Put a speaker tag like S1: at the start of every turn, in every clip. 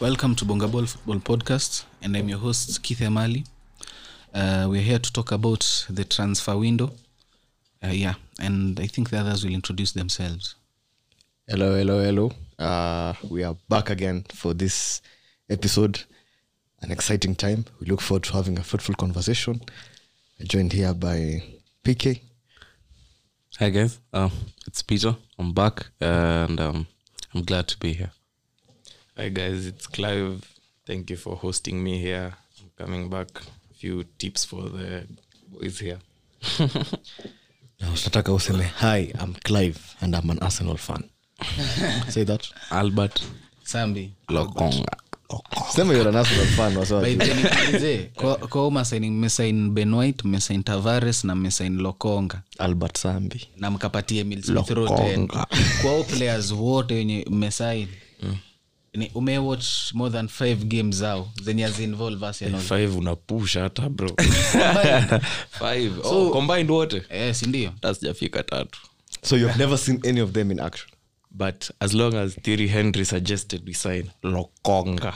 S1: Welcome to Bonga Ball Football Podcast, and I'm your host Keith Emali. Uh, we're here to talk about the transfer window. Uh, yeah, and I think the others will introduce themselves.
S2: Hello, hello, hello. Uh, we are back again for this episode. An exciting time. We look forward to having a fruitful conversation. Joined here by PK.
S3: Hi guys, um, it's Peter. I'm back and um, I'm glad to be here.
S4: Hi guys, it's Clive. Thank you for hosting me here. I'm coming back. A few tips for the boys here.
S2: Now, nataka useme hi i'm clive and i'm an arsenal fan say that
S3: Albert
S1: Sambi.
S3: Lokonga.
S2: sema you're an arsenal fan
S1: By
S2: wasawati
S1: the way, nikuulize, kwa- kwa huu masigning mmesign Ben White, mmesign Tavares na mmesign Lokonga
S2: albert sambi
S1: na mkapatie Emil Smith Rowe ten. Kwa hao players wote wenye mmesign ni umewatch more than five games zao zenye haziinvolve Arsenal.
S4: Five unapusha hata bro. Five. oh, combined wote.
S1: Eh, si ndio?
S4: Hata sijafika tatu.
S2: so you've never seen any of them in action
S4: But as long as Thierry Henry suggested we sign Lokonga.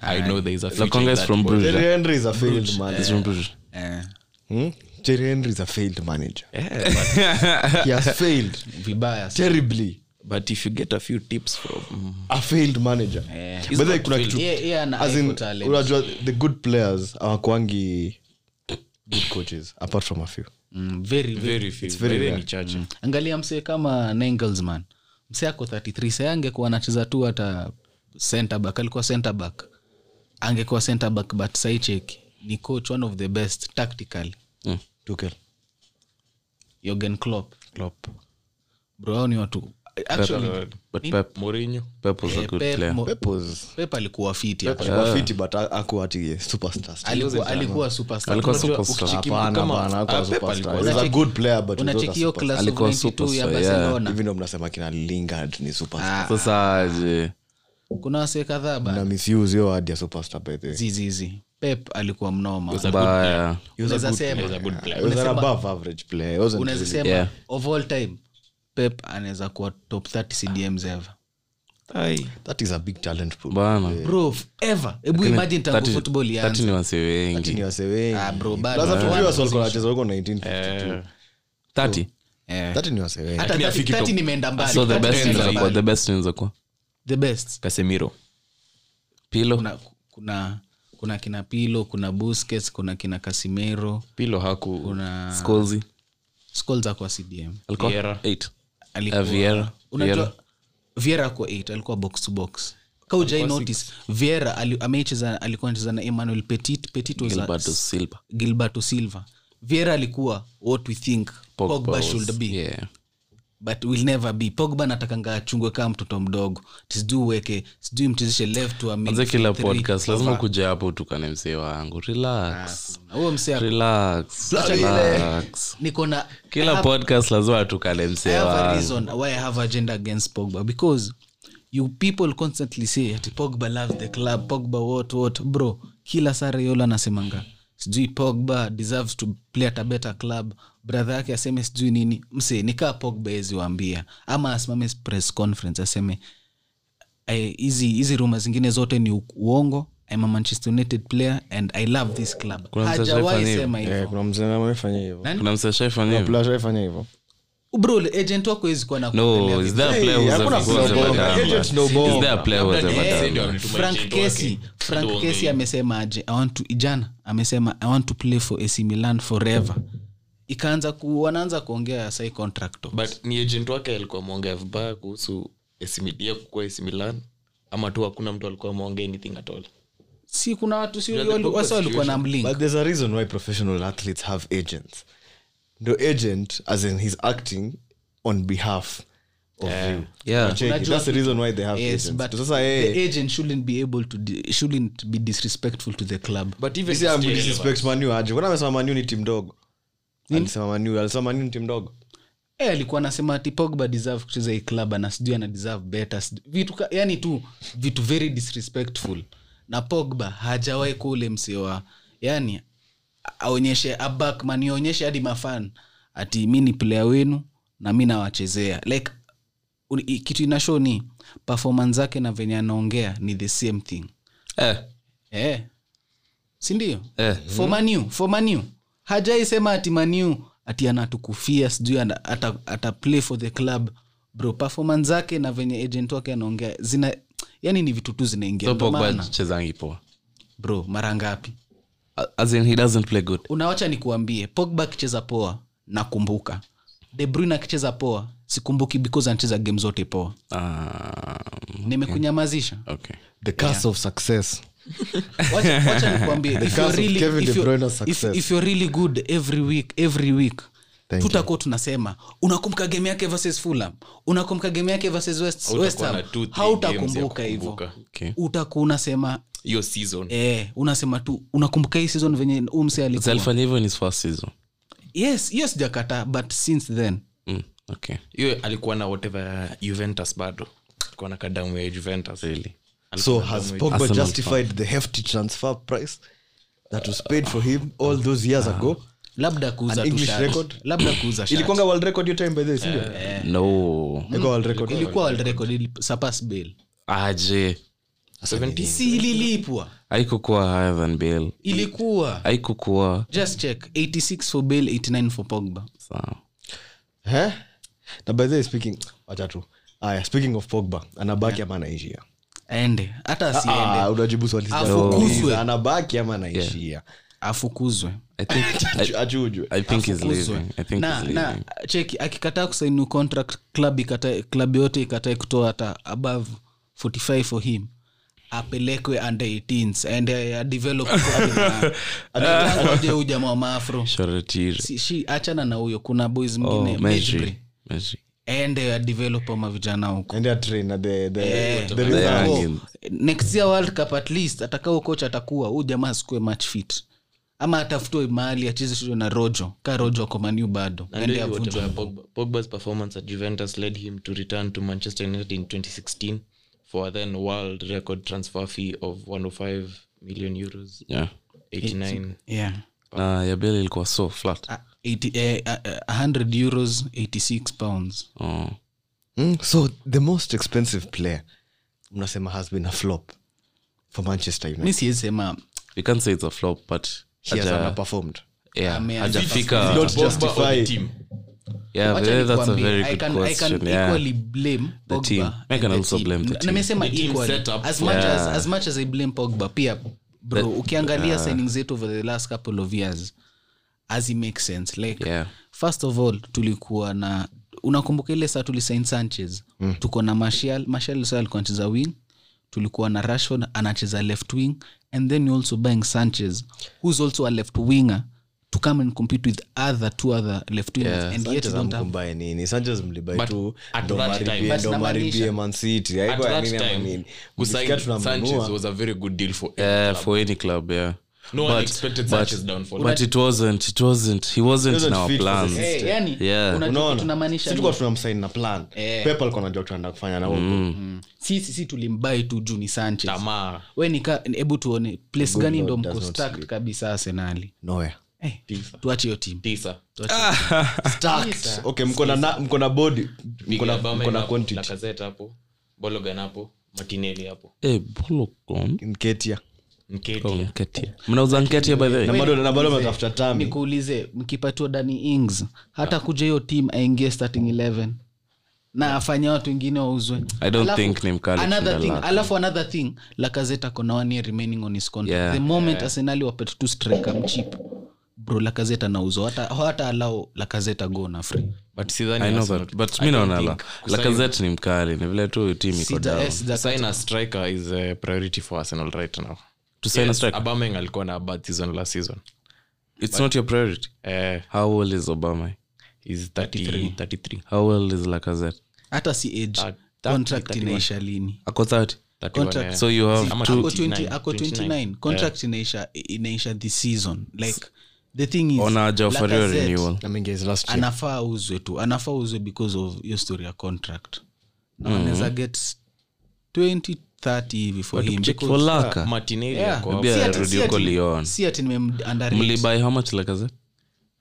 S4: I know there is a future in
S3: Lokonga is
S4: that
S3: from
S4: boy.
S2: Thierry
S3: Bruges.
S2: henry is a failed
S3: He's
S2: manager
S3: from Bruges.
S1: Eh.
S2: hmm? Thierry henry is a failed manager
S4: Yeah, but,
S2: he has failed
S1: vibaya sana.
S2: terribly
S4: but if you get a few tips from
S2: a failed manager
S1: Eh,
S4: He's
S2: By the way,
S4: not
S2: kuna
S4: failed.
S2: kitu-
S1: Yeah, yeah, na
S2: as in,
S1: iko talent.
S2: unajua the good players awakwangi good coaches apart from a few
S1: Mm, very, very.
S4: very few,
S2: very
S4: very
S2: rare.
S4: ni chache.
S1: angalia msee kama nengelsman msee ako 33 sa angekuwa anacheza tu hata center back alikuwa center back angekuwa center back but saichek ni coach one of the best tactically
S2: tukel
S1: jorgen Klopp.
S2: Klopp.
S1: bro hao ni watu actually
S3: But Pep,
S4: Mourinho.
S3: Pep was a
S1: eh,
S3: good
S1: Pep
S3: player.
S1: mo-
S2: Pep was-
S1: Pep alikuwa fiti
S2: Pep alikuwa fiti but ha- hakuwa ati superstar still.
S1: alikuwa alikuwa superstar
S3: Alikuwa
S1: Unajua,
S4: Mm.
S3: superstar.
S1: ukichikim-
S2: Hapana,
S4: kama-
S2: hapana, hakuwa
S4: ah, Pep
S2: superstar.
S4: alikuwa-
S2: He was a
S1: unacheki-
S2: good player, but he was not a
S1: unacheki hiyo
S2: superstar.
S1: class of
S3: Alikuwa
S1: 92 ya
S3: superstar,
S1: barcelona
S2: hivi ndo mnasema kina lingard ni superstar
S3: Sasa aje.
S1: kuna wasee kadhaa ba
S2: na misuse hiyo hadi ya superstar by the way.
S1: zizizi pep alikuwa mnoma
S3: Baya.
S1: Unaweza sema-
S2: He was an above average player. He wasn't
S1: unaweza
S2: really-
S1: sema
S3: Yeah.
S1: of all time pep anaweza kuwa top 30 cdms ever
S4: Ai.
S2: that is a big talent pool.
S3: Bana.
S1: bro ever hebu imagine tangu
S3: 30
S1: football
S3: 30
S1: ianze
S3: ni wase wengi.
S2: Ni wasee wengi.
S1: Ah, bro, bado.
S2: Plaza
S1: Yeah.
S2: Fulvio was walikuwa wanacheza walikuwa 1952.
S3: 30.
S1: Eh.
S2: That ni wasee wengi.
S1: hata 30 nimeenda mbali
S3: So the
S1: 30
S3: best
S1: nimeenda
S3: inaweza kuwa
S1: mbali.
S3: the best inaweza kuwa
S1: the best
S4: Casemiro.
S3: Pilo.
S1: kuna kuna kuna kina pilo kuna busquets kuna kina casimero
S4: Pilo haku
S1: kuna
S3: Skolzi.
S1: scols akuwa cdm
S3: Alikuwa
S4: Vieira.
S3: 8.
S1: Alikuwa-
S3: Eh, Vieira. Vieira.
S1: unajua viera akuwa 8 alikuwa box to box kaujai notice viera ali- ameicheza alikuwa anacheza na emmanuel petit petit was a
S3: Gilberto Silva.
S1: gilberto silva viera alikuwa what we think pogba,
S3: Pogba was-
S1: should be
S3: Yeah.
S1: but will never be pogba natakanga achungwe kama mtoto mdogo sijui uweke sijui mchezeshe left wa mid-
S3: Anza kila
S1: three.
S3: podcast lazima ukuje hapo tukane mzee wangu. Relax.
S1: Na huo msea
S3: Relax.
S1: Sorry.
S3: Relax.
S1: niko na I
S3: kila
S1: have-
S3: podcast lazima tukale
S1: I have a
S3: msewa
S1: reason why i have agenda against pogba because you people constantly say ati pogba loves the club pogba what what bro kila sare yola anasemanga sijui pogba deserves to play at a better club brother yake aseme sijui nini mse nikaa pogba eziwaambia ama asimame press conference aseme I- hizi hizi ruma zingine zote ni u- uongo i'm a manchester united player and i love this club
S3: Kuna mchezaji
S1: hajawahi
S3: alifanya
S1: sema hivo
S2: Eh, kuna mzee na amefanya hivyo.
S1: Nani?
S3: kuna mseshaifanya
S2: Player alifanya hivyo.
S1: bro agent wako hezi kuwa na
S3: no is there a player
S2: Hey,
S3: who's
S2: hakuna
S3: ever- who's
S2: player
S3: ever
S2: bonga.
S3: done
S2: Agent
S3: that?
S2: no bonga.
S3: is there a player who's ever done that?
S1: frank kesi frank kesi amesema aje I want to jana amesema i want to play for ac milan forever ikaanza ku, wanaanza kuongea sai contract
S4: but ni agent wake alikuwa mwongea vibaya kuhusu AC Mil- yeye kukuwa AC Milan ama tu hakuna mtu alikuwa mwongea anything at all
S1: si kuna watu si wali- wasa walikuwa na mlink
S2: but there's a reason why professional athletes have agents ndo agent as in he's acting on behalf of you
S3: Yeah.
S2: Unacheki?
S1: Unajua-
S2: that's the reason why they have
S1: yes
S2: agents
S1: but
S2: Ndio sasa
S1: the
S2: eh,
S1: agent shouldn't be able to di- shouldn't be disrespectful to the club
S4: but even
S2: this is disrespect manu aje mbona amesema manu ni timu ndogo
S1: Hmm?
S2: alisema manu alisema manu ni timu ndogo
S1: Eh, alikuwa anasema ati pogba deserve kucheza hii club ana sijui ana deserve better sijui- vitu ka- yani tu vitu very disrespectful na pogba hajawahi kuwa ule msee wa yani a- aonyeshe abakman ionyeshe hadi mafan ati mi ni player wenu na mi nawachezea like uni- i- kitu inashow ni performance zake na venye anaongea ni the same thing
S3: eh,
S1: eh. sindio
S3: eh.
S1: for manu for manu hajaisema ati manu ati anatukufia sijui ana- ata, ata play for the club bro performance zake na venye agent wake anaongea zina yani ni vitu tu zinaingia
S3: So
S1: Ndio
S3: Pogba
S1: maana,
S3: chezangi poa
S1: bro mara ngapi
S3: as in he doesn't play good
S1: unawacha nikuambie pogba akicheza poa nakumbuka de bruyne akicheza poa sikumbuki because anacheza game zote poa
S3: um,
S1: nimekunyamazisha
S3: okay
S2: the curse of success
S1: Wacha- wacha nikuambie, if you're
S2: curse of
S1: really-
S2: Kevin
S1: if
S2: De
S1: you're-
S2: Bruyne's
S1: if-
S2: success.
S1: if you're really good every week every week
S2: Thank you.
S1: tutakuwa tunasema unakumbuka game yake versus fulham unakumbuka game yake versus West-
S4: Hautakuwa
S1: West Ham.
S4: na two, three games ya
S1: hautakumbuka
S4: kukumbuka.
S1: hivo
S3: Okay.
S1: utakuwa unasema
S4: hiyo season
S1: eh, unasema tu unakumbuka hii season venye umse
S3: So alifanya hivyo in his first season
S1: yes hiyo sijakataa but since then
S3: mm, okay
S4: hiyo alikuwa na whatever juventus bado alikuwa na kadamu ya juventus
S3: really
S2: so has pogba
S3: Arsenal
S2: justified the hefty transfer price that was paid for him all those years ago
S1: labda kuuza
S2: An
S1: tu
S2: English
S1: shirt.
S2: record?
S1: labda kuuza shirt.
S2: ilikwanga world record hiyo time by the way sindio
S3: no
S2: Ilikuwa world record
S1: Eh. ilikuwa world record, ili- surpass Bale.
S3: aje
S1: si ililipwa
S3: haikukuwa higher than bill
S1: ilikuwa
S3: haikukuwa
S1: just check 86 for Bale 89 for Pogba
S3: sawa
S2: Eh? na by the way speaking wacha tu aya speaking of pogba anabaki ama anaishia
S1: aende hata
S2: Ah,
S1: asiende
S2: unajibu swali
S4: Ah,
S2: sija-
S1: Afukuzwe.
S2: No. anabaki ama anaishia
S1: afukuzwe
S3: i think i,
S2: achujwe
S3: I think he's
S1: Afukuzwe.
S3: leaving i think
S1: na,
S3: he's
S1: na
S3: leaving
S1: cheki akikataa kusainu contract club ikatae club yote ikatae kutoa hata above 45 for him apelekwe under 18s aende adevelop huyu jamaa wa maafro
S3: Shorotiri.
S1: Si- shi achana na huyo kuna boys mwingine
S3: Oh,
S1: Mesri.
S3: Mesri. Mesri.
S1: aende adevelopa mavijana huko
S2: ende atrain the, the,
S1: Eh,
S2: the
S1: huko.
S2: result.
S3: youngins.
S1: next year world cup at least atakao coach atakuwa huyu jamaa asikue match fit ama atafutwe mahali acheze shule na rojo ka rojo ako maniu bado
S4: And
S1: Aende
S4: really
S1: avunjwe.
S4: whatever Pogba, Pogba's performance at Juventus led him to return to Manchester United in 2016 for a then world record transfer fee of 105 million euros,
S3: Yeah.
S4: 89.
S1: Yeah.
S3: na ya bill ilikuwa so flat
S1: Ah, 80, eh, ah, ah, 100 euros 86 pounds
S3: oh.
S2: Mm, so the most expensive player mnasema has been a flop for manchester united
S1: mi siwezi sema
S3: we can't say it's a flop but
S2: he has
S3: haja-
S2: underperformed
S3: yeah,
S1: Ame-
S3: hajafika-
S2: Don't justify
S3: Yeah,
S1: Wacha
S3: yeah, that's a
S1: nikwambie,
S3: very
S1: I
S3: good
S1: can- I can
S3: question, yeah.
S1: equally blame Pogba
S3: team. I
S1: and
S3: can
S1: the
S3: also
S1: team.
S3: blame the
S1: Na-
S3: team.
S1: nimesema
S4: The team
S1: equally.
S4: set up
S1: As
S4: for-
S1: much as- as much as i blame pogba pia bro ukiangalia signings zetu over the last couple of years as it makes sense like
S3: Yeah.
S1: first of all tulikuwa na unakumbuka ile saa tulisain sanchez mm. tuko na mashal mashal sa alikuwa anacheza wing tulikuwa na rashford anacheza left wing and then you're also buying sanchez who's also a left winger to come and compete with other two other left wingers yeah. and yet you don't have
S2: mkumbaye nini sanchez mlibai
S4: But
S2: tu
S4: at
S2: ndo
S4: that time-
S2: maribie
S4: But
S2: ndo maribie
S1: namaanisha-
S2: mancity
S4: At
S2: aiko
S4: that
S2: nini ama
S4: time,
S2: nini
S4: kusign
S2: Tulisikia tunamnunua.
S4: Sanchez was a very good deal for him.
S3: Yeah, for any club yeah
S4: No one expected Sanchez downfall.
S3: but it wasn't it wasn't he wasn't,
S2: Doesn't
S3: in our
S2: fit for the
S3: plans
S1: Eh,
S2: system.
S1: yani,
S3: Yeah.
S1: unajua kitu
S2: Unaona?
S1: namaanisha
S2: Si
S1: ni-
S2: tulikuwa tunamsign na plan pepe alikuwa anajua tunaenda kufanya na huko
S1: si si- si tulimbai tu juni sanchez
S4: Tamaa.
S1: we nika hebu tuone place
S2: Good
S1: gani
S2: Lord
S1: ndo
S2: does
S1: mko
S2: not
S1: stacked
S2: sleep.
S1: kabisa arsenali
S2: nowhere
S1: eh,
S4: Tisa.
S1: tuache hiyo timu
S4: Tisa.
S2: Ah. stacked okay mko na na- mko na body mko
S4: Piga
S2: na
S4: Aubameyang
S2: mko na
S4: hapo,
S2: quantity
S4: Lacazette hapo, Balogun hapo, Martinelli hapo,
S3: Eh, Bolokon.
S2: Nketiah.
S4: Nketiah.
S3: Oh, Nketia. mnauza Nketia by the way?
S2: na bado na bado mnatafuta tami
S1: nikuulize mkipatiwa dani ings hata kuja hiyo tim aingie starting 11 na afanye watu wengine wauzwe
S3: I don't think ni mkali
S1: another thing,
S3: kushinda Laka.
S1: alafu another thing lakazeta kona one year remaining on his contract
S3: Yeah.
S1: the moment arsenali wapet tu striker mchip bro lakazeta nauzwa hata, hata alao lakazeta go na free
S4: But sidhani
S3: I know
S4: Arsenal-
S3: that, but
S4: I
S3: mi
S4: don't
S3: naona la-
S4: think kusign-
S3: Lacazette ni mkali ni vile tu tim iko
S1: Sija- eh,
S3: down
S1: sija-
S4: sign a striker is a priority for arsenal right now
S3: To sign a striker?
S4: Aubameyang alikuwa na a bad season last season
S3: it's not your priority
S4: Eh,
S3: how old is obama
S4: he's 33 33
S3: how old is Lacazette
S1: hata si age
S4: Thirty,
S1: contract
S4: Ah, thirty-one.
S1: inaisha lini
S3: ako 30
S4: 31,
S1: Contract.
S4: eh.
S3: so you have
S4: Ama
S3: two
S1: ako 20
S4: 29,
S1: ako
S4: 29.
S1: 29 contract inaisha inaisha this season like the thing is
S3: ona hajaoferiwa
S1: Lacazette
S3: renewal
S1: anafaa uzwe tu anafaa uzwe because of hiyo story ya contract na wanaweza get 20 30 hivi for him
S3: for
S1: because-
S3: laka
S4: Martinelli
S1: Yeah.
S4: ako
S3: Maybe
S1: Si ati-
S3: arudi
S1: si ati-
S3: huko Lyon.
S1: si ati nimemunderrate.
S3: mlibai how much Lacazette?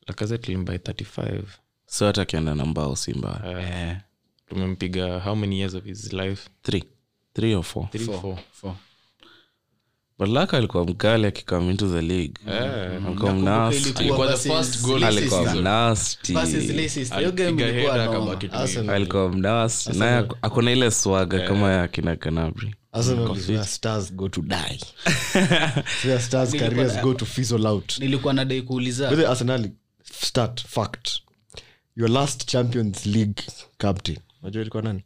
S4: Lacazette limba 35
S3: so hata akienda na mbao si mbaya
S1: Eh,
S4: tumempiga how many years of his life
S3: three three or four
S4: three four, four.
S1: Four.
S3: but laka alikuwa mkali akikam into the league alikuwa mnasty.
S4: Alikuwa the first goal
S3: Alikuwa mnasty. alikuwa mnasty. naye ako- akona ile swaga kama ya kina kanabri
S2: Arsenal is where stars go to die. It's where stars careers go to fizzle out.
S1: nilikuwa nadai kuuliza
S2: Whether Arsenal start fact. Your last Champions League captain. Unajua ilikuwa nani?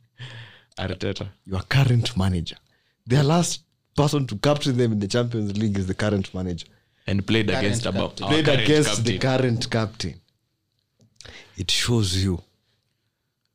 S4: arteta
S2: Your current manager. Their last person to captain them in the Champions League is the current manager.
S4: and played against about our
S2: Played
S4: current
S2: against
S4: captain.
S2: the current captain. It shows you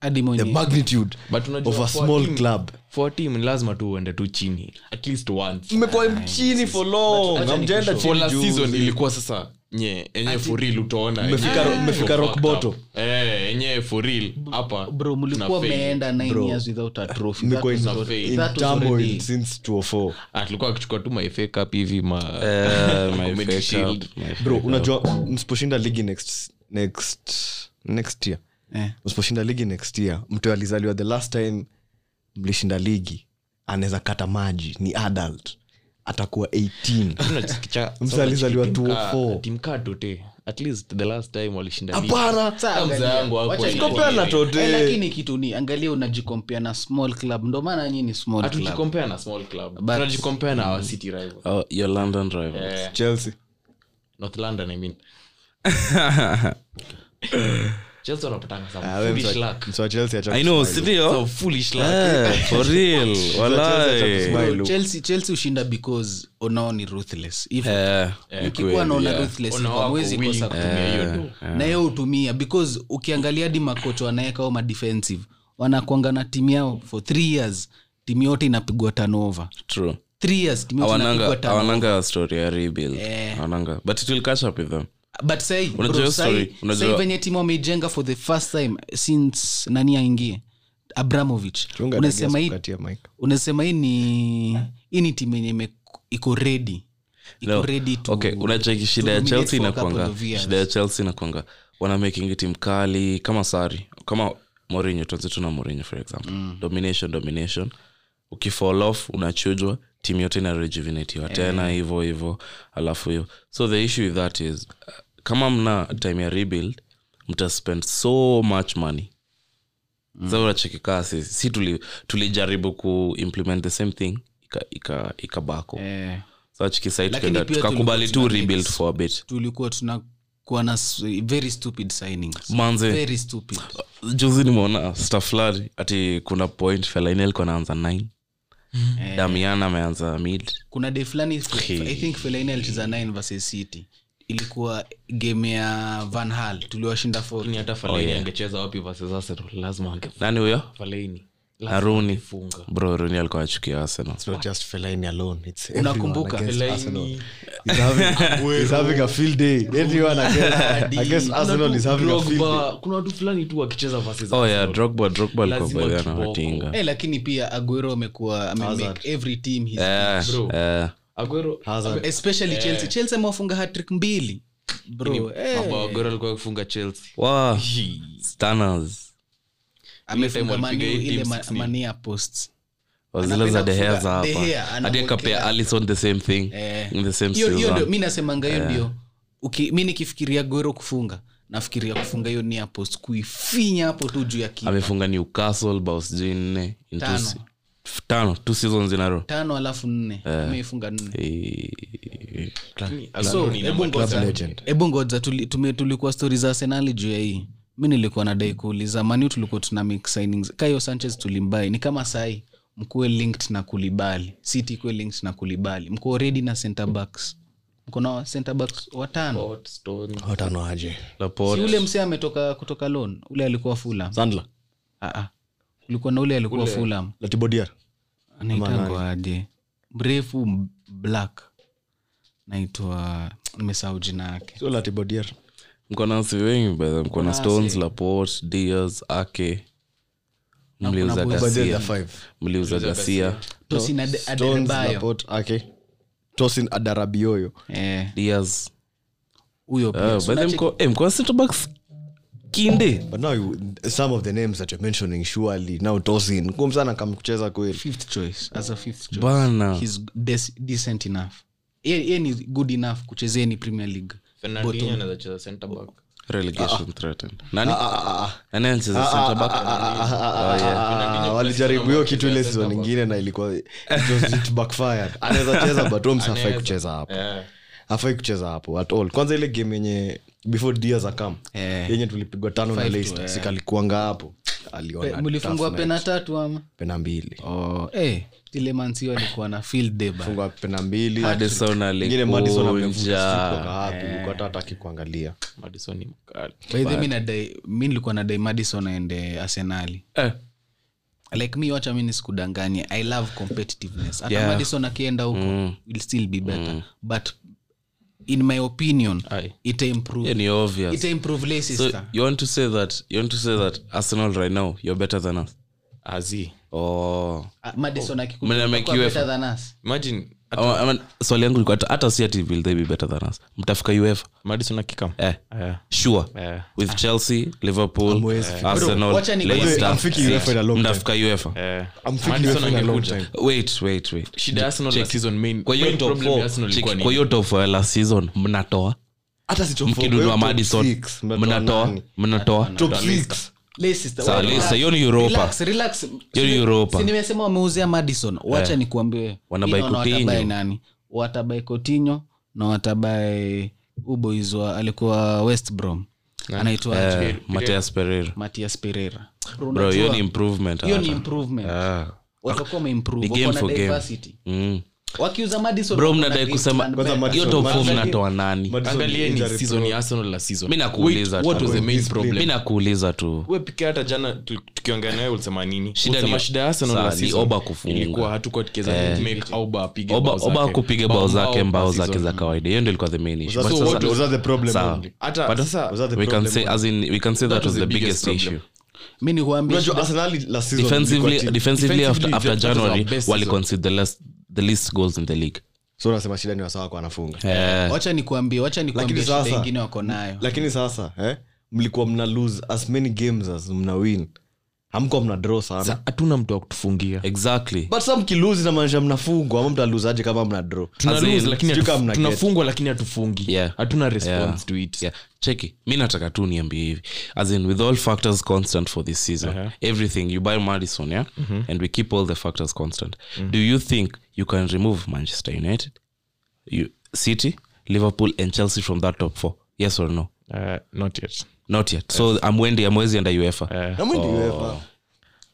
S1: hadi
S2: the
S1: mwenye
S2: magnitude
S4: But unajua
S2: of a
S4: for
S2: small
S4: team-
S2: club.
S4: for a team ni lazima tu uende tu chini at least once
S2: mmekuwa mchini for long hamjaenda
S4: for
S2: chini
S4: last
S2: juzi.
S4: season ilikuwa sasa nye enye for real utaona
S2: Mmefika-
S4: yenye
S2: mmefika
S4: iko
S2: rock
S4: fucked
S2: bottom.
S4: up. Eh, yenye for real hapa
S1: bro mlikuwa
S4: tuna fail.
S1: mmeenda nine years without a trophy That
S2: Mmekuwa
S1: was
S2: in-
S1: already-
S2: in
S1: that was
S2: turmoil
S1: already-
S2: since 2004.
S4: Ah, tulikuwa akichukua tu mafa cup hivi ma
S3: Eh,
S2: Eh,
S3: my
S4: Community
S3: fair
S4: shield.
S3: cup, my
S2: bro unajua msiposhinda ligi next next next year
S1: Eh.
S2: msiposhinda ligi next year mtu alizaliwa the last time mlishinda ligi anaweza kata maji ni adult atakuwa 18 Msa alizaliwa 204.
S4: timkaa tote at least the last time walishinda ligi.
S2: hapana
S1: Sasa
S4: Mzee
S1: angalia,
S4: wangu hakuwa
S1: wacha
S4: ni-
S2: Compare na Tote.
S1: Eh, lakini kitu ni angalia unajikompea na small club ndo maana nyi ni small club
S4: hatujikompea na small club tunajikompea na our
S2: Mm.
S4: city rival
S3: oh, your london rivals
S2: chelsea
S4: north london i mean chelsea wanapatanga some
S2: Ah, wewe
S4: foolish
S2: msa-
S4: luck.
S2: msa chelsea acha
S3: i know
S2: kusmile.
S3: sindio
S4: Some foolish luck.
S3: Eh, for real
S2: Chelsea
S3: walai
S2: acha
S1: Bro,
S2: kusmile.
S1: Chelsea- chelsea hushinda because onao ni ruthless if
S3: Eh, ni
S1: ukikuwa
S3: kweli,
S1: naona
S3: yeah.
S1: ruthless
S4: Ona
S1: kwa
S4: wako
S1: mwezi
S4: willing
S1: kosa
S4: kutumia hiyo do.
S1: na yeye hutumia because ukiangalia hadi makocha wanaweka au madefensive wanakwanga na timu yao for three years timu yote inapigwa tanova
S3: True.
S1: three years timu yote inapigwa
S3: Hawananga-
S1: turnover.
S3: hawananga story ya rebuild hawananga but it will catch up with them
S1: but sai bro,
S3: Unajua hiyo
S1: sai-
S3: story? Unajua-
S1: sai venye timu wameijenga for the first time since nani aingie abramovich
S2: Chunga
S1: unasema
S2: Douglas
S1: hii
S2: kukatia mic.
S1: unasema hii ni hii ni timu yenye ime- iko redi iko
S3: No.
S1: ready to
S3: okay unacheki shida ya
S1: dominate
S3: chelsea
S1: for a couple
S3: inakwanga
S1: of years.
S3: shida ya chelsea inakwanga wana making tim kali kama sari kama morinyo tuanze tu na morinyo for example
S1: Mm.
S3: domination domination ukifall off unachujwa timu yote inarejuvenatiwa tena
S1: Eh.
S3: hivo hivo alafu hiyo so the issue with that is uh, kama mna time ya rebuild mtaspend so much money
S1: Mm.
S3: zaurachekikaa si, si tuli- tulijaribu kuimplement the same thing ikabako ika, ikabako.
S1: eh,
S3: So chiki side
S1: Lakini
S3: tukaenda-
S1: pia
S3: tukakubali
S1: tulikuwa
S3: tu
S1: tuna
S3: rebuild
S1: mix.
S3: for a bit
S1: tulikuwa tunakuwa na s- very stupid signings
S3: manze
S1: very stupid
S3: juzi nimeona staff fulani ati kuna point felaini alikuwa anaanza 9
S1: Mm-hmm.
S3: damian ameanza mid
S1: kuna day fulani i think felaini alicheza 9 versus city ilikuwa game ya van hal tuliwashinda four
S4: Ni hata Fellaini angecheza wapi versus Arsenal, lazima ange-
S3: nani huyo
S4: Fellaini,
S3: na
S4: lazima
S3: runi
S4: angefunga.
S3: bro runi alikuwa achukia arsenal
S2: It's not just Fellaini alone, it's
S1: Unakumbuka?
S2: everyone against Arsenal.
S4: Fellaini,
S2: He's having- he's having a field day. Everyone against- against
S4: kuna
S2: Arsenal
S4: tu
S2: is having a field day.
S4: Drogba, kuna watu fulani tu wakicheza versus
S3: oh yeah
S4: Arsenal.
S3: drogba drogba alikuwa
S4: Lazima
S3: baga na
S4: kiboko.
S3: watinga
S1: Eh, lakini pia aguero amekuwa amemake every team his
S3: Eh,
S4: Bro.
S3: eh,
S4: Aguero-
S2: Hazard.
S1: especially chelsea chelsea amewafunga hatrick mbili bro eh,
S4: Ambao Aguero alikuwa akifunga Chelsea.
S3: wa stanners
S1: amefunga
S4: time
S1: mani
S4: walipiga hii
S1: ile
S4: team
S1: ma-
S4: 16.
S1: mania posts
S3: wazile za
S1: Anapenda
S3: dehea za
S1: kufunga- De Gea,
S3: hapa hadi
S1: anamwekea-
S3: akapea alison the same thing
S1: Eh.
S3: in the same
S1: hiyo hiyo ndio
S3: season
S1: mi nasemanga hiyo ndio Uki- mi nikifikiria goro kufunga nafikiria kufunga hiyo nia post kuifinya hapo tu juu ya kipa
S3: amefunga newcastle bao sijui nne in two
S1: Tano.
S3: se- f- tano two seasons in a row
S1: tano alafu nne ameifunga nne
S3: Eh,
S1: so
S4: Aguero ni
S1: hebu
S4: number
S1: ngoja-
S4: tisa.
S1: hebu ngoja tuli- tume- tulikuwa stori za arsenali juu ya hii mi nilikuwa nadai kuuliza maniu tulikuwa tuna make signings kayo sanchez tulimbai ni kama sai mkuwe linked na kulibali city ikuwe linked na kulibali mko redi na center backs mko na center backs watano
S4: Port, Stone.
S2: watano aje
S1: si
S3: Laporte.
S1: ule msee ametoka kutoka loan ule alikuwa fulam
S2: sandla
S1: ulikuwa Ah, na ule alikuwa fulam
S2: latibodiar
S1: anaitangwa aje mrefu m- black naitwa nimesahau jina yake
S2: sio latibodiar
S3: mko na wasi wengi baa mko
S2: Ah,
S3: na stones laport dias ake mliuza gasia mliuza gasia
S1: tosin Ade- adebayo
S2: ake tosin adarabioyo
S1: Eh,
S3: dias
S1: huyo pia.
S3: Ah, mko eh, mko na centre backs kinde
S2: but now you, some of the names that you're mentioning surely now tosin ngum sana kam kucheza kweli
S1: fifth choice as a fifth choice
S3: bana
S1: he's des- decent enough Ye- ye ni good enough kuchezea any premier league
S4: fernandinho anaweza cheza center back
S3: relegation threatened nani
S2: Ah, ah,
S3: nani anacheza center back Oh, yeah.
S2: ah, walijaribu hiyo kitu ile sizon ingine na ilikuwa it was- it backfired. anaweza cheza but Holmes hafai kucheza hapo
S4: yeah.
S2: hafai kucheza hapo at all kwanza ile game yenye before diaz akam
S1: Eh.
S2: yenye tulipigwa tano na
S1: Five to,
S2: leicester sikalikuanga hapo aliona
S1: mlifungwa
S2: tough night.
S1: pena tatu ama
S2: pena mbili
S1: oh, eh, ile mansio alikuwa na field day bana.
S2: fungwa pena mbili
S3: Madison
S2: ingine madison amevunja
S3: alikunja
S2: sikuwa wapi ilikuwa hata hataki kuangalia
S4: madison ni mkali
S1: By the way, mi nadai- mi nilikuwa nadai madison aende arsenali
S3: eh,
S1: like mi wacha mini sikudanganye i love competitiveness hata
S3: Yeah. Mm.
S1: madison akienda huko will still be better but in my opinion
S4: Aye.
S1: itaimprove
S3: yeah, ni obvious
S1: itaimprove
S3: so
S1: leicester
S3: you want to say that you want to say that arsenal right now you're better than us
S4: azi
S3: oh
S1: Ah, madison akikuja,
S3: Mna make
S1: utakuwa
S3: UEFA.
S1: better than us.
S4: imagine at-
S3: Oh, I mean, swali yangu ilikuwa hata- hata si ati will they be better than us mtafika uefa
S4: madison akikam
S3: eh
S4: yeah.
S3: sure
S4: Eh.
S3: with chelsea liverpool
S2: Hamwezi
S3: eh,
S2: fika.
S3: arsenal
S1: Bro, wacha nikwambie.
S3: Leicester,
S2: Hamfiki UEFA
S3: City.
S2: in a long time.
S3: Mtafika uefa
S4: Eh.
S2: I'm thinking
S4: Madison
S2: Madison a long
S4: angekuja.
S2: time.
S3: wait wait wait
S4: shida ya Arsenal last season main
S3: kwa hiyo
S4: main
S3: top
S4: problem
S3: four,
S4: ya Arsenal
S3: check,
S4: ilikuwa
S3: kwa
S4: ni
S3: hiyo top four last season mnatoa
S2: hata si top four,
S3: mkinunua
S2: wewe top
S3: madison
S2: six, mnatoa
S3: mnatoa
S2: nani?
S3: mnatoa
S2: top six
S1: Leicester,
S3: Sawa,
S1: why
S3: Leicester,
S1: relax?
S3: hiyo ni Europa.
S1: Relax, relax.
S3: Hiyo ni
S1: Si-
S3: Europa.
S1: si nimesema wameuzia madison wacha nikuambie Mimi
S3: Wanabai
S1: naona
S3: Coutinho.
S1: watabai nani watabai kotinyo na watabai uboizwa alikuwa west brom anaitwa aje?
S3: eh, mateas pereira
S1: matias pereira Bro,
S3: bro hiyo
S1: unajua,
S3: ni improvement
S1: hiyo ni
S3: hata.
S1: improvement
S3: Ah.
S1: watakuwa
S3: Ni
S1: wameimprove
S3: game
S1: wako na
S3: for game.
S1: diversity
S3: Mm.
S1: wakiuza madison
S3: bro
S1: wako na
S3: mnadai
S1: Griezmann
S3: kusema
S2: Kwanza
S1: back.
S2: Madison-
S3: hiyo top four
S2: Madison-
S3: mnatoa nani
S2: Madison
S4: angalieni
S2: injury
S4: season
S2: prone.
S4: ya Arsenal last season.
S3: mi nakuuliza
S4: Wait, what
S3: tu.
S4: was the main
S2: Discipline.
S4: problem?
S3: mi nakuuliza tu
S4: we pike hata jana tu- tukiongea naye ulisema nini
S3: Shida
S4: Ulisema
S3: ni-
S4: shida ya Arsenal
S3: Sawa,
S4: last
S3: ni
S4: season
S3: Oba kufunga. Eh.
S4: ilikuwa hatukuwa tukiweza make Oba apige
S3: oba
S4: bao zake.
S3: oba kupiga
S4: Bao
S3: bao
S4: mbao
S3: zake mbao
S4: last
S3: zake
S4: season.
S3: za kawaida hiyo ndio ilikuwa the main issue
S2: Was that-
S3: But
S2: what- was that the problem
S3: Sawa.
S2: only?
S4: hata
S3: Pardon?
S4: sasa
S2: Was that the
S3: we can
S2: problem
S3: say
S2: only?
S3: as in we can say that was the biggest
S4: problem.
S3: issue
S1: mi nikuambie
S2: Unajua Arsenal last season
S3: defensively
S2: ilikuwa team-
S3: defensively after
S4: Defensively,
S3: after
S4: that was our
S3: january
S4: best
S3: wali
S4: season.
S3: concede the less the least goals in the league
S2: so unasema shida ni wasaa wako anafunga
S3: eh
S1: wacha nikuambie wacha nikuambie shida
S2: sasa-
S1: ingine wako nayo
S2: lakini sasa eh, mlikuwa mna lose as many games as mna win hamkuwa mna draw sana
S4: hatuna mtu wa
S3: Eh,
S4: kutufungia
S3: exactly
S2: but sa mkiluzi inamaanisha mnafungwa ama mnaluzaaje kama mna draw
S4: Tuna
S3: As in,
S4: lose, lakini
S2: sijui
S4: hatu-
S2: kama mna
S4: tunafungwa lakini hatufungi
S3: Yeah.
S4: hatuna response
S3: Yeah.
S4: to it
S3: Yeah. cheki mi nataka tu niambie hivi as in with all factors constant for this season uh-huh. everything you buy madison yeah mm-hmm. and we keep all the factors constant mm-hmm. do you think you can remove manchester united you, city liverpool and chelsea from that top four yes or no
S4: Uh, not yet
S3: not yet so amwendi amwezi enda uefa
S2: Na mwendi UEFA.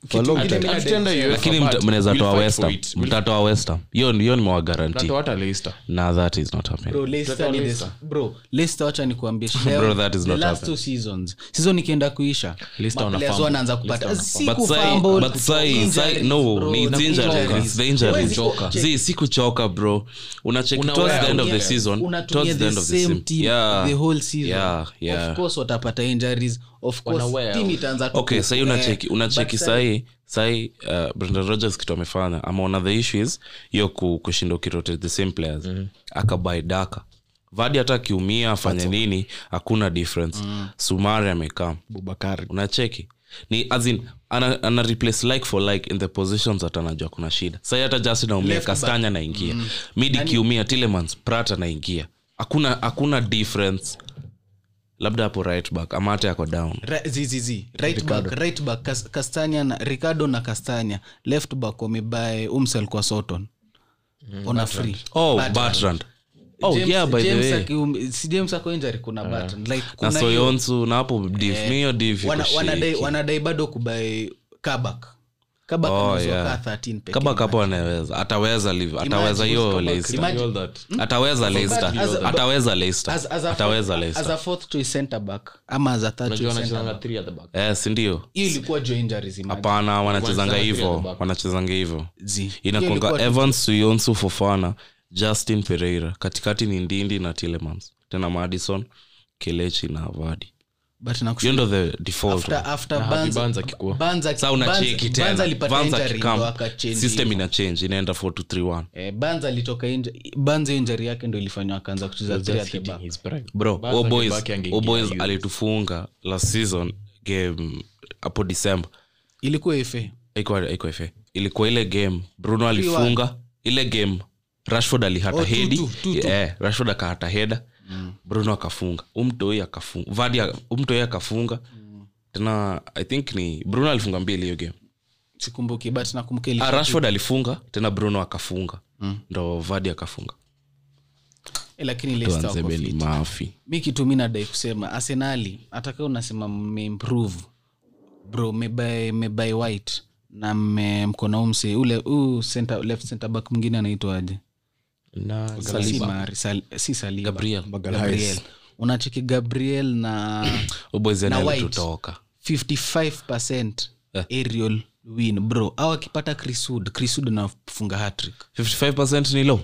S2: For long time.
S4: Hatutaenda UEFA,
S3: lakini
S4: but
S3: mta- mnaweza
S4: we'll
S3: toa
S4: fight
S3: westam
S4: for it. We'll
S3: mtatoa westam hiyo hiyo nimewagaranti
S4: Hata hata Leicester.
S3: na that is not happening
S1: Bro, Leicester
S4: Tutaka
S1: ni the-
S4: Leicester.
S1: bro, Leicester wacha nikuambie
S3: Bro, that is
S1: the
S3: not
S1: last
S3: happening.
S1: two seasons season ikienda kuisha
S4: Leicester wana
S1: players
S4: fumble.
S1: wanaanza kupata si
S3: But sai-
S1: kufumble,
S3: but sai-
S1: injuries,
S3: sai- no,
S1: bro,
S3: ni
S1: na
S3: it's injuries,
S1: injuries.
S3: it's the injuries.
S1: Huwezi ku-
S4: Kuchoka.
S1: check,
S3: Zee, si kuchoka bro unacheki towards the end of the
S1: unatumia-
S3: season
S1: unatumia
S3: towards the end of the
S1: same
S3: season
S1: team
S3: yeah
S1: the whole season.
S3: Yeah, yeah.
S1: Of course watapata injuries of course
S4: Wanawea.
S1: team itaanza
S3: okay
S1: kuku-
S3: sahii
S1: eh,
S3: unacheki unacheki
S1: but
S3: sahii sahii uh, brendan rogers kitu amefanya amaona the issue is hiyo ku- kushinda ukirotate the same players mm-hmm. akabai daka vadi hata akiumia afanye nini hakuna difference mm. sumari amekaa
S2: Bubakari.
S3: unacheki ni as in, ana, ana replace like for like in the positions that anajua kuna shida sai hata justin aumia kastanya naingia mm. midi kiumia tilemans prat anaingia hakuna hakuna difference labda hapo right back ama hata yako down
S1: Ra- zi- zi- zi. right back, right back Kas- Castagna na ricardo na castanya left back wamebae umsel kwa soton on a free
S3: oh bertrand oh
S1: James-
S3: yeah by
S1: James
S3: the way
S1: akium- si james ako injury kuna Barton. Like,
S3: na
S1: kuna hiyo- Eh,
S3: soyonsu na hapo div mi hiyo div
S1: wana-
S3: iko
S1: wanadai-
S3: shiki.
S1: wanadai bado kubai kabak kabak
S3: Oh,
S1: anaweza
S3: yeah.
S1: kaa 13 peke
S3: kama
S1: yake.
S3: kapo anaweza ataweza liv ataweza hiyo Leicester.
S1: Imagine- Hmm?
S4: All that.
S3: ataweza Leicester.
S1: as a-
S3: ataweza Leicester.
S1: as- as a
S3: ataweza
S1: fourth-
S3: Leicester.
S1: as a fourth choice centre back ama as a third
S4: Unajua
S1: choice centre
S4: wanachezanga
S1: back.
S4: three at the back.
S3: Eh, si ndio
S1: hiyo ilikuwa jo injuries imagine.
S3: hapana wanachezanga
S4: Wanachezanga three at the
S3: hivo
S4: back.
S3: wanachezanga hivo
S1: Zi. Hiyo ilikuwa
S3: inakwanga evans suyonsu fofana justin pereira katikati ni ndindi na tilemans tena madison kelechi na vadi
S1: but nakushu-
S3: hiyo ndo the default
S1: after- after Banza-
S4: Banza akikuwa.
S1: Banza-
S3: Sasa
S1: Banza-
S3: unacheki
S1: Banza
S3: tena
S1: alipata
S3: Banza
S1: injury
S3: akicome,
S1: ndo akachange.
S3: system ina change inaenda 4 to 3 1
S1: Eh, banza alitoka inj- banza hiyo njari yake ndo ilifanywa akaanza kucheza
S4: was
S1: three
S4: just
S1: at the
S4: hitting
S1: back.
S4: his prime.
S3: bro
S4: Barca
S3: wo
S4: ni
S3: boys-
S4: Barca angeingia
S3: wo boys
S4: Euros.
S3: alitufunga last season game hapo december
S1: ilikuwa ife
S3: Haikuwa- haikuwa FA. ilikuwa ile game bruno alifunga ile game rashford alihata
S1: Oh, two,
S3: hedi
S1: two, two, two.
S3: Eh, rashford akahata heda bruno akafunga umtoi akafunga vadi umtoi akafunga tena i think ni bruno alifunga mbili hiyo game
S1: sikumbuki but nakumbuka
S3: Ah,
S1: ilikuwa-
S3: rashford alifunga tena bruno akafunga
S1: Mm.
S3: ndo vadi akafunga
S1: eh, lakini Leicester wako
S3: tuanze
S1: fit.
S3: ni mafi
S1: mi kitu mi nadai kusema arsenali hata kaa unasema mmeimprove bro mebae mebae white na mme mkona umse ule huu center, left center back mwingine anaitwaje
S4: Na-
S1: si mari sal, si saliba
S3: gabriel
S1: gabriel unacheki gabriel na
S3: ubozeni
S1: Na White.
S3: alitutoka
S1: 55
S3: Eh.
S1: aerial win bro au akipata crisud crisud nafunga hatrick
S3: 55 ni low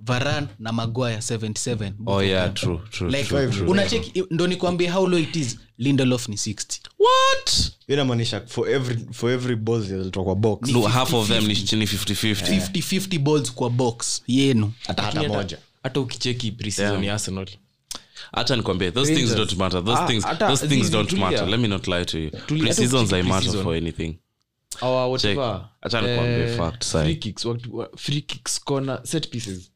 S1: varan na magwaya 77
S3: oh yeah true true
S1: like,
S3: true.
S1: unacheki ndo nikwambie how low it is lindelof ni 60
S3: what
S2: inamaanisha for every, for every ball zilitoka kwa box
S3: no half of them ni chini 50-50
S1: 50 balls kwa box yenu
S2: hata moja
S4: hata ukicheki pre-season ya arsenal
S3: hata nikwambie those things don't matter those
S4: Ah,
S3: things
S4: hata
S3: those things
S4: hizi
S3: don't
S4: tulia.
S3: matter let me not lie to you
S4: Tulia, hata
S3: pre-seasons
S4: ukicheki
S3: they matter
S4: pre-season.
S3: for anything
S4: Our whatever,
S3: Check. Acha nikuambie
S4: eh,
S3: fact, sahi.
S4: free kicks, what- what- free kicks, corner, set pieces.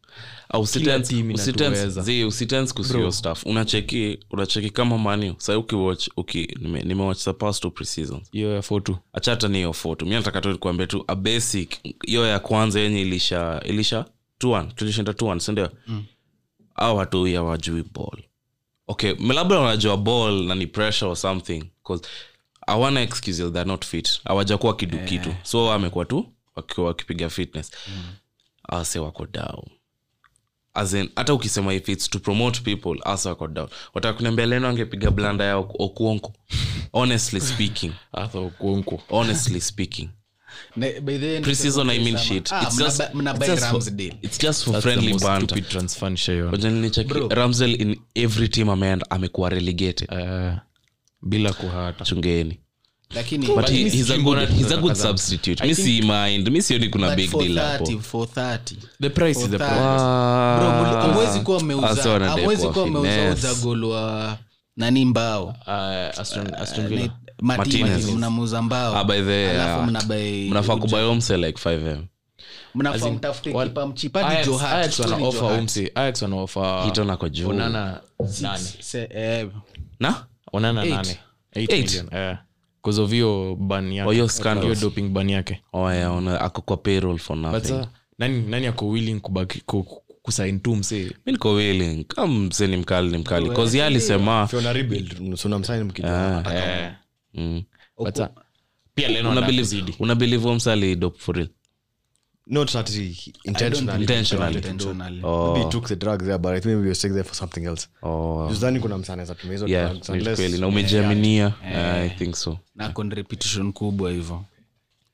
S3: Ah, usitense-
S4: team
S3: usitense-
S4: inatuweza.
S3: zi, usitense kuhusu hiyo stuff unacheki unacheki kama manio sai ukiwatch uki, nime- nimewatch the past two pre-seasons
S4: hiyo ya four two.
S3: achata ni hiyo foto mi nataka tu kuambia tu a basic hiyo ya kwanza yenye ilisha ilisha 2-1, tulishinda 2-1, si ndio au watu hii hawajui ball okay m- labda wanajua ball na ni pressure or something 'cause hawana excuse they're not fit hawajakuwa kidu kitu so wamekuwa tu wakiwa wakipiga fitness ase wako down As in, hata ukisema if its to promote people ase wako down watakuniambia leno angepiga blanda ya Oku- okuonko honestly speaking
S4: Arthur Okonkwo.
S3: honestly speaking
S1: Na- by the end-
S3: Pre-season, I mean
S1: Ah,
S3: shit.
S1: mna-
S3: It's just-
S1: mna
S3: it's
S1: buy
S3: just for-
S1: Ramsdale.
S3: it's just for
S4: That's the
S3: friendly
S4: most
S3: banter
S4: stupid transfer nishaona.
S3: Wacha nilicheki, ramsdale in every team ameenda amekuwa relegated
S4: Eh, bila kuhata
S3: chungeni
S1: lakini
S3: but
S1: but
S3: he, he's, a good,
S4: Kimbona
S3: he's a good
S4: tunataka sana.
S3: substitute mi si mind mi sioni kuna big
S1: for
S3: deal hapo
S1: 30, for 30.
S4: the price is
S1: For
S4: the
S1: 30.
S4: price.
S1: Bro, muli- hamwezi kuwa
S3: Ah, so
S1: mmeuza-
S3: wanadai
S1: hamwezi
S3: kwa
S1: kuwa mmeuza
S3: finesse.
S1: uzagol wa nani mbao
S4: Eh, Aston-
S1: Uh,
S4: Aston Villa.
S1: Mati-
S3: Martinez.
S1: Martinez, mnamuuza mbao
S3: Ah, by the way,
S1: Alafu
S3: ah,
S1: mnabai-
S3: mnafaa kubayomse like 5m
S1: mnafaa mtafute
S4: wal-
S1: kipa mchipa hadi
S4: Ajax-
S1: Joe Hart,
S4: Ajax wana
S1: sorry,
S4: offer
S1: Joe Hart.
S4: Umse. Ajax wana offer
S3: Hiton ako juu.
S4: Onana nane.
S1: Se- eh,
S3: na
S4: Onana nane. Eight
S3: Eight.
S4: million, eh. 'Cause of hiyo ban yake.
S3: Oh, hiyo
S4: Of
S3: scandals.
S4: hiyo doping ban yake
S3: oyaona Oh, ako kwa payroll for
S4: But
S3: nothing
S4: sasa, nani nani ako willing kubaki ku- ku- kusign tu msee
S3: mi niko willing kam mse ni mkali ni mkali kozi alisema
S2: fiona rebuild sunamsaini
S4: Eh,
S3: mm.
S4: but uh, sasa, pia Lennon
S3: unabelieve
S4: anazidi.
S3: unabelieve omse alidop for real
S2: not that he intentionally
S3: intentionally
S1: intentionally.
S2: maybe he took the drugs there but i think maybe he was taking them for something else
S3: oh
S2: sidhani kuna msana za tumia hizo
S3: yeah
S2: drugs,
S3: ni
S2: unless-
S3: kweli na umejiaminia Yeah, i think so
S1: na ako na repetition kubwa hivo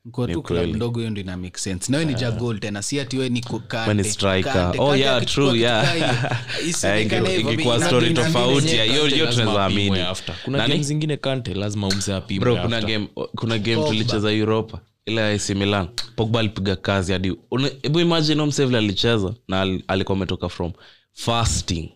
S1: Niko tu
S3: kweli.
S1: club ndogo hiyo ndo ina make sense nawe ni jagol tena si ati we ni ku- kante,
S3: Wewe ni striker.
S1: kante,
S3: Oh,
S1: kante
S3: yeah,
S1: akichukua
S3: true,
S1: kitu
S3: yeah. Eh,
S1: kaa hiyo.
S4: Eh,
S1: Isionekane
S3: inge-
S1: hivyo,
S3: ingekuwa
S1: ina-
S3: story
S1: ina- ina-
S3: tofauti
S1: ina-
S3: ya hiyo- hiyo
S4: Lazima
S3: tunaweza
S4: apimwe
S3: amini.
S4: after. kuna
S3: Nani?
S4: game zingine kante lazima umse apimwe
S3: bro
S4: after.
S3: kuna game oh, kuna game tulicheza europa ile AC Milan Pogba alipiga kazi hadi una- hebu imagine Omse vile alicheza na al- alikuwa ametoka from fasting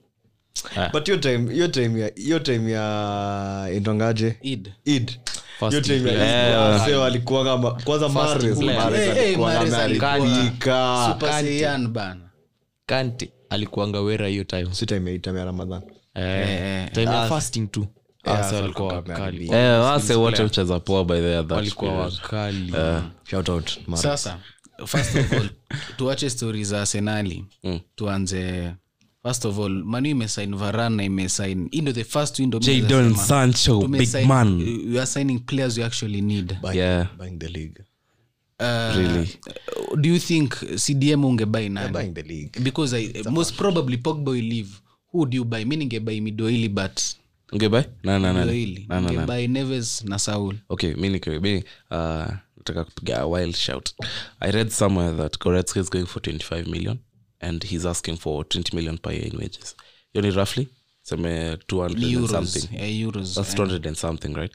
S2: but hiyo time hiyo time ya hiyo time ya indongaje
S1: Id.
S2: id
S4: First
S2: hiyo time ya Eid, wazee walikuanga ma- kwanza Mahrez,
S4: player.
S2: Mahrez
S1: Eh, eh,
S2: alikuanga
S1: Mahrez alikuwa
S2: ameandika.
S1: Super
S3: Ah,
S1: Saiyan bana
S4: kante alikuanga wera hiyo time
S2: si time ya- time ya ramadhan
S4: eh, time
S3: Ah.
S4: ya fasting tu Ah, Asa walikuwa wakali
S3: eh wase wote ucheza poa by the other
S4: walikuwa wakali
S2: shout out Mahrez.
S1: sasa first of all tuache stori za arsenali tuanze first of all manu imesain varan na imesain hii ndo the first window mimi naweza
S3: Jadon
S1: sema,
S3: Sancho oh, big
S1: tumesign-
S3: man
S1: you are signing players you actually need
S2: Buying-
S3: Yeah.
S2: buying the league
S1: Uh,
S3: really
S1: do you think cdm ungebai nani
S2: buying the league
S1: because I, most probably pogba will leave who do you buy mi ningebai midoili but
S3: ungebai na na na
S1: doili
S3: na na
S1: ningebai neves na saul
S3: okay mi niko- mi, uh, nataka kupiga a wild shout i read somewhere that Goretzka is going for 25 million and he's asking for 20 million per year in wages hiyo ni roughly seme 200
S1: Ni
S3: and
S1: euros. Mm.
S3: something
S1: Yeah, euros.
S3: that's 200 and something right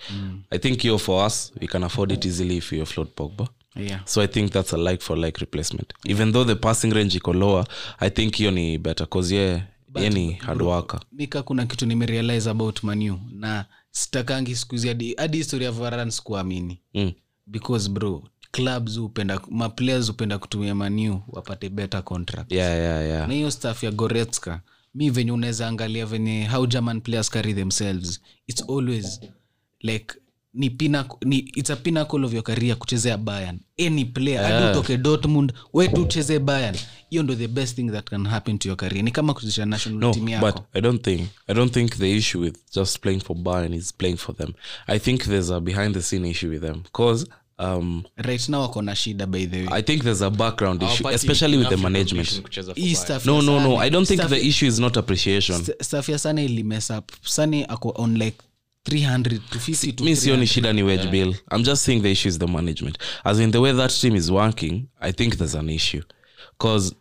S3: i think here for us we can afford it easily if we offload pogba
S1: Yeah.
S3: so i think that's a like for like replacement even though the passing range iko lower i think hiyo ni better cause ye ye ni hardworker
S1: mika kuna kitu nimerealize about manu na sitakangi skuzi hadi hadi historia ya varan sikuamini
S3: mm.
S1: because bro clubs hupenda maplayers hupenda kutumia manu wapate better contract
S3: yeah, yeah, yeah.
S1: na hiyo staff ya goretska mi venye unaweza angalia venye how german players carry themselves its always like ni pinac- ni, its a pinnacle of your career kuchezea Bayern any player hadi utoke dortmund wetu ucheze Bayern hiyo ndo the best thing that can happen to your career ni kama kuchezesha national
S3: no,
S1: team yako
S3: but I don't think I don't think the issue with just playing for Bayern is playing for them. I think there's a behind the scene issue with them because um,
S1: right now wako na shida by the way
S3: I think there's a background issue,
S4: Hawapati
S3: especially with the
S4: enough
S3: management.
S4: recognition kucheza for
S1: Hii
S4: Bayern.
S1: staff
S3: No,
S1: ya
S3: no, no.
S1: Sane-
S3: I don't think
S1: staff-
S3: the issue is not appreciation.
S1: st- staff ya sane ilimess up sane ako on like 300 to 50 to
S3: mi sioni shida ni wedge bill i'm just saying the issue is the management as in the way that team is working i think there's an issue cause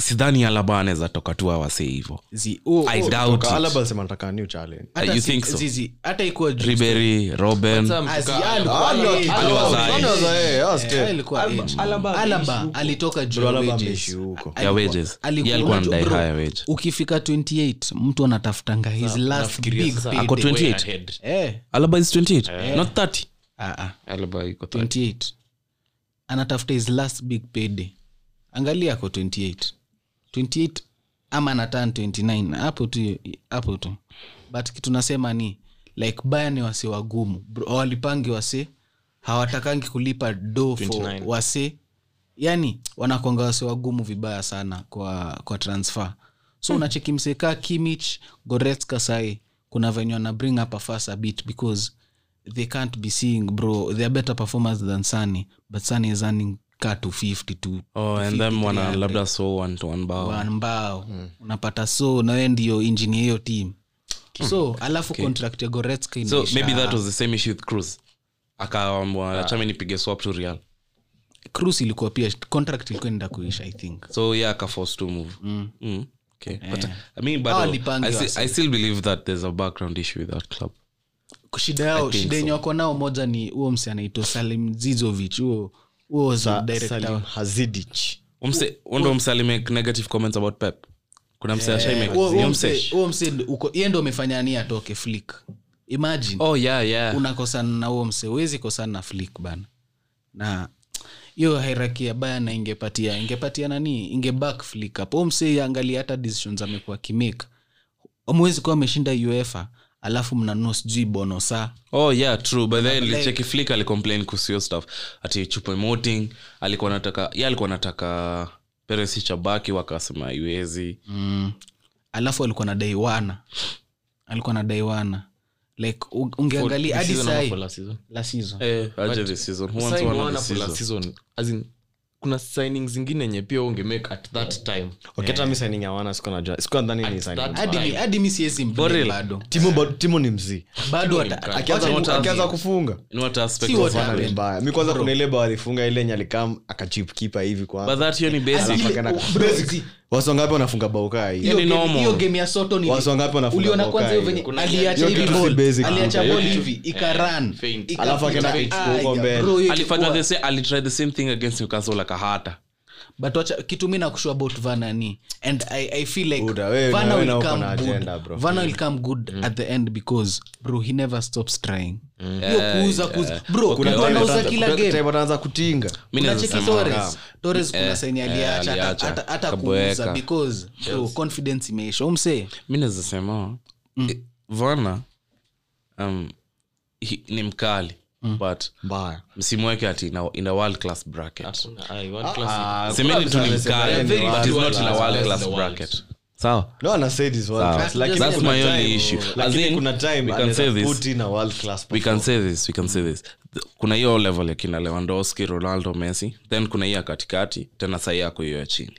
S3: sidhani alaba anaweza toka tu awase hivo
S1: zi- oh,
S3: i
S1: oh,
S3: doubt
S2: Toka
S3: it.
S2: Alaba alisema anataka new challenge.
S1: hata
S3: you
S1: si-
S3: think so?
S1: zizi, hata ikuwa juu
S3: ribery robin
S4: Sam,
S1: As
S4: tuka-
S1: he had
S4: Alaba-
S1: one age.
S4: Alaba-
S1: Alaba-
S4: Alaba-
S3: Alaba-
S2: Alaba- eh, I was
S1: Eh,
S2: scared.
S1: alikuwa age.
S4: Alaba-
S1: Alaba alitoka juu
S2: Bro,
S1: ya
S2: Alaba
S1: wages.
S2: ameishi huko.
S1: Alikuwa-
S3: Ya wages.
S1: alikuwa
S3: Ye alikuwa
S1: juu,
S3: anadai
S1: bro.
S3: higher wage.
S1: ukifika 28 mtu anatafutanga his last
S4: nafikiria
S1: big
S4: sasa- Eh.
S1: payday.
S3: Ako 20.
S4: Way
S3: 28.
S4: ahead.
S1: Eh,
S3: alaba is 28 not 30
S1: ah, ah,
S4: Alaba iko 30.
S1: 28 anatafuta his last big payday angalia ako 28 28 ama anatan 29 hapo tu hapo tu but kitu nasema ni like baya ni wase wagumu Bro, walipangi wase hawatakangi kulipa do for
S4: 29.
S1: wase yani wanakwanga wase wagumu vibaya sana kwa kwa transfer so
S3: Hmm.
S1: unacheki msekaa kimich goretska sai kuna venye wana bring up a fast a bit because they can't be seeing bro they are better performers than sani but sani is earning ka to 50 to
S3: oh and then wana labda so one to one bao
S1: Wan mbao
S3: Hmm.
S1: unapata so nawe ndio injini hiyo team so alafu contract ya goretska
S3: Hmm. so
S1: imeisha.
S3: maybe that was the same issue with cruz akaamwa chame nipige swap to real
S1: Cruz ilikuwa pia contract ilikuwa inaenda kuisha i think
S3: so yeah akaforce to move mm. Ah, okay but i mean but
S1: Hao walipangi
S3: I,
S1: wase.
S3: still, i still believe that there's a background issue with that club
S1: shida yao shida yenye wako nao moja ni huo msi anaitwa salim zizovich huo huo was
S2: Sa-
S1: director
S2: Salim Hazidic.
S3: Umse- ndo mse alimake negative comments about pep kuna mse ashai make-
S1: Huo- huo
S3: yo
S1: mse-
S3: mse
S1: huo mse uko- yeye ndo amefanya ni atoke flick imagine
S3: oh yeah yeah
S1: unakosana na huo mse huwezi kosana na flick bana na hiyo hairaki ya baya na ingepatia ingepatia nani inge back flick up Huo mse angalia hata decisions amekuwa kimik amwezi kuwa ameshinda uefa alafu mnanua sijui bonosa
S3: oh yeah true but then licheki flick alicomplain kuhusu hiyo stuff ati chupe moting alikuwa nataka ye alikuwa nataka peresi chabaki wakasema iwezi
S1: mm. alafu alikuwa nadai wana alikuwa nadai wana like u- ungeangalia hadi
S4: Season ama
S1: sai
S4: for last season?
S1: la season
S3: eh, aje this season who wants
S4: Sign
S3: one
S4: one
S3: this
S4: for last
S3: season
S4: season. As in, kuna signing zingine yenye pia ungemake at that time
S2: Okay, hata mi signing ya wana sikuwa najua. Sikuwa nadhani ni signing.
S4: that-
S1: hadi mi- hadi mi siwezi mblame bado
S2: Timo ba- Timo ni mzii
S1: bado ata-
S2: Akianza-
S1: wacha-
S2: akianza kufunga
S3: In what aspect
S1: See
S3: of
S1: what
S3: that?
S1: happened.
S2: mbaya mi kwanza kuna ile bao alifunga ile nyalikam akachipkipa hivi
S3: but Oh,
S2: kwa
S3: that hiyo ni basic
S1: Ile-
S2: Akana-
S1: bro, zi-
S2: wasongapi wanafunga bao kaa hii
S1: hiyo
S3: ni
S1: game-
S3: normal.
S1: hiyo game ya soto ni
S2: Watu wangapi wanafunga
S1: uliona
S2: bao
S1: kwanza hiyo
S2: kali?
S1: venye
S4: Kuna-
S1: aliacha
S4: hiyo
S1: hivi
S2: kitu si
S1: ball
S2: basic.
S1: aliacha
S4: Hiyo
S1: ball
S4: kitu-
S1: hivi ika run
S4: Faint.
S1: Ika-
S2: Alafu akaenda
S1: ika-
S2: kuchukua
S1: ah,
S2: huko
S1: ya,
S2: mbele.
S1: bro, hiyo
S3: alifanya
S1: ilikuwa-
S3: the same alitry the same thing against newcastle akahata
S1: but wacha kitu mi nakushua about vana ni and i, I feel like
S2: Buda, wewe-
S1: Vana
S2: wewe
S1: will
S2: na uko
S1: come
S2: na
S1: good.
S2: agenda, bro. Mm.
S1: Vana will come good
S3: Mm.
S1: at the end because bro he never stops trying hiyo kuuza kuuza bro
S2: Kuna
S1: okay,
S2: time
S1: wanauza
S2: wataanza-
S1: kila
S2: kuna
S1: game
S2: time wataanza kutinga
S3: Mi naweza
S1: Unacheki
S3: sema- Eh,
S1: Torres. Torres kuna senye aliacha hata-
S3: aliacha.
S1: hata- hata
S3: Kaboeka.
S1: kuuza because bro, confidence imeisha umsee
S3: mi naweza sema eh, vana um, hi- ni mkali but
S2: mbaya
S3: msimu wake ati ina, ina world class bracket
S4: Aye, one classic.
S2: Ah,
S3: semeni tu ni mkali
S2: Very
S3: but Ah, is
S4: good.
S3: not in a world
S4: World
S3: class
S4: class.
S3: bracket sawa
S2: no ana said his world class lakini
S3: That's
S2: kuna
S3: my only
S2: time-
S3: issue. As
S2: lakini
S3: in,
S2: kuna time
S3: we can
S2: anaweza
S3: say this.
S2: put in a world class
S3: we can say this we can say this Th- kuna hiyo level ya kina lewandowski ronaldo messi then kuna hiyo ya katikati tena sahii yako hiyo ya chini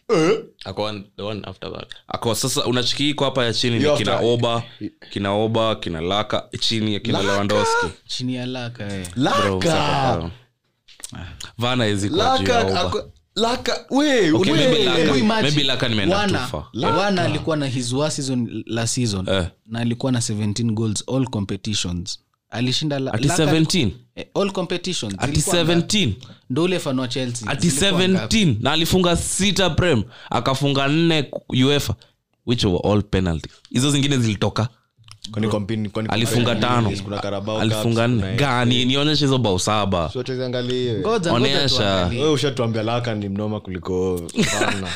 S4: Ako one- the one after that.
S3: ako sasa unachiki iko hapa ya chini
S2: Hiyo
S3: ni kina
S2: after-
S3: oba kina oba kina laka eh, chini ya kina lewandowski
S1: chini ya laka eh.
S3: Bro,
S2: Laka!
S3: msapa sawa. vana hezi kwa juu ya
S2: Laka
S3: Oba.
S2: ako- laka we,
S3: Okay,
S2: we.
S3: maybe Laka-
S1: Hebu imagine,
S3: maybe Laka nimeenda
S1: Wana-
S3: too far. Ah.
S1: Wana alikuwa na his worst season last season
S3: Eh.
S1: na alikuwa na 17 goals all competitions alishinda la-
S3: ati
S1: Laka-
S3: 17
S1: eh, all competitions
S3: ati
S1: Zilikuwa ngapi?
S3: 17
S1: ndo ule fan wa chelsea
S3: ati
S1: Zilikuwa ngapi?
S3: 17 na alifunga sita prem akafunga nne uefa which were all penalties hizo zingine zilitoka
S2: Kwani kompini- kwani
S3: alifunga
S2: kompini-
S3: tano
S2: kuna Carabao
S3: alifunga
S2: Cups,
S3: nne
S2: kuna-
S3: gani nionyeshe hizo bao saba
S2: Si wacheze angalie.
S1: Ngoja- ngoja
S3: Onyesha.
S1: tuangalie.
S2: Wewe ushatuambia laka ni mnoma kuliko Werner.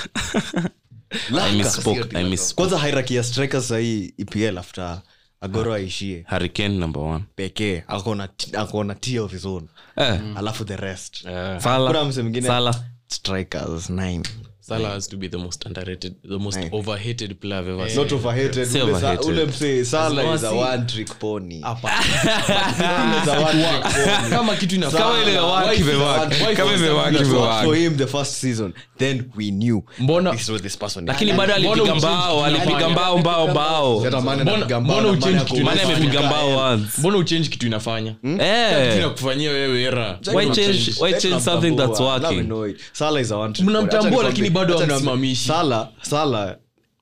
S3: I misspoke, I misspoke.
S2: kwanza hierarchy ya strikers sahii epl after
S3: Ah.
S2: agoro aishie
S3: Hurricane number one
S2: pekee akona t- akona t of his own
S3: eh,
S2: alafu the rest
S3: Salah,
S2: Mm. Kuna mse mwingine-
S3: Salah.
S2: strikers nine
S4: Salah has to be the most underrated, the most overhated player I've ever seen.
S2: not overhated
S3: Si
S2: Ule sa-
S3: Eh. overhated.
S2: ule mse Salah is a one trick pony He's a one trick pony.
S5: kama kitu ina
S3: Kama ile waki
S2: Why is he the
S3: imewaka.
S2: one- why is
S3: Kama
S2: he the
S3: imewaka,
S2: one that
S3: imewaka.
S2: worked for him the first season then we knew
S5: Mbona-
S2: this is what this person is.
S3: lakini bado alipiga mbao alipiga mbao mbao mbao
S2: Hata Mane
S5: Mbona-
S2: anapiga mbao
S5: mbona
S2: na
S5: uchange
S2: Mane
S5: kitu
S3: mane
S2: ako-
S3: amepiga mbao once
S5: mbona uchange kitu inafanya
S3: Eh.
S5: Kitu inakufanyia wewe era
S3: Why change- why
S2: Let
S3: change
S2: them
S3: something
S2: tambua.
S3: that's
S2: Now
S3: working?
S2: we know it. Salah is a one trick pony.
S5: Mnamtambua,
S2: Acha nikwambie-
S5: lakini bado
S2: acha nikwambie,
S5: hamsimamishi.
S2: Salah- Salah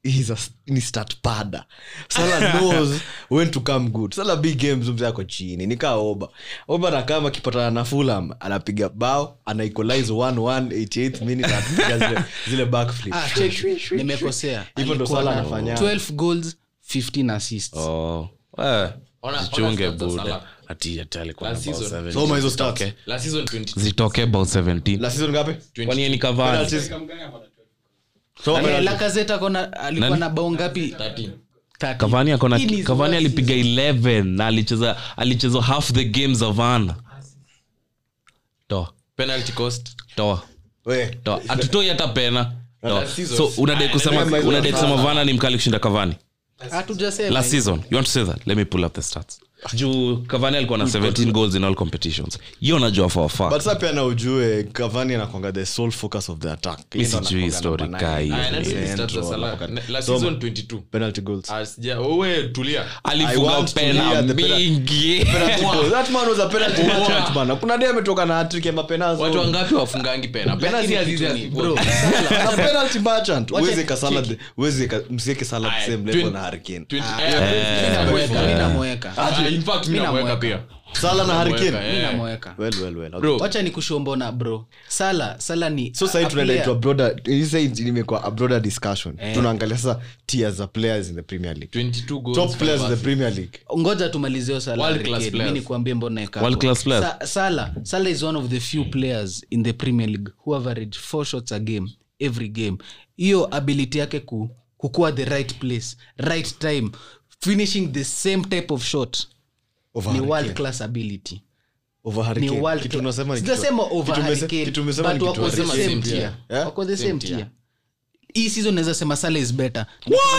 S2: is a- ni start pada Salah knows when to come good Salah big games mzee ako chini nikaa oba oba anakaa akipatana na fulam anapiga bao ana equalize 188 minute anapiga zile, zile backflip
S1: Ah, check, nimekosea
S2: hivyo ndo
S1: Alikuwa
S2: Salah
S1: na
S2: anafanya
S1: 12 goals 15 assists
S3: Oh. Eh.
S4: Ona-
S3: Jichunge
S4: ona stats za
S3: buda
S4: Salah.
S3: ati ati alikuwa
S4: Last
S3: na bao
S4: season.
S3: 17.
S2: soma hizo stats
S4: Last season, 20,
S3: zitoke bao 17
S2: la season ngapi
S3: kwani yeye ni Cavani?
S2: Penalties. Yaani, Soma penalties.
S1: lakazet akona alikuwa
S3: Nani?
S1: Yaani, na bao ngapi
S4: 13.
S3: Cavani akona-
S1: Hii ni
S3: Cavani
S1: Salah
S3: alipiga 11 na alicheza alicheza half the game za vana toa
S4: Penalty cost.
S3: toa
S2: We,
S3: toa atutoi hata pena Toa.
S4: last season.
S3: so unadai kusema
S2: remember hizo
S3: unadai
S2: za
S3: kusema vana ni mkali kushinda Cavani
S1: hatujasema
S3: last season you want to say that let me pull up the stats juu Cavani alikuwa na 17 goals in all competitions hiyo najua for a fact
S2: but sa pia na ujue cavani anakwanga the sole focus of the attack Yeye
S3: mi
S2: ndo
S3: sijui
S2: anakuanga
S3: story
S2: number
S3: kaa
S2: nine.
S3: hiyo.
S4: Ah, najua ni
S2: Central,
S4: stats za Salah.
S2: anakuanga-
S4: Na- last
S2: Soma.
S4: season 22.
S2: penalty goals
S4: Ah, sija- wewe, tulia.
S2: I
S3: alifunga
S2: want to hear
S3: pena
S2: the pena-
S3: mingi
S2: Penalty goal. That man was a penalty merchant, man. kuna day ametoka na hattrick ya mapena zone.
S4: watu wangapi wafungangi pena
S3: Yaani
S4: pena si azizi
S2: Na penalty merchant. Huwezi weka Salah the- huwezi weka- msiweke Salah the
S4: Aya,
S2: same level
S4: twin-
S2: na Harry Kane.
S1: namweka
S4: aziziainamweka pia
S2: Salah na Harry Kane.
S4: Mweka, eh.
S1: namweka
S2: Well, well, well.
S4: Bro.
S1: wacha ni kushombona bro sala sala ni
S2: so sahii
S1: a
S2: tunaenda
S1: player-
S2: into a broader- hii sahii imekuwa a broader discussion
S1: Eh.
S2: tunaangalia sasa tiers za players in the premier league
S4: 22 goals
S2: top
S4: for
S2: players in the
S4: Barca.
S2: premier league
S1: ngoja tumalizio
S4: World class players.
S1: salanikwambie
S3: World class players.
S1: sala sala is one of the few players in the premier league who average four shots a game every game hiyo ability yake ku, kukuwa the right place right time finishing the same type of shot
S2: Over
S1: ni
S2: Harry
S1: world
S2: Kane.
S1: class ability
S2: Over Harry
S1: ni
S2: Kane.
S1: world
S2: Kitu
S1: class.
S2: unasema ni kitu-
S1: Sijasema over
S2: kitu umese-
S1: Harry Kane,
S2: kitu umesema ni
S1: but
S2: kitu
S1: wako the
S2: Harry
S4: same
S1: same
S4: tier.
S1: tier.
S2: Yeah?
S1: Wako the same
S4: tier.
S1: tier. hii season naweza sema sala is better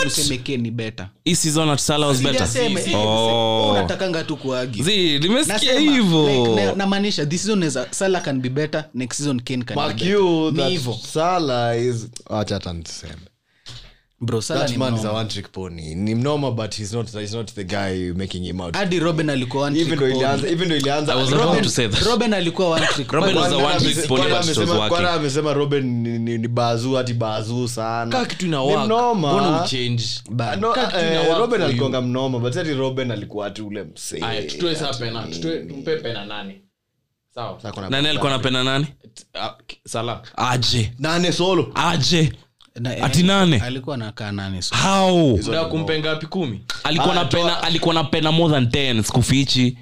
S1: useme Kane ni better
S3: hii season at Salah was better
S1: Sijasema,
S3: Oh.
S1: unatakanga tu kuagi
S3: Zii, nimesikia
S1: Nasema,
S3: hivyo
S1: like, na- namaanisha this season is a- Salah can be better next season Kane can
S2: Mark
S1: be
S2: you
S1: better. Ni
S2: that
S1: hivyo.
S2: Salah is- Acha hata niseme.
S1: Bro, Salah
S2: That
S1: ni
S2: man is
S1: mnoma.
S2: a one trick pony. Ni mnoma, but he's not- he's not the guy making him out.
S1: hadi robin alikuwa one
S2: Even
S1: trick
S2: though
S1: pony.
S2: ilianza- even though ilianza-
S3: I was about
S2: Robin-
S3: to say that.
S1: Robin alikuwa one trick
S3: Robin
S1: pony.
S3: was a one
S2: Kwanza
S3: trick
S2: amese-
S3: pony,
S2: kwanza
S3: but it was
S2: amesema-
S3: working.
S2: kwanza amesema Robin ni- ni- ni bazuu, ati bazuu sana.
S5: kaa kitu
S2: Ni
S5: inawaka
S2: mnoma.
S5: mbona uchange
S1: Bad.
S2: No,
S5: Kaka,
S2: eh,
S5: ina work
S2: Robin
S5: for
S2: alikuwanga mnoma, but ati Robin alikuwa ati ule msee.
S4: Aya, tutoe saa pena tutoe tumpe pena nane sawa
S2: Sasa kuna-
S3: nani alikuwa anapenda nani
S4: Ah, sala
S3: aje
S2: Nane solo.
S3: aje
S1: Na, eh,
S3: Ati nane?
S1: alikuwa anakaa nane so.
S3: how
S4: da kumpe ngapi kumi
S3: alikuwa na pena alikuwa na pena more than 10 sikufichi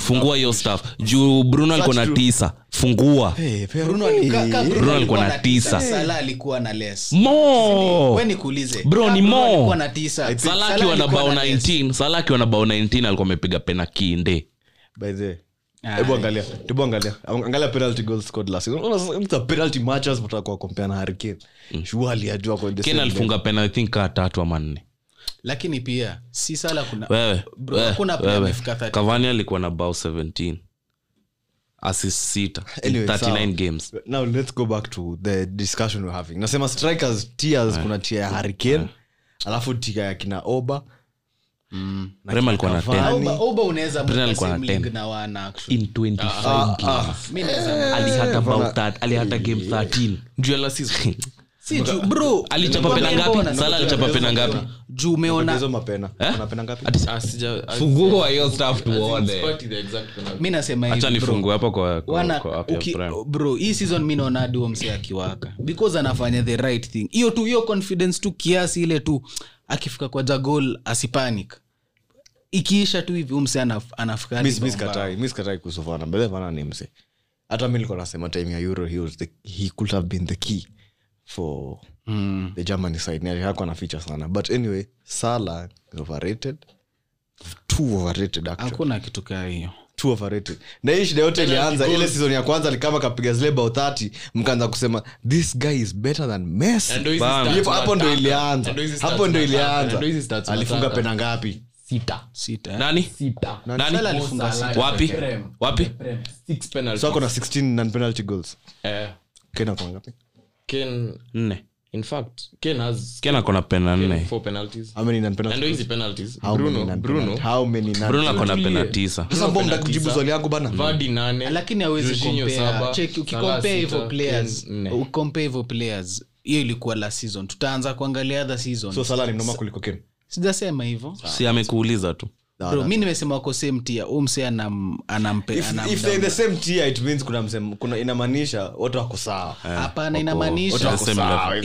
S3: fungua hiyo staff juu bruno alikuwa na tisa fungua
S2: Eh, pe-
S1: Bruno alikuwa- ka-
S3: Bruno alikuwa na
S1: na tisa
S3: tisa.
S1: Salah alikuwa na less
S3: mo
S1: we nikuulize
S3: Bro,
S1: ka
S3: ni
S1: Bruno
S3: more.
S1: alikuwa na tisa
S3: sala
S1: Salah
S3: akiwa na
S1: alikuwa
S3: bao
S1: na less.
S3: 19 sala akiwa na bao 19 alikuwa amepiga pena kinde
S2: By the way.
S1: Ah,
S2: Hebu angalia. Hebu angalia. Angalia penalty goals scored last season. Unaona it's a penalty matches but kwa compare na Harry Kane. Surely ajua kwa the
S3: ken
S2: same level.
S3: alifunga pena i think kaa tatu ama nne
S1: lakini pia si sala kuna
S3: wewe
S1: Bro,
S3: wewe,
S1: hakuna player
S3: wewe.
S1: amefika 30.
S3: Cavani alikuwa na bao 17 assist sita in
S2: Anyway,
S3: 39
S2: sawa.
S3: games
S2: now let's go back to the discussion we're having Eh. nasema strikers tiers kuna tia ya hurricane alafu tia ya kina oba
S3: rem alikuwa na 10
S2: Cavani.
S1: oba unaweza
S3: Brennan
S1: mpa
S3: alikuwa na Ah.
S1: same
S3: 10.
S1: league na wana actually.
S3: in
S1: Ah,
S3: 25 games
S1: Mi naweza-
S3: alihata about that alihata game 13
S5: juu ya last season.
S1: si juu- bro,
S3: alichapa pena
S1: nikwambia mbona
S3: ngapi sala alichapa pena ngapi
S1: juu umeona
S2: hizo mapena Wanapena ngapi
S5: Ah, sija- ah,
S6: fungua hiyo staff
S5: it's
S6: tuone
S5: quite the exact penalty.
S1: mi nasema
S3: acha
S1: hivi, bro.
S3: nifungue hapa kwa kwa-
S1: Wana-
S3: kwa app ya
S1: uki-
S3: Prime.
S1: bro hii season mi naona hadi huo msee akiwaka because anafanya the right thing hiyo tu hiyo confidence tu kiasi ile tu akifika kwa jagol asipanic ikiisha tu hivi umse anafika hadi
S2: Mis- mis
S1: bao mbao.
S2: katai- mis katai kuhusu Fana. Mbele Fana ni mse hata mi nilikuwa nasema time ya euro he, was the, he could have been the key for the germany side Ni alikuwa anaficha sana but anyway sala is overrated too overrated actually
S1: hakuna kitu kaa hiyo
S2: too overrated na hii shida yote ilianza ile season ya kwanza alikama kapiga zile bao 30 mkaanza kusema this guy is better than messi
S5: Na ndio hizi
S2: Bam.
S5: stats
S2: Hapo- hapo ndo
S5: tunataka.
S2: ilianza
S5: Na ndio hizi stats
S2: hapo ndo
S5: tunataka.
S2: ilianza
S5: Na ndio hizi stats
S2: alifunga
S5: tunataka.
S2: pena ngapi
S6: sita
S1: sita eh?
S3: nani
S6: sita
S3: nani
S1: Salah alifunga sita
S3: wapi
S1: pekee.
S3: wapi
S5: Six penalties.
S2: so ako na 16 non penalty goals
S5: Eh,
S2: kena kwa ngapi
S5: Kane-
S3: nne
S5: in fact, Kane has
S3: kena kona pena nne
S5: four penalties.
S2: Mm. how many non
S5: Na ndio
S2: penalty
S5: hizi penalties.
S2: How many
S5: Bruno-
S2: non-penalty-
S5: Bruno,
S2: how many non-
S3: bruno akona pena tisa
S2: Sasa mbona mtaki kujibu swali yangu bana
S5: Vardy nane,
S1: lakini awezi
S5: Jorginho saba, Salah
S1: ukicompare hivyo
S5: sita,
S1: players
S5: Kane nne.
S1: ukompare hivyo players hiyo ilikuwa la season tutaanza kuangalia the season
S2: so sala ni mnoma kuliko Kane?
S1: sijasema hivyo
S3: si amekuuliza tu
S1: bro mi nimesema wako same tia umse anam, anampe
S2: If-
S1: anam
S2: if they're the same tier, it means kuna msem- kuna- inamaanisha wote wako sawa
S1: Eh. hapana
S3: Wako
S1: inamaanisha
S3: the same level.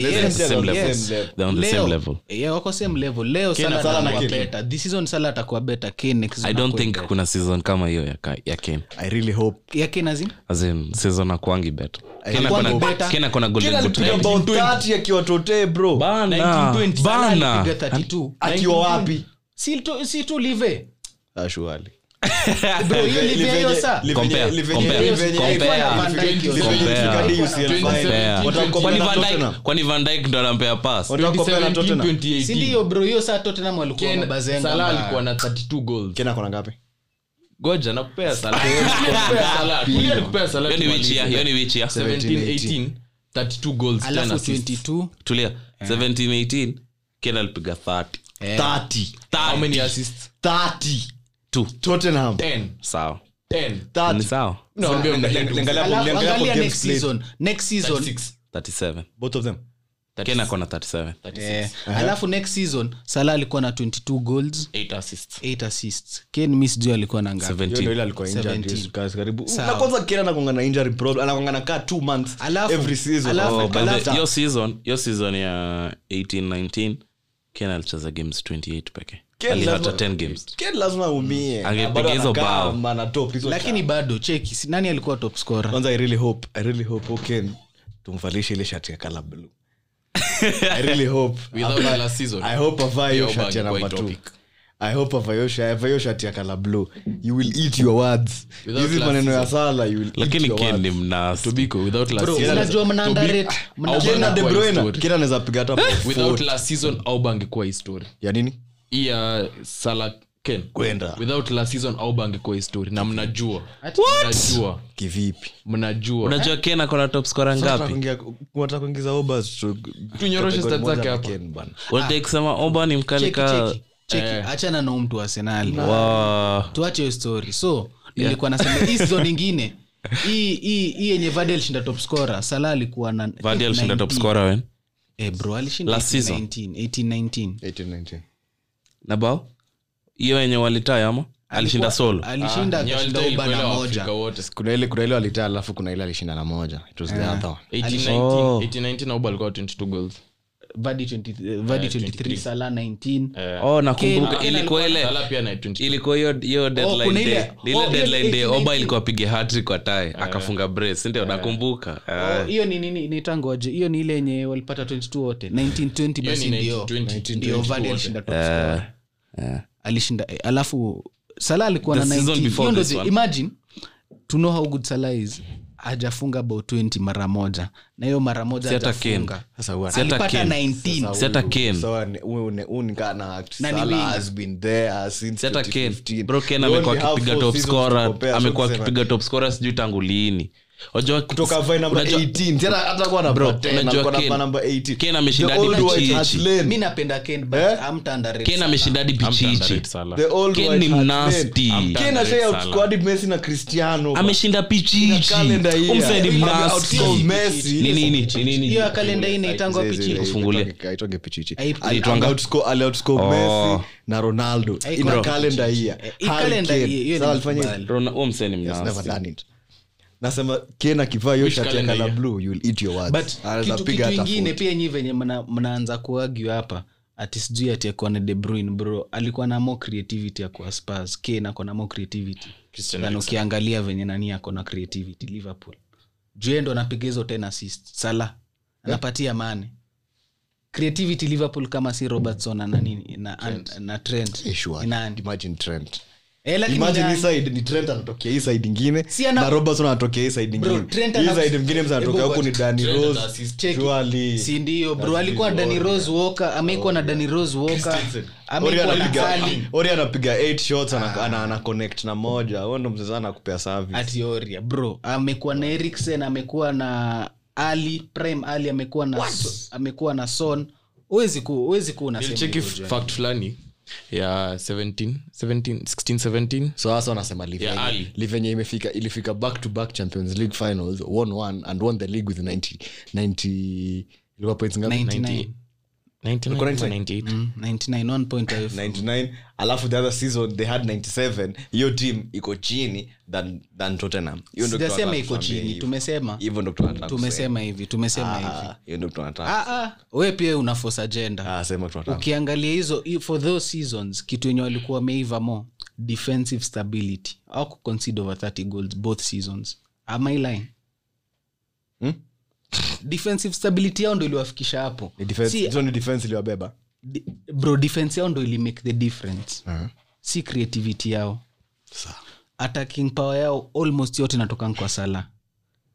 S2: Yes,
S3: They're
S2: they're
S3: the same
S2: on the
S3: level.
S2: same level.
S3: They're on the same level.
S1: leo yeah, wako same level leo
S2: Kane na Salah na
S1: sala
S2: Kane.
S1: beta this season sala atakuwa beta Kane next season
S3: i don't
S1: atakuwa
S3: think
S1: better.
S3: kuna season kama hiyo ya Ka- ya ken
S2: i really hope
S1: ya Kane azin
S3: as in season akwangi bet Ken
S1: Hakuangi
S3: akona-
S1: better.
S3: Ken akona golden
S2: Kane
S3: boot
S2: alipiga
S3: record.
S2: bao 30 akiwa totee, bro
S3: Bana,
S1: 1920 Salah
S3: Ah, bana.
S1: alipiga 32
S2: akiwa wapi
S1: si tu- si tu live
S2: Ah, surely.
S1: bro hiyo live hiyo saa
S3: Compare, compare, compare. Fair. Kwani Van Dijk- kwani van dyke ndo anampea pas
S1: si ndio bro hiyo saa tottenham walikuwa
S5: Kane-
S1: mabazenga
S5: Salah alikuwa
S1: mbaya.
S5: na 32 goals.
S2: kenakona ngapi
S5: Goja, nakupea Salah. Nakupea Salah. Kulia nakupea Salah
S2: Yaani
S3: hiyo ni
S5: kwa
S3: wichia
S5: season.
S3: hiyo ni wichia
S5: 17, 18, 32 goals, 10
S1: alafu
S5: assists.
S1: 22
S3: tulia 1718 ken alipiga 30
S2: 30
S5: How many assists?
S2: 30
S3: Two.
S2: Tottenham.
S5: 10,
S3: sawa
S5: 10.
S2: 30.
S3: ni sawa
S5: No, ambia mnaenda
S2: Lenga-
S5: tu.
S2: lenga- lenga-
S1: alafu
S2: lenga- lenga-
S1: angalia
S2: games
S1: next
S2: played.
S1: season next season
S5: 36,
S3: 37
S2: Both of them.
S3: ken akona 37
S1: Eh,
S5: Uh-huh.
S1: alafu next season sala alikuwa na 22 goals
S5: 8 assists.
S1: 8 assists kane miss sijui alikuwa na ngapi
S3: 17.
S2: Hiyo ndio ile alikuwa injured,
S1: 17.
S2: yes, guys, karibu.
S1: Sawa.
S2: Na kwanza Kane anakuanga na injury problem. Anakuanga na kaa two months
S1: Alafu-
S2: every season.
S1: alafu-
S2: Oh,
S3: Oh,
S2: by
S3: by
S2: the-
S3: the- hiyo season hiyo season ya 1819 ken alicheza games 28 peke
S2: Ken
S3: alihata
S2: lazima-
S3: 10 games
S2: Kane lazima aumie.
S3: Angepiga
S2: Bado
S3: hizo
S2: anakaa,
S3: bao.
S2: man, atop hizo
S1: lakini bado cheki si- nani alikuwa top scorer
S2: kwanza i really hope i really hope okay tumvalishe ile shati ya kala blue i really hope
S5: Without
S2: Avae-
S5: last season.
S2: i hope avae hiyo
S5: Yeah,
S2: shati ya
S5: bag
S2: number
S5: kwa
S2: 2
S5: topic.
S2: i hope avae hiyo sha- avae hiyo shati ya kala blue you will eat your words
S5: Without
S2: hizi
S5: last
S2: maneno ya sala you will
S3: lakini
S2: eat your
S3: ken ni
S2: words
S3: mnasi
S5: Tobiko, without last
S1: Bro,
S5: season.
S1: unajua mna
S5: Tobiko-
S1: underrate, mna-
S5: Aubameyang
S2: Kane na De
S5: kwa
S2: Bruyne,
S5: historia.
S2: Kane anaweza piga hata bao
S5: without
S2: 40.
S5: last season aubang kwa histori
S2: ya nini
S5: hii ya sala ken
S2: Kwenda.
S5: without last season aubang kwa histori na mnajua mnajua
S2: kivipi
S5: mnajua
S1: Eh?
S3: unajua ken akona top scorer ngapi
S2: unataka kuingiza obas
S5: Tunyoroshe stats zake hapa.
S3: unataka
S1: Ah.
S3: kusema oba ni mkali
S1: cheki
S3: ka
S1: cheki cheki achana na huyu mtu wa arsenali
S3: Eh. Wow.
S1: tuache hiyo story so nilikuwa nasema hii season ingine hii hii hii yenye vadi alishinda top scorer sala alikuwa na
S3: Vardy alishinda top
S1: 19.
S3: scorer wen
S1: eh bro alishinda
S3: Last season.
S1: 18 19
S3: na bao hiyo yenye walitaya ama alishinda solo
S1: alishinda akashinda ubana moja
S2: kuna ile kuna ile walitaa alafu kuna ile alishinda na moja it was the other one
S3: Oh.
S5: 1819 auba alikuwa 22 goals
S1: vadi 20 vadi 23 sala 19
S3: oh nakumbuka
S1: Ken
S3: ilikuwa ile
S5: Salah pia na 22
S3: ilikuwa hiyo hiyo deadline
S1: kuna ile-
S3: day.
S1: oh, ile
S3: Ile deadline day
S1: 18.
S3: oba ilikuwa apige hattrick kwa tie akafunga brace si ndio nakumbuka Ah.
S1: Eh. Oh, hiyo ni nini nitangoje hiyo ni ile yenye walipata 22 wote 1920 basi
S5: Hiyo ni
S1: ndio
S5: 1920,
S1: ndio vadi alishinda top scorer
S3: Eh.
S1: alishinda eh, alafu sala alikuwa na
S3: The season
S1: 19.
S3: before
S1: Hiyo ndo
S3: this
S1: zi-
S3: one.
S1: imagine to know how good sala is hajafunga about 20 mara moja na hiyo mara moja
S3: Si hata
S1: hajafunga
S2: sasa huwa
S3: Si hata
S1: alipata
S3: Kane.
S2: Ah,
S1: 19
S3: Si hata Kane.
S1: Na ni wingi.
S3: Si hata Kane. Bro, Kane amekuwa akipiga top scorer amekuwa akipiga top scorer sijui tangu liini Wajua-
S2: kutoka vai number
S3: unajua-
S2: 18 tena hata kwa namba
S3: Bro,
S2: 10
S3: unajua
S2: alikuwa
S3: Kane.
S2: namba number 18
S3: Kane ameshinda
S2: The old
S3: hadi
S2: white hart
S3: Pichichi.
S2: lane.
S1: mi napenda ken but
S2: Eh?
S1: amtandarate
S3: ken ameshinda hadi pichichi
S5: Underrated Salah.
S2: The old
S3: Kane
S2: white
S3: ni
S2: hart
S3: nasty.
S2: lane. Kane
S5: Underrated
S2: ashai
S5: Salah.
S2: outsquad Messi na Cristiano.
S3: ameshinda pichichi
S2: Calendar year.
S3: umsaidi
S2: Ame
S3: mnasi
S2: outscore Messi.
S3: ni nini ni nini
S1: hiyo kalenda hii inaitangwa
S2: Zee, zee,
S1: pichi
S2: zee,
S3: Ufungulie.
S2: itonge- itonge pichichi.
S1: Ai-
S2: Ali-
S3: Itwanga.
S2: outscore- ali outscore
S3: Oh.
S2: Messi na ronaldo
S1: Ai-
S2: in a
S1: Bro.
S2: calendar year.
S1: Eh, hii
S2: Harry
S1: calendar
S2: Kane.
S1: year, hiyo
S2: Salah
S1: ni
S2: alifanya hivi.
S1: kubali.
S3: Rona- huo msee ni
S2: He has
S3: mnasi.
S2: never done it. nasema ken akivaa hiyo
S5: Which
S2: shati ya
S5: calendar
S2: kala
S5: year?
S2: blue you'll eat your words.
S1: but
S2: Anaweza
S1: kitu,
S2: piga
S1: kitu
S2: hata
S1: ingine
S2: forty.
S1: pia nyi venye mna- mnaanza kuagyu hapa ati sijui ati akuwa na de Bruyne, bro alikuwa na more creativity akuwa spas kane akona more creativity
S4: Christian
S1: than ukiangalia venye nani akona creativity liverpool juu ndo anapiga hizo ten assist sala anapatia mane creativity liverpool kama si robertson na nini na, na, na trent
S2: Eh, sure.
S1: Ni nani?
S2: Imagine Trent.
S1: Eh, lakini
S2: Imagine
S1: nani?
S2: hii side ni Trent anatokea hii side ingine
S1: Si ana-
S2: na Robertson anatokea hii side
S1: Bro,
S2: ingine
S1: Trent
S2: hii
S1: ana-
S2: side mwingine msa anatokea
S1: Hebu
S2: huku ni
S1: what?
S2: Danny
S5: Trent
S2: Rose,
S5: ana assist.
S1: Cheki.
S2: surely.
S1: si ndio bro alikuwa na dani rose walker amekuwa na dani rose walker
S2: Ori
S1: amekuwa na Ah.
S2: anapiga-
S1: kali
S2: Ori anapiga eight shots ana, ana, ana connect na moja huo ndo mzee sana kupea service
S1: atioria bro amekuwa na eriksen amekuwa na ali prime ali amekuwa na amekuwa na son huwezi ku- huwezi kuwa unasema
S5: Nilicheki
S1: hivyo, John.
S5: fact fulani ya 17 17 16 17
S2: so sasa wanasema Liverpool-
S5: Yeah, Ali.
S2: livenye imefika ilifika back to back champions league finals won one and won the league with 90 90 ilikuwa points ngapi
S1: 99.
S5: 99 ama 98
S1: Mm, 99, one point away from-
S2: 99 alafu the other season they had 97 hiyo team iko chini than, than tottenham Hiyo ndio
S1: sijasema
S2: tunataka
S1: iko
S2: kutuambia
S1: chini
S2: hivyo.
S1: tumesema
S2: hivyo ndo tunataka kusema.
S1: tumesema hivi tumesema hivi
S2: Ah, hiyo ndo tunataka
S1: Ah, ah, we pia unaforce agenda
S2: Ah, sema tunataka
S1: ukiangalia hizo i- for those seasons kitu yenye walikuwa wameiva mo defensive stability au kuconcede over 30 goals both seasons am I lying
S2: Hmm?
S1: defensive stability yao ndo iliwafikisha hapo
S2: Ni defense-
S1: Si-
S2: hizo ni defense iliwabeba
S1: di- bro defense yao ndo ilimake the difference
S2: Uh-huh.
S1: si creativity yao attacking power yao almost yote inatoka kwa sala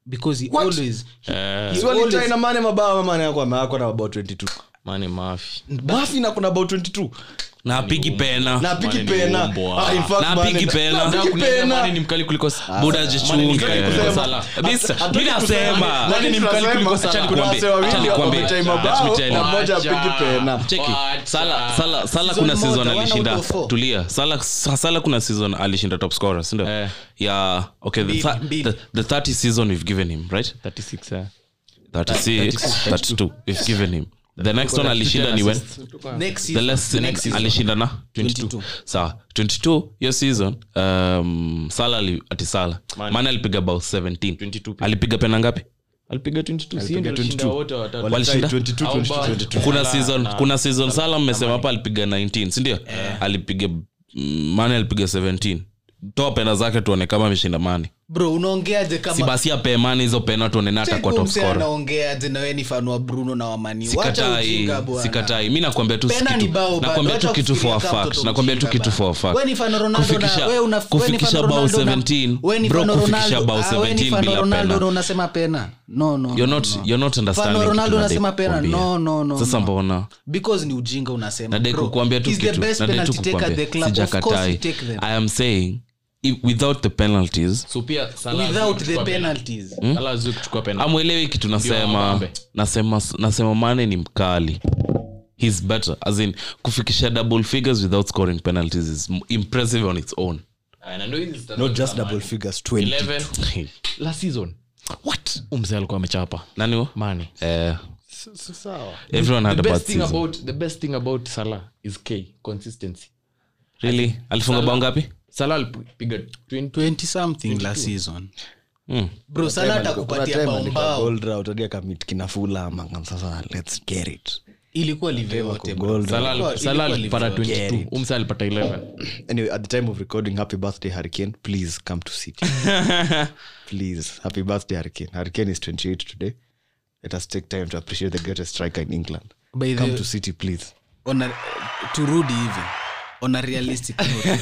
S1: because he always he, he Eh. always-
S2: Walitry na Mane mabao Mane yako ameako na about 22
S5: mane mafi
S2: mafi na kuna about 22
S3: na apigi pena
S2: na apigi
S5: Mane ni
S2: pena
S5: umbwa.
S2: Ah, in fact,
S3: Na
S2: Mane-
S3: apigi pena.
S2: na apigi pena.
S5: ni mkali kuliko
S3: buda jichunge
S5: Mane ni mkali kusema.
S3: Kabisa.
S2: Hata-
S3: mi
S2: hata
S3: nasema
S2: tunasema-
S5: Mane ni mkali
S2: tunasema-
S5: kuliko Salah.
S2: Acha
S5: Kuna
S2: nikwambie.
S5: wasee wawili
S2: Acha nikwambie.
S5: wametai
S3: mabao,
S2: Let me tell you.
S5: mmoja
S2: Acha.
S5: apigi pena.
S3: cheki
S5: Wacha.
S3: sala sala sala
S1: Season
S3: kuna season
S1: moja, one
S3: alishinda
S1: out of four.
S3: tulia sala sala kuna season alishinda top scorer si ndio
S5: Eh.
S3: yeah okay the,
S1: Mbili,
S3: tha-
S1: mbili.
S3: the, the 30 season we've given him right
S5: 36 eh.
S3: 36 32 we've given him the next one alishinda ni when
S1: next
S3: the
S1: season,
S3: last alishinda na 22
S1: 22.
S3: sawa 22 hiyo season um, sala ali- ati sala maana alipiga about 17
S5: 22
S3: alipiga pena ngapi
S5: alipiga 22 si ndio alishinda wote watatu
S3: Walishinda?
S2: 22, 22, 22.
S3: kuna season kuna season sala mmesema hapa alipiga 19 sindio alipiga mm, mane alipiga 17 toa pena zake tuone kama ameshinda mane
S1: bro unaongeaje kama
S3: si basi ape mane hizo pena tuone nata
S1: Check
S3: kwa
S1: huyu
S3: top
S1: msee
S3: scorer
S1: anaongeaje na wewe ni fan wa bruno na wamani Wacha
S3: sikatai
S1: ujinga bwana.
S3: sikatai mi nakwambia tu
S1: Pena ni
S3: kitu-
S1: bao bado.
S3: nakwambia tu
S1: Wacha
S3: kitu for a
S1: kufikiria kama
S3: fact
S1: mtoto
S3: nakwambia tu
S1: mjinga
S3: kitu
S1: bana.
S3: for a fact
S1: Wewe ni fan wa Ronaldo na-
S3: Kufikisha-
S1: wewe una- wewe ni
S3: kufikisha
S1: fan wa
S3: bao
S1: Ronaldo na-
S3: 17,
S1: wewe ni
S3: bro,
S1: fan wa
S3: kufikisha
S1: Ronaldo.
S3: bao
S1: Ah, wewe ni
S3: 17
S1: fan wa
S3: bila
S1: Ronaldo
S3: pena.
S1: na unasema pena no no
S3: You're
S1: no,
S3: not-
S1: no.
S3: you're not understanding
S1: Fan wa
S3: kitu
S1: Ronaldo
S3: nadai
S1: unasema pena
S3: kukwambia.
S1: no no no
S3: sasa
S1: no.
S3: mbona
S1: because ni ujinga unasema
S3: nadai
S1: bro.
S3: kukuambia tu
S1: He's the
S3: kitu
S1: best
S3: nadai tu
S1: penalty taker at the club.
S3: kukuambia
S1: Of course you
S3: sijakatai
S1: take them.
S3: i am saying if, without the penalties
S5: so pia Salah
S1: without
S5: hawezi
S1: the
S5: kuchukua pena.
S1: penalties
S3: Mm.
S2: Hmm?
S5: Salah hawezi kuchukua pena
S3: amwelewi kitu nasema
S5: wabambe.
S3: nasema nasema mane ni mkali hes better as in kufikisha double figures without scoring penalties is m- impressive on its own
S5: Ah, na ndio hizi stats
S2: Not
S5: za
S2: just
S5: Mane.
S2: double figures, 20.
S5: 11 last season
S3: what
S5: umzee alikuwa amechapa
S3: nani huo?
S5: mane
S3: eh, everyone had
S5: the
S3: a bad
S5: best thing
S3: season
S5: about the best thing about Salah is K consistency
S3: really alifunga bao ngapi
S5: Salah alipiga 20
S1: 20 something last season
S3: Mm.
S1: bro sana
S2: Kuna
S1: atakupatia
S2: time alikuwa
S1: bao
S2: gold route, hadi akamit kina Fulham, akam- sasa, let's get it.
S1: ilikuwa live yote bro.
S2: Gold route.
S5: Salah
S1: Ilikuwa-
S5: Salah
S1: ilikuwa
S5: alipata
S2: Get
S5: 22
S2: it.
S5: umzee alipata 11
S2: Anyway, at the time of recording, happy birthday, Harry Kane. Please come to City. Please, happy birthday, Harry Kane. Harry Kane is 28 today. Let us take time to appreciate the greatest striker in England.
S1: By the-
S2: Come to City, please.
S1: on a, turudi hivi on a realistic note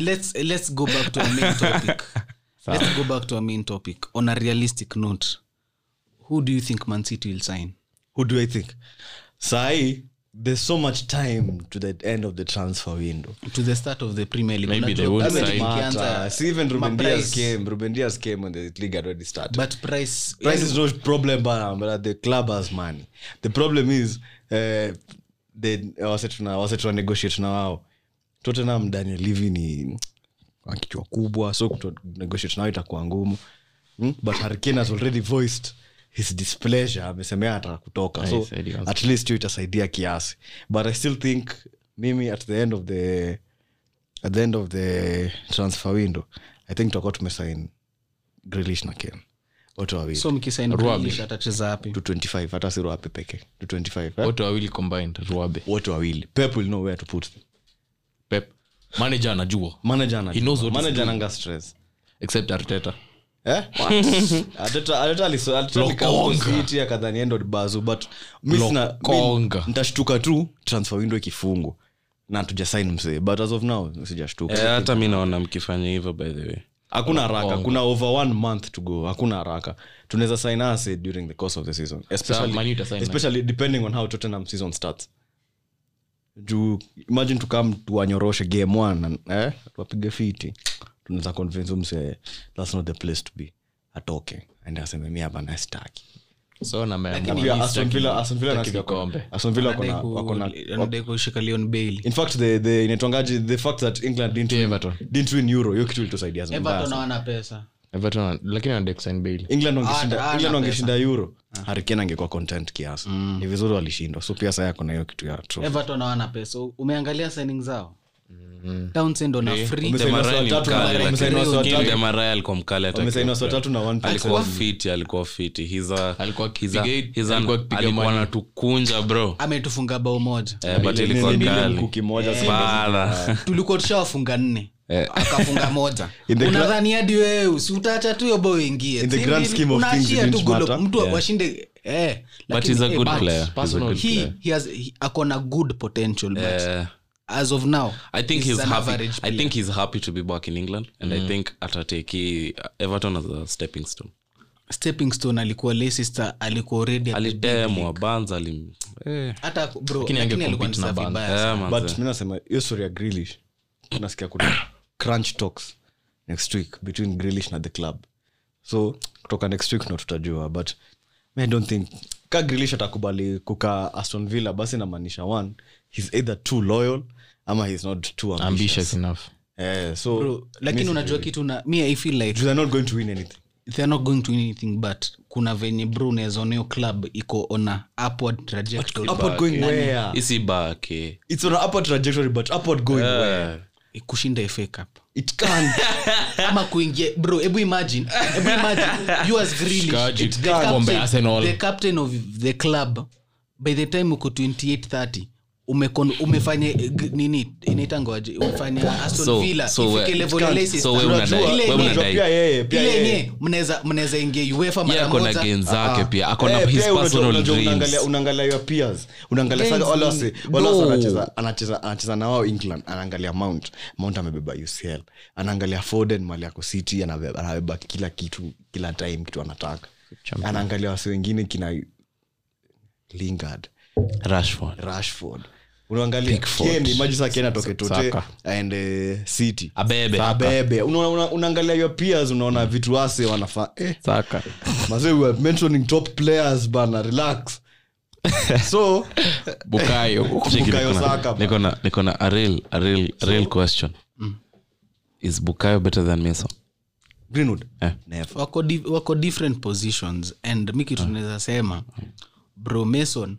S1: let's, let's go back to a main topic let's go back to a main topic on a realistic note who do you think man city will sign
S2: Who do I think? Sai, there's so much time to the end of the transfer window
S1: to the start of the premier league
S5: Maybe they
S1: Unajua
S5: won't
S1: Premier
S5: sign.
S1: League ikianza,
S2: Matter. See, even Ruben Diaz
S1: maprice-
S2: came. Ruben Diaz came when the league had already started.
S1: but price
S2: price is no problem bana, but the club has money. The problem is uh, they wase tuna wase tuna negotiate na wao. Tottenham Daniel Levy ni akichwa kubwa, so kuto negotiate nao itakuwa ngumu. Hmm? But Harry Kane has already voiced his displeasure, amesemea ataka kutoka. So
S5: said he has-
S2: at least hiyo itasaidia kiasi. But I still think mimi at the end of the at the end of the transfer window, I think tutakuwa tumesign Grealish na Kane. Wote wawili
S1: so mkisaini
S5: Ruabi.
S1: Grealish atacheza hapi
S2: 25 hata si Ruape peke 25 eh?
S5: wote wawili combined ruabe
S2: wote wawili pep will know where to put them
S5: pep manager anajua
S2: manager
S5: He knows
S2: anajua.
S5: what he's
S2: manager
S5: doing.
S2: ananga stress
S5: except arteta
S2: eh Arteta- Arteta aliso- Arteta alikaa huko
S5: Lokonga.
S2: City akadhani yeye ndo bazu but mi sina-
S5: Lokonga.
S2: mi nitashtuka tu transfer window ikifungwa na tujasain msee but as of now sijashtuka
S3: Eh, hata mi naona mkifanya hivyo by the way
S2: hakuna haraka kuna over one month to go hakuna haraka tunaweza sign ase during the course of the season
S5: Sa, Man U
S2: especially,
S5: itasign nani?
S2: especially depending on how tottenham season starts juu imagine tukam tuwanyoroshe game one and, eh, tuwapige fiti tunaweza convince huyu mse that's not the place to be atoke and aseme mi hapa nastaki
S5: so nameamua kikombe
S1: Wanadai ku- wanadai kushika Leon Bailey.
S2: in fact the, the inaitwangaje the fact that england didn't win,
S5: Everton.
S2: didn't win euro hiyo kitu ilitusaidia sana.
S1: Everton hawana pesa
S5: Everton wana- lakini wanadekusign
S3: Eh,
S5: baili
S2: england
S1: Ah,
S2: wangeshinda
S1: ah,
S2: england
S1: na
S2: wangeshinda euro hariken angekuwa content kiasi ni vizuri walishindwa so pia saa yako na hiyo kitu ya trophy.
S1: everton hawana pesa umeangalia signing zao
S3: Mm-hmm.
S1: Townsend ona
S3: Eh,
S1: free.
S2: Umesaini
S3: Demaraya
S2: wasi
S3: ni
S2: watatu,
S3: mkali,
S2: umesaini
S3: lakini
S2: wasi
S3: Kili
S2: watatu.
S3: Demaraya alikuwa mkali hata
S2: Wamesaini wasi
S3: akiwa
S2: watatu na one pick.
S3: alikuwa fiti alikuwa fiti He's a-
S5: Alikuwa
S3: he's a-
S5: akipiga-
S3: he's an-
S5: alikuwa akipiga
S3: alikuwa
S5: money.
S3: anatukunja bro
S1: ametufunga bao moja
S3: Eh, but
S2: Ile-
S3: ilikuwa
S2: ile- ile
S3: kali.
S2: mkuki moja, si-
S3: Bala.
S1: tulikuwa tushawafunga nne
S3: Eh.
S1: akafunga moja
S2: In the gra-
S1: unadhani hadi wewe si utaacha tu yobo
S2: In the grand scheme of things, it didn't matter.
S1: mtu washinde eh,
S3: but
S1: lakini,
S3: he's a
S1: eh,
S3: good
S1: but
S3: player He's a
S5: personal-
S3: good
S1: he,
S3: player
S1: he has he, akona good potential but
S3: Eh,
S1: as of now
S3: I think he's
S1: an
S3: happy.
S1: average
S3: I
S1: player. Mm.
S3: think he's happy to be back in England, and I think atateki uh, Everton as a stepping stone.
S1: stepping stone alikuwa leicester alikuwa already at the big
S3: Alitemwa
S1: league.
S3: Banza alim. Eh,
S1: hata bro
S5: Lakini
S1: lakini
S5: angecompete
S1: alikuwa ni
S5: na
S1: safi
S5: Barnes.
S1: baya
S3: eh,
S1: sana.
S3: manze.
S2: but mi nasema hiyo story ya Grealish, nasikia kuna crunch talks next week between Grealish na the club so kutoka next week ndo tutajua but mi i don't think ka Grealish atakubali kukaa aston villa basi namaanisha one he's either too loyal ama he's not too ambitious,
S5: ambitious enough
S2: Eh, so
S1: Bro, lakini
S2: mi-
S1: unajua kitu na mi i feel like
S2: they're not going to win anything
S1: they're not going to win anything but kuna venye brunezonayo club iko on a upward trajectory
S2: upward going where
S3: isi back, eh.
S2: it's on an upward trajectory but upward going where
S1: kushinda FA cup
S2: it can
S1: ama kuingia bro hebu imagine hebu imagine you as Grealish,
S5: Shikaji,
S1: it's the
S5: Kombe,
S1: captain-
S5: Arsenal.
S1: the captain of the club by the time uko 2830 umekon- umefanya eh, g- nini inaitangoaje umefanya aston
S3: So-
S1: villa
S3: so we-
S1: ifike level ya
S2: can't-
S1: Leicester.
S3: so we
S1: Unajua,
S3: unadai-
S1: ile
S3: we
S1: yenye-
S3: unadai-
S2: unajua pia yeye pia
S1: ile
S2: yeye
S1: yenye mnaweza mnaweza ingia uefa
S3: Yeah,
S1: mara
S3: ako na
S1: moja Ah,
S3: gen zake pia ako na
S2: Eh,
S3: his
S2: pia unajua-
S3: personal
S2: unajua unaangalia-
S3: dreams
S2: unaangalia your peers unaangalia sasa wale wasi wale wasi anacheza anacheza anacheza na wao england anaangalia mount mount amebeba ucl anaangalia foden mali yako city anabeba, anabeba kila kitu kila time kitu anataka anaangalia wasi wengine kina lingard
S3: Rashford.
S2: rashford unaangalia Kane, imagine sasa Kane atoke tote aende city
S3: Abebe.
S2: abebe Unaona- una- unaangalia your peers unaona vitu wase wanafaa eh,
S5: saka
S2: Mazee, we are mentioning top players bana relax so
S5: bukayo
S3: Cheki,
S2: Bukayo
S3: niko na-
S2: Saka, bro.
S3: niko na- niko na a real- a real- a real question is bukayo better than Mason?
S2: greenwood
S3: Eh.
S2: never
S1: wako, di, wako different positions and mi
S3: Hmm.
S1: kitu naweza sema bro mason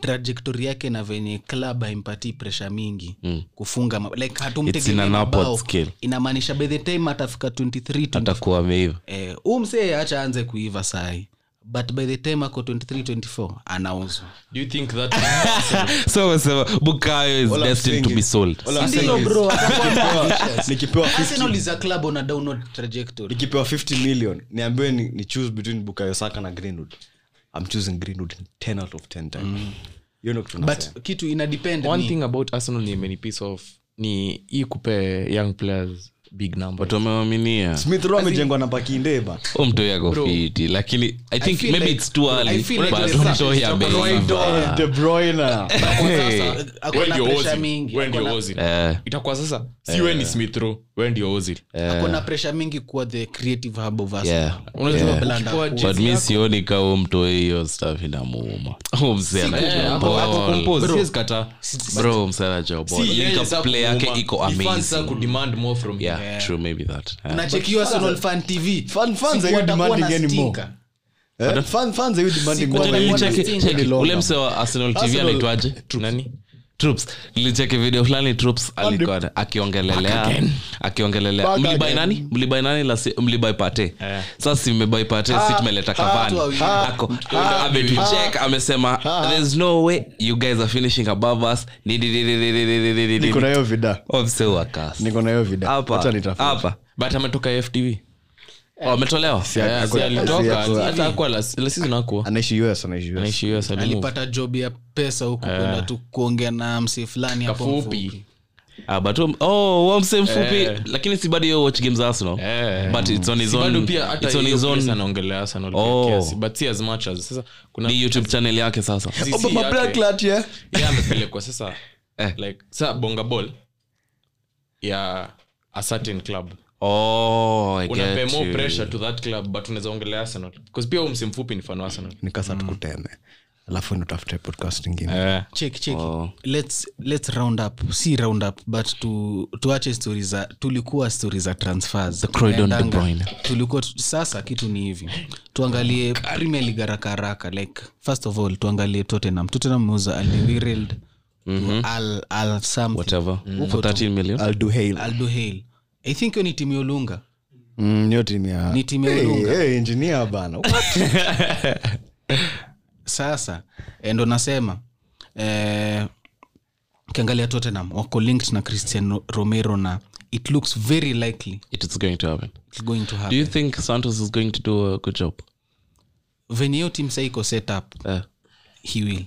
S1: trajectory yake na venye club haimpatii presha mingi mm. kufunga ma- like
S3: Hmm. It's in
S1: hatumtegemei
S3: an upward
S1: mabao
S3: scale.
S1: inamaanisha by the time atafika 23 20
S3: atakuwa ameiva
S1: eh, huu msee acha aanze kuiva sai but by the time ako 23 24 anauzwa
S5: do you think that
S3: so wamesema bukayo is
S2: All I'm
S3: destined to
S2: saying
S3: be
S2: is-
S3: sold
S2: all I'm
S1: Ndilo
S2: saying is,
S1: bro, atakuwa
S2: nikipewa-
S1: ambitious.
S2: nikipewa 50
S1: arsenal is a club on a downward trajectory
S2: nikipewa 50 million niambiwe ni, ni choose between bukayo saka na greenwood i'm choosing greenwood 10 out of 10 times
S3: Mm.
S2: hiyo ndo kitu nasema.
S1: but kitu ina depend
S5: one
S1: ni-
S5: thing about arsenal ni imeni piece off ni hii kupe young players
S7: big number
S8: but wamewaminia
S2: smith row amejengwa na pakindeba
S3: mtoi akofiti lakini i think
S1: feel
S3: maybe
S1: like-
S3: it's too
S1: I
S3: early
S1: feel like
S3: but
S1: there's
S3: mtoi
S1: something
S3: ameiva.
S2: Eh, de bruyne
S1: Akona pressure mingi, akona-
S3: Eh,
S4: itakuwa sasa si we ni smith row we ndio ozil
S1: akona pressure mingi kuwa the creative hub of us.
S3: Eh. Yeah.
S1: Unajua Blanda
S4: Ukikuwa
S1: kuwa-
S4: Jay-
S3: but mi sioni kaum mtoi hiyo staff inamuuma Huyu msee anajua ball. Bro, msee anajua ball. Like, Yaani play yake iko amazing yeah, true maybe that Yeah.
S1: unachekiwa Arsenal fan TV.
S2: Fan- fans
S1: Siku
S2: are you
S1: watakuwa
S2: demanding
S1: na
S2: anymore?
S1: stinker.
S3: Mm.
S2: Eh, fan- fans are you demanding more
S3: Ngoja
S2: than what
S3: nilicheki-
S2: is really
S3: cheki,
S2: long
S3: ule
S2: now?
S3: msee wa arsenal tv
S2: Arsenal-
S3: anaitwaje troops nilicheki video fulani troops alikuwa na- akiongelelea akiongelelea
S2: Back
S3: mlibai
S2: again. Eh.
S3: nani mlibai nani la si- mlibai pate sasa si mmebai pate
S2: Ah,
S3: si tumeleta kavani
S1: wawili.
S3: ako ametuchek amesema
S2: ah,
S3: there's no way you guys are finishing above us Ni- ni- ni- ni- ni- ni- ni- ni- ni- ni-
S2: niko na hiyo vida
S3: Obse wakas.
S2: niko na hiyo vida
S3: Hapa,
S2: Acha nitafuta.
S3: hapa. Oh,
S4: but ametoka ftv
S3: wametolewa
S2: Yeah, si alitoka, si-
S4: hata akwa lasizon akwa
S2: anaishi us anaishi US.
S4: naishi hiyo salimu
S1: alipata job ya pesa huku
S3: Eh.
S1: kwenda tu kuongea na msee fulani hapo mfupi.
S4: kafupi
S3: Ah, but um- oh, wa mse mfupi lakini si bado yo watch games za arsenal
S4: Eh.
S3: but it's on his
S4: bado
S3: own
S4: pia
S3: it's on his own
S4: anaongelea Arsenal kwa
S3: Oh.
S4: kiasi, but si as much as sasa kuna
S3: ni youtube channel yake sasa
S4: CC
S2: Oh, Papa
S4: yake,
S2: Black Lat, yeah.
S4: yeye amepelekwa sasa
S3: Eh.
S4: like sasa bonga ball ya a certain club
S3: oh, I
S4: unape
S3: get
S4: more
S3: you.
S4: pressure to that club but unaweza ongelea Arsenal because pia huu msimu mfupi ni fan wa Arsenal
S2: Nikasa tukuteme alafu ndo tafute podcast ingine
S1: Check, check.
S3: Oh.
S1: Let's- let's round up si round up but tu, tuache stori za tulikuwa stori za transfers
S3: Croydon De
S1: Tunaendanga.
S3: Bruyne. Oh,
S1: tulikuwa tu- sasa kitu ni hivi tuangalie premier league haraka haraka like first of all tuangalie tottenham tottenham meuza aldewired
S3: Mm-hmm.
S1: al, al something.
S3: whatever
S4: Mm.
S1: Huko
S3: for
S1: tu.
S3: 13 million
S2: I'll do hail.
S1: Aldohel. i think hiyo ni timu ya ulunga
S2: Mm, hiyo timu ya-
S1: Ni timu ya
S2: Hey,
S1: Olunga.
S2: hey, engineer bana
S1: sasa eh, ndo nasema eh, ukiangalia tottenham wako linked na christian romero na it looks very likely
S3: it is going to happen
S1: it's going to
S3: do
S1: happen
S3: you think santos is going to do a good job
S1: venye hiyo tim saiko set up
S3: Eh.
S1: he will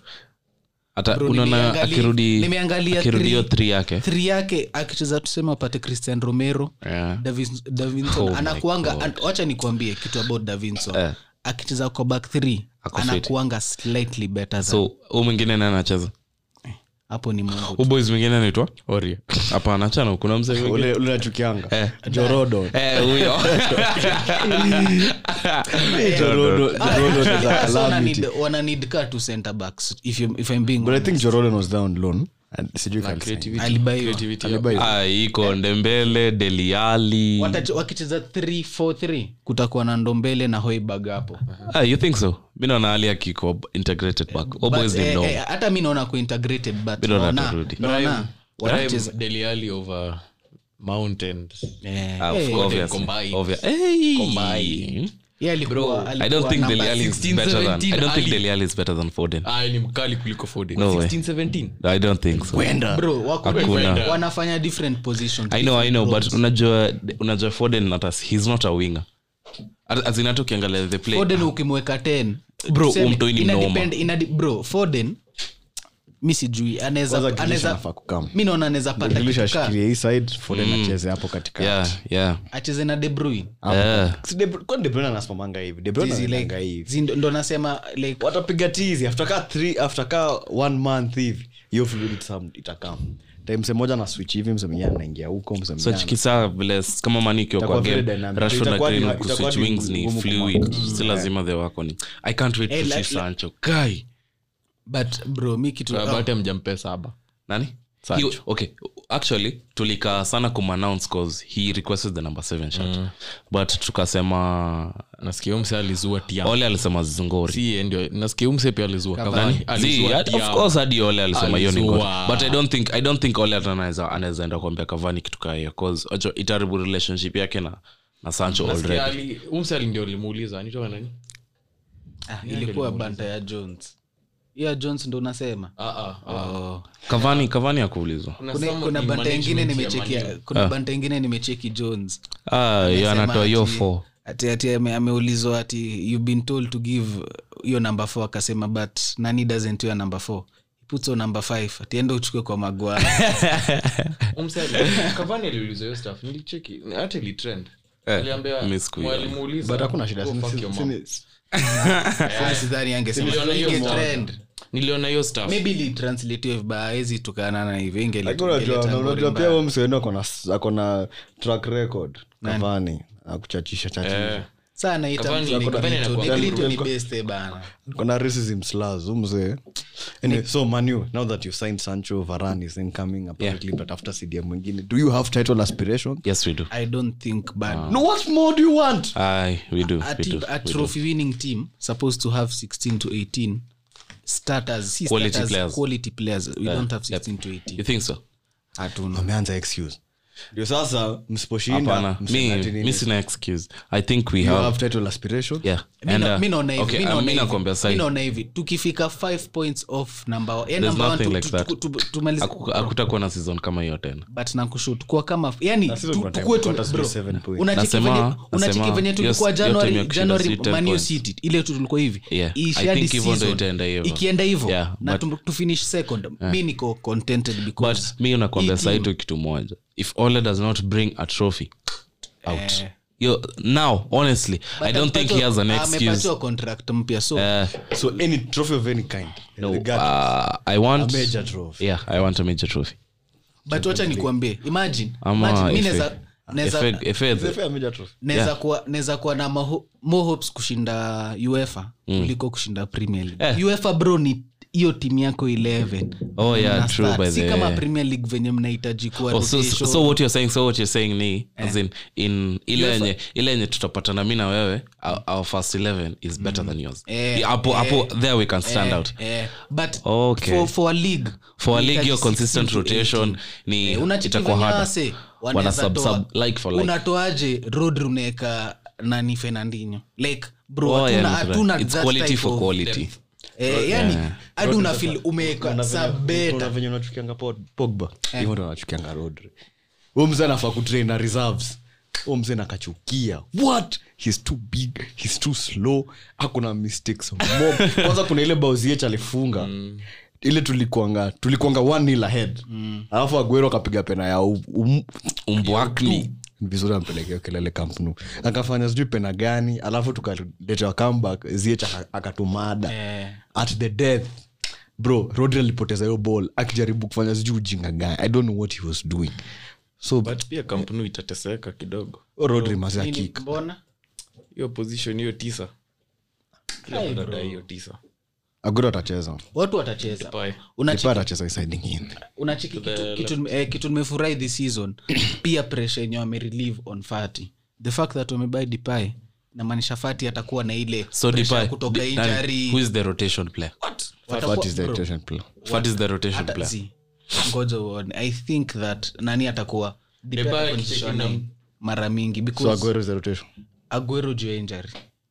S3: hata
S1: Bro,
S3: unaona
S1: nimeangalia-
S3: akirudi
S1: nimeangalia
S3: akirudi hiyo
S1: three.
S3: 3 yake
S1: three yake akicheza tuseme apate christian romero
S3: Yeah.
S1: Davis- davinson
S3: Oh my
S1: anakuanga an- wacha nikuambie kitu about davinson
S3: Eh.
S1: akicheza kwa back th
S3: Ako fit.
S1: anakuanga slightly better za-
S3: so huu mwingine naye anacheza
S1: hapo ni mungu tu.
S3: huu boys mwingine anaitwa oria hapana chana kuna mzee mwingine.
S2: Ule- ule nachukianga jorodo
S3: Eh, huyo
S2: jorodo jorodo is a
S1: Sasa wana
S2: calamity
S1: need- wana need ka two center backs if, you, if I'm being
S2: but i
S1: honest.
S2: think jorodo was down loan and sijui kama
S4: creativity
S1: Alibaiwa.
S4: creativity
S2: alibaiwa.
S3: Ah, iko ndembele deliali
S1: Watache- wakicheza 343 kutakuwa na ndombele na hoibag hapo
S3: ah, you think so mi naona ali akiko integrated back Huu
S1: But,
S3: boys ni
S1: eh,
S3: low.
S1: eh, hata mi naona kuintegrated but
S3: Bado
S1: naona-
S3: natarudi.
S1: naona wanacheza-
S4: Prime Dele Alli over Mount and
S1: Eh,
S3: Ah, of
S1: eh,
S3: course, yes.
S4: combined.
S3: Obvious. Hey! Hmm?
S4: Combined.
S1: yeye alikuwa- alikuwa
S3: I don't think
S1: number
S3: Dele Alli is
S4: 16,
S3: better than- I don't think
S4: 17
S3: Dele Alli is better than Foden.
S4: ah ni mkali kuliko Foden
S3: No way.
S4: 16 17
S3: I don't think so.
S1: six. Bro, wako-
S3: Hakuna.
S1: wanafanya different positions.
S3: I know, I know, but
S1: Roles.
S3: unajua unajua Foden not as- he's not a winger. As- as in hata ukiangalia the play,
S1: Foden ukimweka 10,
S3: Bro,
S1: tuseme,
S3: huyu mtoi ni
S1: ina
S3: noma.
S1: depend- ina de- bro, Foden, mi sijui anaweza-
S2: Kwanza Grealish
S1: anaweza- Mm,
S2: anafaa kukam.
S1: mi naona anaweza pata
S2: Grealish
S1: kitu ka-
S2: ashikilie hii side Foden acheze hapo katikati.
S3: yeah, yeah.
S1: acheze na De Bruyne.
S2: Hapo.
S3: Eh.
S2: Si De Bru- kwani De Bruyne anasimamanga hivi De Bruyne
S1: Zizi, like,
S2: anaendanga hivi
S1: zi- ndo nasema like,
S2: watapiga tizi after ka three after ka one month hivi hiyo fluid itam- itakam time mse moja na switch hivi mse mwingine anaingia huko mse
S3: So
S2: mwingine ana-
S3: chikisaa vile s- kama Mane ikiwa
S2: Itakuwa
S3: kwa game,
S2: very dynamic.
S3: Rashford na
S2: Itakuwa ni-
S3: Greenwood
S2: itakuwa
S3: kuswitch
S2: ni
S3: wings ni
S2: ngumu
S3: fluid. Si lazima they work on it. I can't wait
S1: Eh,
S3: to see
S1: like-
S3: Sancho. Guy.
S1: but bro mi kitu
S4: Ah, but amjampe saba
S3: nani He- okay actually tulikaa sana kumanounce cause he requested the number seven shot
S2: Mm.
S3: but tukasema
S4: nasikia huyu mse alizua tiam
S3: ole alisema zingori
S4: Oh, si yeye ndio nasikia huyu mse pia alizua
S3: Nani?
S4: Cavani
S3: Zii,
S4: alizua
S3: hadi- of
S4: Thiam.
S3: course hadi ole alisema hiyo ni ngori
S4: Alizua.
S3: but i don't think i don't think ole hata anaweza anaweza enda kuambia kavani kitu kaa hiyo cause ojo itaribu relationship yake na na sancho
S4: Nasikia
S3: already
S4: Ali- huyu mse ali ndio alimuuliza anitoa nani
S1: ah, ilikuwa banta ya jones ya jones ndo unasema
S4: ah ah ah
S1: oh.
S3: kavani kavani akuulizwa
S1: kuna,
S4: someone
S1: kuna
S4: in
S1: banta ingine
S4: management ya
S1: nimecheki
S4: Man U. Ah.
S1: kuna banta ingine nimecheki jones
S3: ah yeye
S1: Sema
S3: anatoa
S1: ati-
S3: hiyo four
S1: ati ati ame- ameulizwa ati you've been told to give hiyo number four akasema but nani doesn't wear number four putso namba 5 atienda uchukue kwa magwara
S4: kavani aliulizwa hiyo staff nilicheki hata ilitrend
S3: Eh,
S4: aliambia
S3: mi sikuiona.
S4: mwalimu uliza,
S2: but hakuna shida
S4: go
S2: sini-
S4: fuck your mom.
S2: sini-
S1: Sasa sidhani angesema.
S4: Niliona hiyo
S1: Inge
S4: moja.
S1: trend.
S4: niliona hiyo staff
S1: Maybe ilitranslatiwe vibaya, hawezi tukana na hivyo, inge-
S2: Lakini unajua-
S1: ingeleta
S2: unajua
S1: ngori
S2: pia huyo msee wenu ako na- ako na track record kavani akuchachisha chachisha
S1: Sasa anaita
S4: Cavani-
S1: mtu ni
S4: Cavani
S1: Benito.
S4: anakuwa-
S1: Ni Benito ni best, eh, bana.
S2: kona racism slurs huyu mzee anyway, so manu now that you signed sancho varan is incoming apparently but after cdm mwingine do you have title aspiration
S3: yes we do
S1: I don't think bad.
S2: no what more do you want
S3: Aye, we do,
S1: A
S3: we
S1: team-
S3: do,
S1: a
S3: we do.
S1: trophy winning team supposed to have 16 to 18 starters, si
S3: Quality
S1: starters,
S3: players.
S1: quality players. We don't have 16 to 18.
S3: you think so
S1: Hatuna.
S2: ameanza excuse ndio sasa
S3: hapana
S2: msiposhinda
S3: mi
S2: msema ati nini.
S3: mi sina excuse i think we
S2: you
S3: have
S2: have title aspiration
S3: yeah
S1: Mi
S3: And,
S1: na-
S3: uh,
S1: mi naona hivi,
S3: okay,
S1: mi
S3: uh,
S1: naona
S3: mi
S1: hivi,
S3: nakwambia
S1: mi
S3: sai
S1: naona hivi tukifika 5 points off number one, eh,
S3: There's
S1: number one
S3: nothing
S1: tu-
S3: like
S1: tu-
S3: that.
S1: tu- tu- tumalize-
S3: Haku- hakutakuwa na season kama hiyo tena
S1: but nakushut kuwa kama yani
S2: Sisi
S1: tu-
S2: kuna time
S1: tukuwe tu-
S2: kupata sijui
S1: bro,
S2: seven points.
S1: unacheki
S3: Nasema-
S1: venye- unacheki
S3: nasema,
S1: venye tulikuwa
S3: yes, hiyo time ya
S1: january
S3: kushinda si
S1: january
S3: 10
S1: Man U
S3: points.
S1: city ile tu tulikuwa hivi
S3: Yeah, I
S1: Iishe hadi
S3: think hivyo ndo
S1: season.
S3: itaenda hivyo.
S1: ikienda hivyo
S3: Yeah,
S1: na
S3: but-
S1: tu- tufinish second mi niko contented
S3: but
S1: because
S3: mi
S1: hii
S3: nakwambia
S1: team-
S3: saitu kitu moja if ole does not bring a trophy out
S1: Eh.
S3: yo now honestly i don't think he has an
S1: amepatiwa-
S3: excuse Uh,
S1: amepatiwa contract mpya so
S2: so any trophy of any kind
S3: no,
S2: regardless,
S3: uh, i want
S2: a major trophy
S3: yeah i want a major trophy
S1: but wacha nikuambie imagine
S3: Ama
S1: imagine, mi
S3: FA.
S1: naweza- naweza-
S3: Efe- Efe-
S2: Is it fair major trophy
S1: naweza kuwa- naweza kuwa na maho- more hopes kushinda uefa
S3: Mm.
S1: kuliko kushinda premier league uefa bro ni hiyo timu yako 11
S3: Oh, yeah,
S1: Mna
S3: true,
S1: start.
S3: by
S1: si
S3: the
S1: kama
S3: way.
S1: premier league venye mnahitaji kuwa
S3: Oh, so, so,
S1: rotation.
S3: so what you're saying so what you're saying ni
S1: Eh.
S3: as in, in ile yenye ile yenye tutapatana mi na wewe our, our first 11 is better than yours
S1: Eh,
S3: hapo hapo there we can stand out
S1: Eh, but
S3: Okay.
S1: for, for a league
S3: for a league
S1: unahitaji
S3: your consistent
S1: 16 to 18.
S3: rotation ni
S1: Eh, unacheki
S3: itakuwa
S1: venye
S3: harder.
S1: wase
S3: wana
S1: wanaweza
S3: sub,
S1: toa.
S3: sub, like for like
S1: unatoaje rodri unaeka nani fernandinho like bro
S3: Oh,
S1: hatuna,
S3: yeah, that's right.
S1: hatuna
S3: It's
S1: that
S3: quality
S1: type
S3: for
S1: of
S3: quality.
S1: depth. Eh, yani hadi unafil umeweka
S2: Kuna
S1: sabeta
S2: venye unachukianga Pod- pogba hivyo ndo anachukianga rodri huyu mzee anafaa kutrain na reserves huyu mzee nakachukia what hes too big hes too slow akuna mistakes mob kwanza kuna ile bauziecha alifunga ile tulikuanga tulikuanga one nil ahead alafu aguero akapiga pena ya u- um-
S3: umbwakni
S2: Ni vizuri ampelekea kelele kampnu akafanya sijui pena gani alafu tukaletewa comeback ziech akatumada at the death bro rodri alipoteza hiyo ball akijaribu kufanya sijui ujinga gani i don't know what he was doing so
S4: but pia kampuni itateseka kidogo
S2: rodri mazi akika
S1: mbona
S4: hiyo position hiyo tisa Kila
S1: Hai,
S4: mtu
S1: bro.
S4: anadai hiyo tisa
S2: agoro atacheza
S1: watu watacheza
S4: Pai.
S1: Unacheki-
S2: ipa atacheza iside ingine
S1: unacheki kitu, kitu, eh, kitu nimefurahi this season pia pressure yenye wamerelieve on fati the fact that wamebai dipai namaanisha fati atakuwa na ile
S3: so
S1: pressure ya
S3: Depay-
S1: kutoka
S3: Di- nani-
S1: injury.
S3: who is the rotation player
S1: Watakuwa-
S2: What is the
S1: bro,
S2: rotation plan?
S3: what is the rotation
S1: hata-
S3: player
S1: see, ngoja uone i think that nani atakuwa Depay
S4: Depay
S1: atakuwa
S4: akishika
S1: nishona
S4: num-
S1: mara mingi
S2: So
S1: because
S2: Aguero is the rotation.
S1: aguero juu ya injury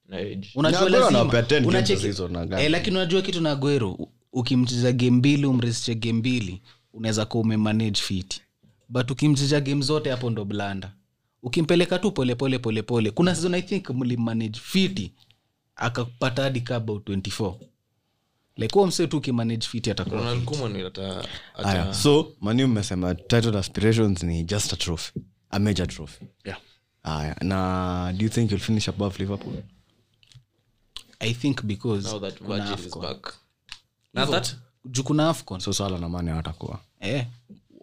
S4: na age
S1: unajua
S2: Na Aguero
S1: lazima-
S2: anawapea 10 games
S1: unacheki-
S2: a season na gani?
S1: eh, lakini unajua kitu na aguero u- ukimcheza game mbili umresishe game mbili unaweza kuwa umemanage fit but ukimcheza game zote hapo ndo blanda ukimpeleka tu polepole polepole kuna season i think mlimanage fiti akapata hadi kaba 24 like huo msee tu ukimanage fiti atakuwa
S4: ronald Koeman ata- ata-
S2: Aya, so mani mmesema title aspirations ni just a trophy a major trophy
S4: Yeah.
S2: aya na do you think you'll finish above liverpool
S1: i think because
S4: now that
S1: kuna
S4: Virgil is
S1: afcon
S4: back
S3: na that
S1: juu kuna afcon
S2: so sala na mane watakuwa
S1: eh.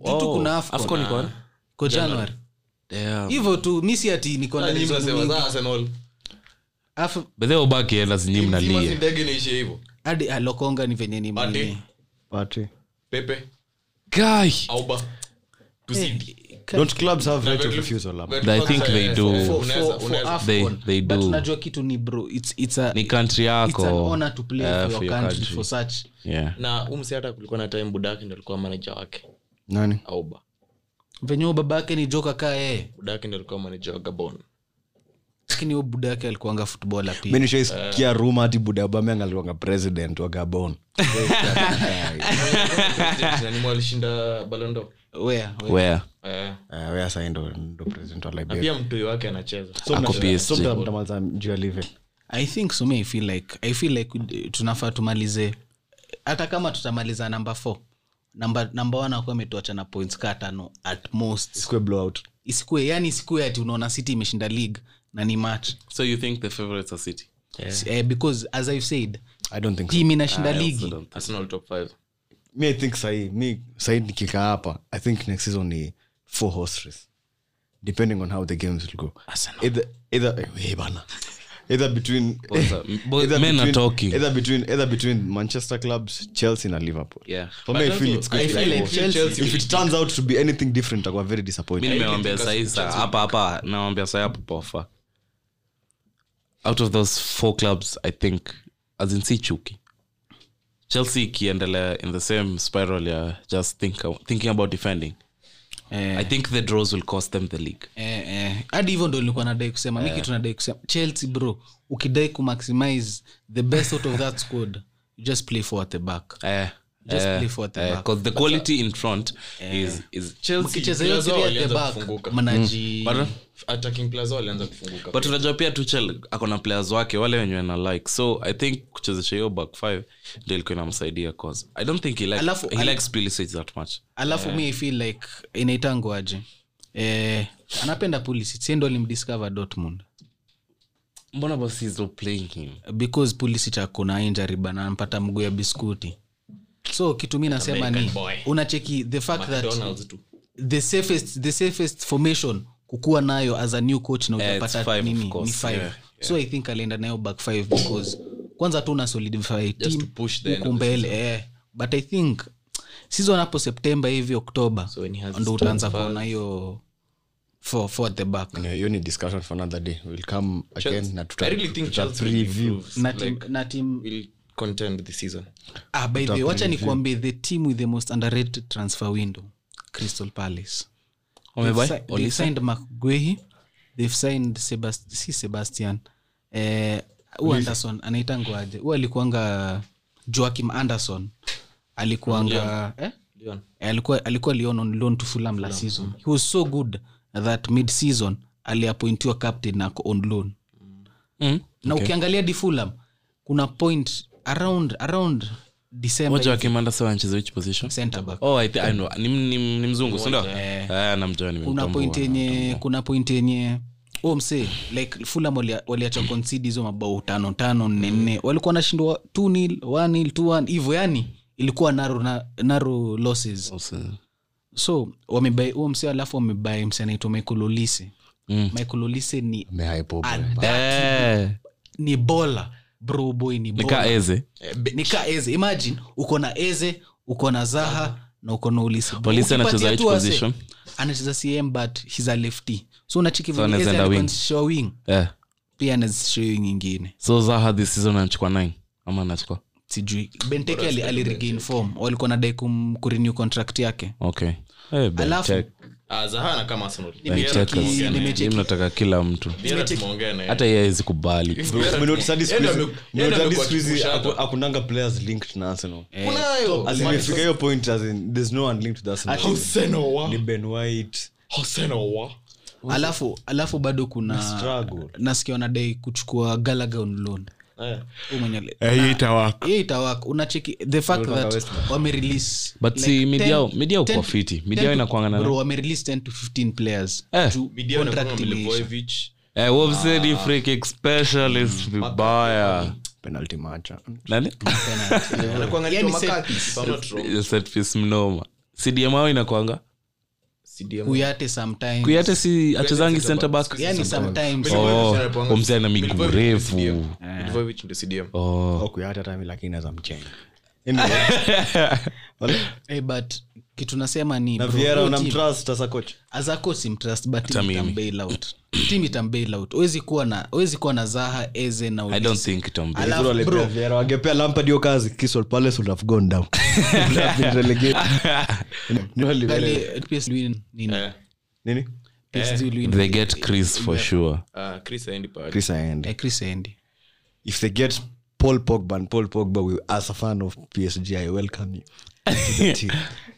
S1: Juu tu kuna afcon,
S3: Afcon iko wapi?
S1: ko january hivyo tu misi ati niko
S4: Ah, Yaani
S1: na reason mingi. Af-
S3: By the way, Obaki hela zenyewe mnalia.
S4: mnaliaishiahivo
S1: hadi alokonga ni venye ni
S4: Ati.
S1: mwenye
S2: Party.
S4: pepe
S3: Guy,
S4: auba
S1: Eh,
S2: don't clubs have right of refusal up?
S3: Eh. I think they do. They- they do.
S1: unajua kitu ni bro it's, it's a,
S3: ni country
S1: it's an
S3: yako
S1: honor to play
S3: Eh,
S1: for your country, for such
S3: Yeah.
S4: na umsi hata kulikuwa na time budake ndo alikuwa manaja wake
S2: nani
S4: auba
S1: venye huyo baba yake ni joka kaa yeye
S4: budake ndo alikuwa manaja wa gabon
S1: lakini huyo buda yake alikuanga futbola pia
S2: menishaisikia ruma hati budabameng aliwanga president wa gabon
S4: nani mwalishinda balondo
S1: Where, where?
S3: Where?
S4: Uh,
S2: Eh, we sasa ndo ndo president wa
S4: na
S2: liberia
S4: pia mtoi wake anacheza
S2: So
S3: Ako
S2: mna-
S3: PSG.
S2: so mta- mtamaliza juu ya live
S1: i think some i feel like i feel like we- tunafaa tumalize hata kama tutamaliza namba f namba namba one akuwa ametuacha na points kaa tano at most
S2: Square blowout.
S1: isikue yani isikue ati unaona city imeshinda league na ni match
S3: so you think the favorites are city
S1: eh, because as i've said
S2: I don't think so.
S1: tim inashinda ligi
S4: arsenal top five
S2: mi i think sahii mi sahii nikikaa hapa i think next season ni four horse race depending on how the games will go either, either, hey, bana. either between
S4: uh,
S3: boys,
S2: either
S3: men are
S2: between-
S3: talking.
S2: either between either between manchester clubs chelsea na liverpool
S4: Yeah.
S2: for me i
S4: But
S2: feel
S4: also,
S2: it's going
S4: I
S2: to
S4: feel
S2: be
S4: like
S2: Liverpool.
S4: Chelsea
S2: if it turns out to be anything different itakuwa very disappointing
S3: mi nimewambia sahii sa- hapa hapa nawambia sahii hapo pofa out of those four clubs i think azin si chuki chelsea ikiendelea in the same spiral ya just think, thinking about defending
S1: Eh.
S3: i think the draws will cost them the league
S1: Eh, eh. hadi hivyo ndo nilikuwa nadai kusema mi kitu nadai kusema chelsea bro ukidai kumaximize the best out of that squad you just play for at the back
S3: Eh,
S1: Just
S3: eh,
S1: play for the
S3: eh,
S1: back.
S3: 'cause the quality in front is, is
S1: mkicheza Eh. hiyo three at the back mnaji
S3: Pardon?
S4: attacking plaza walianza kufunguka
S3: but unajua pia tuchel ako na players wake wale wenye ana like so i think kuchezesha hiyo back five ndio ilikuwa inamsaidia cause i don't think he, like,
S1: Alafu-
S3: he likes Pulisic that much
S1: alafu mi ifeel like inaitangoaje eh, anapenda pulisic si ndo alimdiscover dortmund
S3: mbona basi is not playing him
S1: because pulisic akona injury bana anampata mguu ya biskuti so kitu mi nasema ni unacheki the fact that the safest, the safest formation kukuwa nayo as a new coach na
S3: Eh, it's
S1: utapata
S3: five, of
S1: nini ni
S3: course.
S1: five
S3: Yeah,
S1: so i think alienda nayo back five because kwanza tu una solidify team huku mbele eh. but i think season hapo september hivi oktoba
S9: when he has
S1: ndo utaanza kuona hiyo for, for the back
S2: Yeah, hiyo ni discussion for another day we'll come again na tuta-
S4: i really think
S2: tuta
S4: chelsea will
S2: preview.
S4: improve
S1: na team, na team
S4: will contend this season
S1: ah, by the way wacha nikuambie the team with the most underrated transfer window crystal palace
S3: Wamebuy?
S1: They've si- they've signed mcguehi they've signed Sebast- si sebastian eh, huu anderson anaitangwaje huu alikuanga joakim anderson alikuanga eh? Eh, alikuwa alikuwa Lyon on loan to Fulham last season he was so good that mid season aliappointiwa captain na ako on loan
S3: Hmm?
S1: na ukiangalia di Fulham kuna point around around December
S3: moja wakimanda sawa anacheza which position
S1: center back
S3: oh i, th- I know ni, ni, ni mzungu si ndio eh namjua
S1: kuna
S3: nimemtambua
S1: point yenye kuna point yenye oh msee like Fulham walia- waliacha concede hizo mabao tano tano nne nne walikuwa wanashindwa 2 nil 1 nil 2 1 hivyo yani ilikuwa narrow na- narrow losses so wamebai huo msee alafu wamebai msee anaitwa michael olise mm. michael olise ni
S2: Amehype up.
S3: eh
S1: ni bola bro boy ni
S3: nika
S1: bola
S3: eze
S1: ni ka eze imagine uko na eze uko na zaha na uko na olise Bro, ukipatia
S3: Olise anacheza which
S1: tu wase,
S3: position?
S1: anacheza cm but he's a lefty so unachiki
S3: anaweza enda wing.
S1: wing
S3: eh
S1: pia anazisha hiyo nyingine
S3: so zaha this season anachukua 9 ama anachukua
S1: sijui benteke ali- aliregain form walikuwa nadai kum- kurenew contract yake
S3: okay eh ben
S1: Alafu-
S3: check
S4: Ah, zahana kama arsenal
S3: ben check
S1: nimecheki-
S3: us.
S1: nimecheki-
S3: Mimi nataka kila mtu
S4: tumeongea naye
S3: hata yeye hawezi kubali
S2: Menotis hadi siku hizi-
S4: Yeye ndio ame- yeye ndio
S2: Menotis hadi
S4: amekuwa
S2: siku hizi
S4: akikushata.
S2: aku- akunanga players linked na arsenal
S4: Kunayo.
S2: As in, imefika hiyo point as in, there's no one linked to arsenal
S4: Arsenal wa-
S2: ni ben white
S4: Arsenal wa-
S1: alafu alafu bado kuna
S2: struggle
S1: nasikia wanadai kuchukua galaga on loan
S6: Eh,
S1: Huyu mwenye
S3: Eh,
S1: hiyo itawaka unacheki the fact that wamerelease
S3: But si mid yao- mid yao kuwa fiti. Mid yao inakuanga na-
S1: wamerelease 10 to 15 players
S3: Eh.
S1: Juu
S4: Midia wanakuwa
S1: contract
S4: na
S1: imeisha.
S4: Milivojevic.
S3: eh wolves ni free kick specialist vibaya
S2: penalty matcha
S3: nani
S4: Anakuwa angalia
S1: Yaani
S4: Tom
S1: set
S4: Akati, if I'm not wrong.
S3: set piece mnoma cdm ao inakwanga
S4: CDM.
S1: kuyate sometimes
S3: kuyate si achezangi center back
S1: yani sometimes
S3: Oh,
S4: Milivojevic
S3: huyo mzee ana miguu
S4: Milivojevic ndio
S3: refu.
S4: CDM. Milivojevic ndio CDM.
S2: okuyata tami lakini naweza mchenga Anyway, wale-
S1: Eh, but kitu nasema ni
S2: na
S1: bro,
S2: viera
S1: hiyo team-
S2: unamtrust sasa coach
S1: as a coach simtrust but team
S3: mimi.
S1: itambail out team itambail out huwezi kuwa na huwezi kuwa na zaha eze na
S3: i
S1: Olise.
S3: don't think tom Brady.
S1: Alafu,
S2: Wale
S1: bro,
S2: pia viera wangepea lampard hiyo kazi kisol palace would have gone down Would have been relegated. No, Oliveira-
S1: angalia, PSG win nini?
S4: Eh,
S2: nini
S1: PSG win.
S3: they get chris for sure
S4: ah, Chris aendi pahali.
S2: chris aende
S1: Eh, Chris Endi.
S2: if they get paul pogba and paul pogba will, as a fan of psg i welcome you to the team.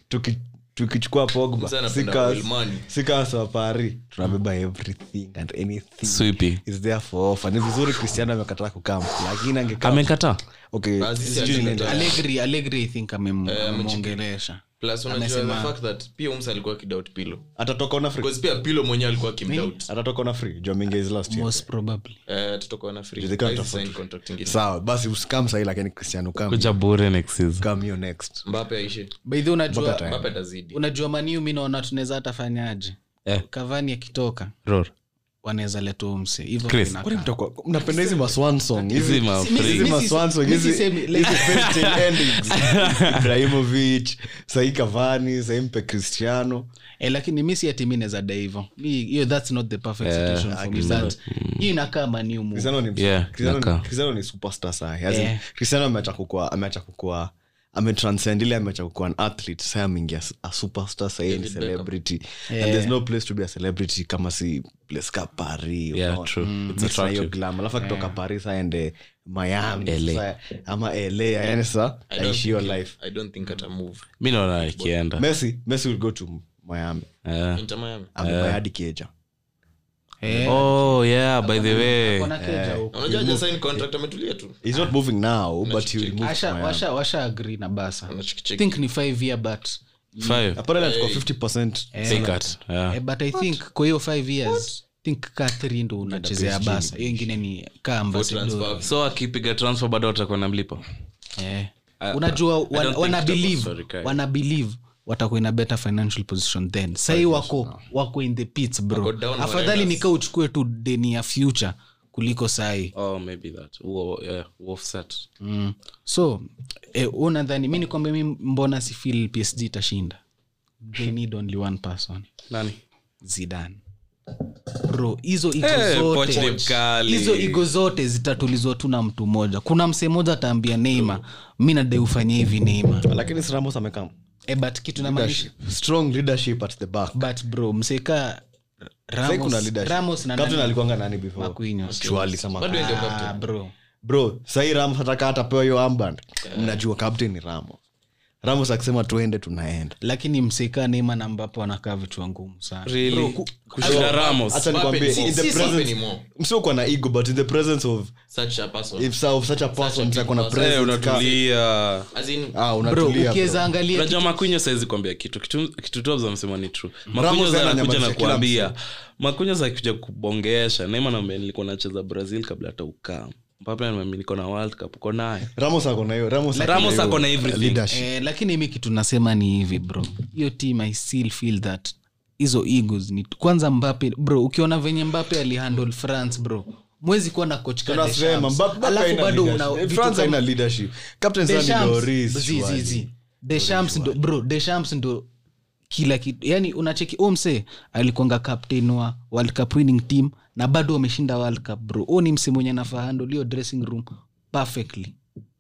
S2: Tuki- tukichukua
S6: Mzee
S2: pogba si
S6: anapenda
S2: cars-
S6: Wilmani.
S2: si cars wa Paris, tunabeba everything and anything
S3: swipi
S2: is there for offer ni vizuri cristiano amekataa kukam lakini angekaa
S3: amekataa
S2: okay
S6: Azizi
S2: sijui
S6: alikataa.
S2: nini.
S1: Allegri- Allegri i think amem- amemwongelesha
S6: plus unajua
S1: Amesema-
S6: the fact that pia umsa alikuwa kidoubt pilo
S2: atatoka ona free
S6: because pia pilo mwenyewe alikuwa kimdoubt
S2: atatoka ona free jominge is last year
S1: most probably
S6: Eh, tutakuwa na free.
S2: They can't
S6: Hizi
S2: afford
S6: sign
S2: to-
S6: contract ingine.
S2: sawa basi usikam sahii lakini cristiano kam
S3: kuja bure next season
S2: kam hiyo next
S6: Mbappe aishi.
S1: baidhi
S2: Mpaka
S1: unajua
S2: time.
S6: Mbappe atazidi.
S1: unajua maniu mi naona tunaweza hatafanyaje
S3: Eh.
S1: kavani akitoka
S3: Ror.
S1: wanaweza leta umse hivo
S3: Chris,
S1: vinakaa.
S2: Mtakuwa- mnapenda hizi maswan song hizi
S3: Zima,
S1: Si- mi-
S3: free.
S1: si- mi-
S2: Hizi
S1: si-
S2: maswanso,
S1: mi
S2: hizi-
S1: sisemi-
S2: hizi fairytale endings. ibrahimovic sahii kavani sahii mpe cristiano
S1: Eh, lakini mi si ati mi naweza da hivo Mi- hiyo thats not the perfect situation for me that hiyo inakaa maniu move.
S2: cristiano ni,
S3: Yeah,
S2: cristiano,
S3: nakaa.
S2: ni, cristiano ni superstar sahi As in,
S1: Yeah.
S2: cristiano ameacha kukua ameacha kukua ametranscend ile ameacha kukua an athlete sahi ameingia s- a superstar sahi ni celebrity and there's no place to be a celebrity kama si place ka paris
S3: Yeah,
S2: unaona?
S3: true. Mm. It's
S2: It's na hiyo
S3: attractive.
S2: glam alafu akitoka paris aende
S3: LA.
S2: miami sasa, ama la yani sa
S6: I don't
S2: aishi hiyo
S6: think-
S2: life
S6: I don't think atamove.
S3: mi naona akienda
S2: messi messi will go to miami
S3: Eh.
S6: Inter Miami.
S2: amebayadi kieja
S1: Eh,
S3: oh yeah by the way
S1: wana keja
S6: Na
S1: huko.
S6: unajua haja sign contract ametulia tu.
S2: he's not moving now but he will move to
S1: Asha-
S2: miami
S1: washa- washa agree na basa
S6: Anachikicheki.
S1: think ni five year but
S3: five
S2: apparently alikuwa 50%
S3: Take that. Yeah.
S1: eh, but i think kwa hiyo five years think ka three ndo unachezea basa hiyo ingine ni kaa ambasador
S6: Transfer.
S3: so akipiga transfer bado watakuwa namlipa
S1: Eh. unajua wan,
S3: Uh, think
S1: wana
S3: itakuwa
S1: believe
S3: sorry, Kai.
S1: wana believe watakuwa in a better financial position then sahii wako wako in the pits bro
S6: down
S1: afadhali nikaa uchukue tu deni ya future kuliko sahii
S3: oh maybe that Uo, yeah, offset
S1: mm. so eh, wewe unadhani mi nikwambia mi mbona si feel psg itashinda they need only one person
S3: nani
S1: zidan bro hizo igo
S3: Eh, pochi ni
S1: zote
S3: mkali.
S1: hizo igo zote zitatulizwa tu na mtu mmoja kuna msee mmoja ataambia neima mi nadai ufanye hivi neima
S2: lakini si ramos amekam
S1: e, but kitu namaanisha
S2: strong leadership at the back
S1: but bro mseka
S2: Sasa kuna leadership.
S1: ramos na
S2: Captain
S1: nani?
S2: alikuanga nani before
S1: Marquinhos.
S2: Surely sama-
S6: Bado ndio
S1: Ah,
S6: captain.
S1: bro
S2: bro sahii ramos hata kaa atapewa hiyo amband mnajua captain ni ramos ramos akisema tuende tunaenda
S1: lakini mseka neima na mbapo wanakaa vichwa ngumu sana
S3: really kushinda ramos
S2: hata nikwambie
S6: Si-
S2: in the
S6: si- si-
S2: presence-
S6: si- ni-
S2: msiokuwa na ego but in the presence of
S6: Such a person.
S2: if sa- of such a person
S6: big
S2: mtakuwa na
S6: person.
S2: presence ka-
S3: unatulia
S6: As in,
S2: Ah,
S1: bro
S2: unatulia,
S1: ukiweza
S2: bro.
S1: angalia
S3: unajua makwinyo saizi kuambia kitu kitu- kitu tu amesema ni true
S2: Ramos yeye
S3: makwinyo anakuja na
S2: ananyamazia kila
S3: kuambia makwinyo zakuja kubongesha neema naambia nilikuwa nacheza brazil kabla hata ukam mpapa naambia niko na world cup uko nayo
S2: ramos ako na hiyo ramos ako na
S3: ramos
S2: hiyo
S3: ako na everything
S2: leadership
S1: eh, lakini mi kitu nasema ni hivi bro hiyo team i still feel that hizo egos ni kwanza mbape bro ukiona venye mbape alihandle france bro mwezi kuwa na coach kama
S2: tunasema
S1: Deschamps.
S2: Mbappe
S1: Eh, alafu
S2: haina
S1: bado
S2: leadership. Eh,
S1: una vitu
S2: France haina
S1: kama-
S2: leadership captain sasa ni Lloris, surely.
S1: deshams ndo kila kitu yani unacheki omse alikwanga captain wa world cup winning team na bado wameshinda world cup bro o ni mse mwenye anafahandol hiyo dressing room perfectly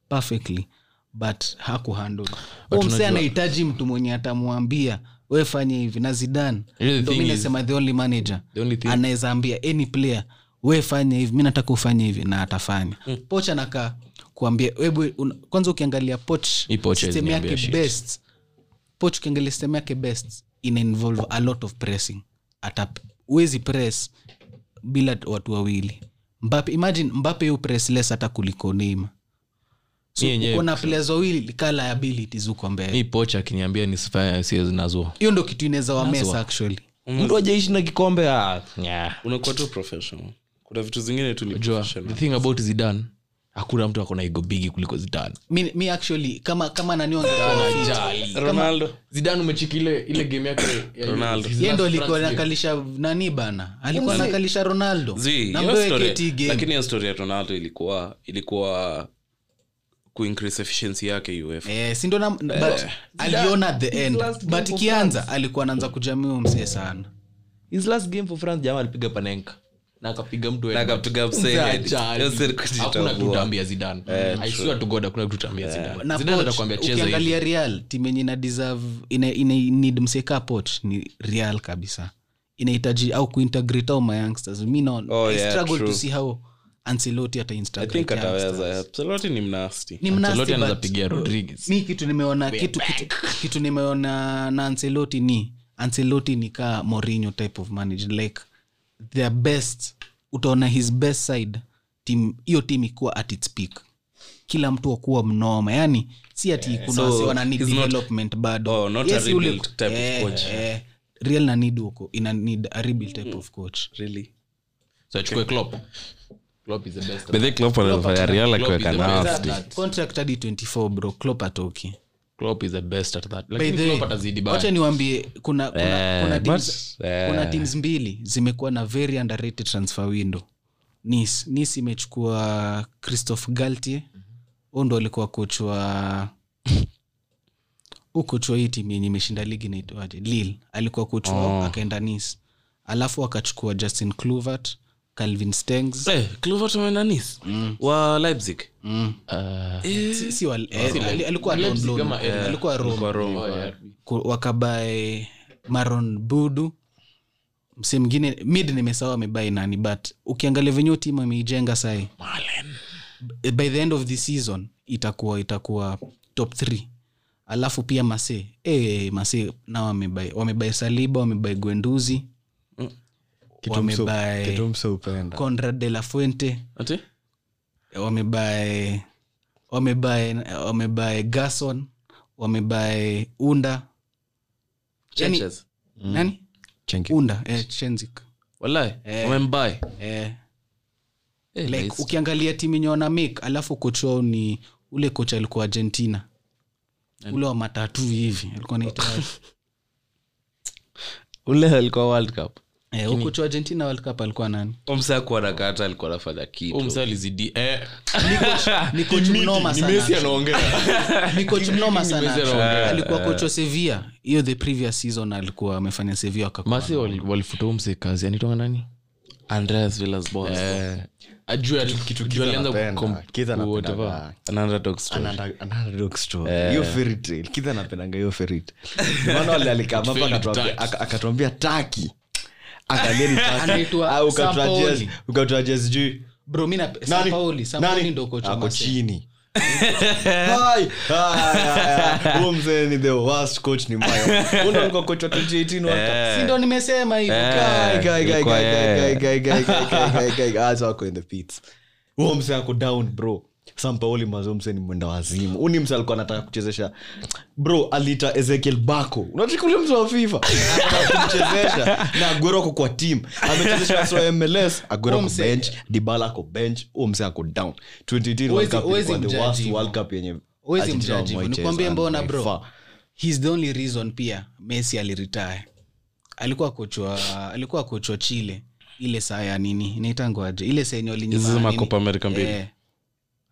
S1: perfectly but hakuhandol omse anahitaji mtu mwenye atamwambia we fanye hivi na zidan ndo mi nasema the only manager anaweza ambia any player we fanye hivi mi nataka ufanye hivi na atafanya mm. poch anakaa kuambia wewe una- kwanza ukiangalia poch system yake best poch ukiangalia system yake best ina involve a lot of pressing ata uwezi press bila watu wawili mbape imagine mbape yu press less hata kuliko neima so, kuna players wawili ka liabilities huko mbele
S6: mi pocha akiniambia nisinazo
S1: hiyo ndo kitu inaweza wamesa actually
S6: mtu ajaishi na kikombe ah, yeah.
S3: unakuwa tu professional kuna vitu zingine tu ni
S6: Jua,
S3: professional
S6: the thing about zidan hakuna mtu akona igo bigi kuliko zidan
S1: mi, mi actually kama kama
S3: Ah,
S1: naniongeaye
S3: ronaldo
S6: zidan umechiki ile ile game yake
S2: Eh,
S6: ya-
S3: Ronaldo.
S6: his
S1: ndo
S6: last
S1: alikuwa
S6: France game.
S1: nakalisha nani bana alikuwa nakalisha ronaldo
S3: Zii,
S1: na
S3: hiyo
S1: mpewe
S3: story-
S1: KT game.
S3: lakini hiyo story ya ronaldo ilikuwa ilikuwa kuincrease efficiency yake E uefa
S1: Eh, si ndo na- but aliona at the end but ikianza alikuwa anaanza kujamia mzee sana
S6: his last game for france jamaa alipiga panenka na akapiga mtu
S3: Na akapiga msee
S6: Mzee
S3: head.
S6: ajali.
S3: Hiyo story kujitambua.
S6: hakuna kutambia zidan i swear to god hakuna kutambia zidan
S1: na
S6: zidan
S1: Poch,
S6: atakwambia cheza hivi
S1: ukiangalia real tim yenye ina deserve ina, ina need mseka poch ni real kabisa inahitaji au kuintegrate au mayoungsters mi na
S3: Oh,
S1: I
S3: yeah,
S1: struggle to
S3: true.
S1: see how anseloti hata
S3: i think
S1: instagram
S3: ataweza Ancelotti ni mnasti
S1: Ni mnasty,
S6: Ancelotti anaweza
S1: but-
S6: pigia Rodriguez.
S1: mi kitu nimeona kitu, kitu, kitu nimeona na anseloti ni anseloti ni kaa morinho type of manager like their best utaona his best side team hiyo team ikuwa at its peak kila mtu akuwa mnoma yani si ati yeah, kuna
S3: Eh, So,
S1: so wanani
S3: he's not-
S1: development bado
S3: Oh, not a
S1: Yes, yule-
S3: rebuild type of
S1: eh,
S3: coach. Mm.
S1: eh, real na need huko ina need a rebuild type of coach
S3: really
S6: So achukue Klopp. Klopp is the best.
S5: But they Klopp wanafanya Real
S6: Klopp is
S5: akiweka
S6: the best
S5: nafsi.
S6: at that.
S1: contract hadi 24 bro klop atoki
S6: Klopp is the best at that.
S1: By
S6: Lakini
S1: the way,
S6: Klopp atazidi baya.
S1: wacha niwambie kuna, kuna,
S5: Eh,
S1: kuna, teams,
S5: but, eh.
S1: kuna teams mbili zimekuwa na very underrated transfer window nis nis imechukua christophe galtier
S5: Mhm.
S1: huu ndo alikuwa coach wa huu coach wa hii timu yenye imeshinda ligi naitwaje lil alikuwa coach
S5: Oh.
S1: wao akaenda nis alafu akachukua justin cluvert calvin stengs
S3: Eh, Kluivert ameenda Nice?
S1: Mm.
S3: wa leipzig
S1: si, si wa, eh, ali- alikuwa on loan. alikuwa Roma. Ku- wakabae maron budu msi mngine mid nimesawa amebai nani but ukiangalia venye timu ameijenga sai B- by the end of the season itakuwa itakuwa top th alafu pia mase e, mase nao wamebai wamebai saliba wamebai gwenduzi wamebai-
S2: kitumseupenda
S1: conrad de la fuente
S3: Ati?
S1: wamebae wamebae wamebae gason wamebae unda Yani-
S3: Churches.
S1: nani unda eh, Chenzik.
S3: Walai, wamembuy.
S1: Eh,
S3: Eh,
S1: like,
S3: nice.
S1: ukiangalia timu yenye wana make alafu coach wao ni ule coach alikuwa argentina ule wa matatu hivi alikuwa naita
S5: ule alikuwa world cup
S1: eh, huyu coach wa argentina world cup alikuwa nani
S5: umsakuwa nakata alikuwa nafanya kitu
S6: Huyu msee alizidi- eh,
S1: ni coach mnoma
S6: ni Messi
S1: sana
S6: anaongea.
S1: ni coach mnoma
S6: Messi
S1: sana alikuwa coach wa sevilla hiyo the previous season alikuwa amefanya sevilla wakakuwa
S6: Masi wali- walifuta huyu msee kazi anaitwa nani
S3: Yaani Andreas Villas Boas.
S1: Eh,
S6: ajue ati- kitu kitu alianza kukom- ku- whatever. Eh.
S3: An underdog story.
S2: kidha napendanga hiyo ferite maana wale alikama hapa akatuambia- aka- akatuambia taki angalieni Turkey.
S1: Anaitwa
S2: Ah, ukatua
S1: Sampaoli.
S2: jezi- ukatua jezi juu
S1: bro mi na
S2: Nani?
S1: sampaoli sampaoli
S2: Nani? Ah,
S1: ndo coach wa
S2: Ako
S1: Marseille.
S2: chini Hai, hai, hai, hai. Huyo mzee ni the worst coach ni Mayo. Huyo ndo alikuwa coach wa 2018 World Cup.
S1: si ndo nimesema hivo
S2: Eh. Guy, guy, guy, guy, guy, guy, guy, guy, guy, guy, guy, guy. Hasa wako in the pits huo mse ako down bro sampaoli mazo mse ni mwenda wazimu uni mse alikuwa anataka kuchezesha bro aliita ezekiel bako unachukulia mse wa fifa Anataka kumchezesha na agwero ako kwa tim amechezesha wasi wa mls agwero ako bench dibala ako bench huo mse ako down 2018 World Cup
S1: Huwezi-
S2: ilikuwa
S1: huwezi
S2: the worst
S1: mjaji
S2: World Cup yenye
S1: Huwezi
S2: Argentina
S1: mjaji hivyo.
S2: wamewahi cheza
S1: nikwambie
S2: and
S1: mbona
S2: by
S1: bro
S2: far.
S1: hes the only reason pia messi aliretire alikuwa kochwa alikuwa kochwa chile ile saa ya nini inaitangwaje ile senye
S3: Hizi ma Copa America Ah, mbili.
S1: Ah, eh.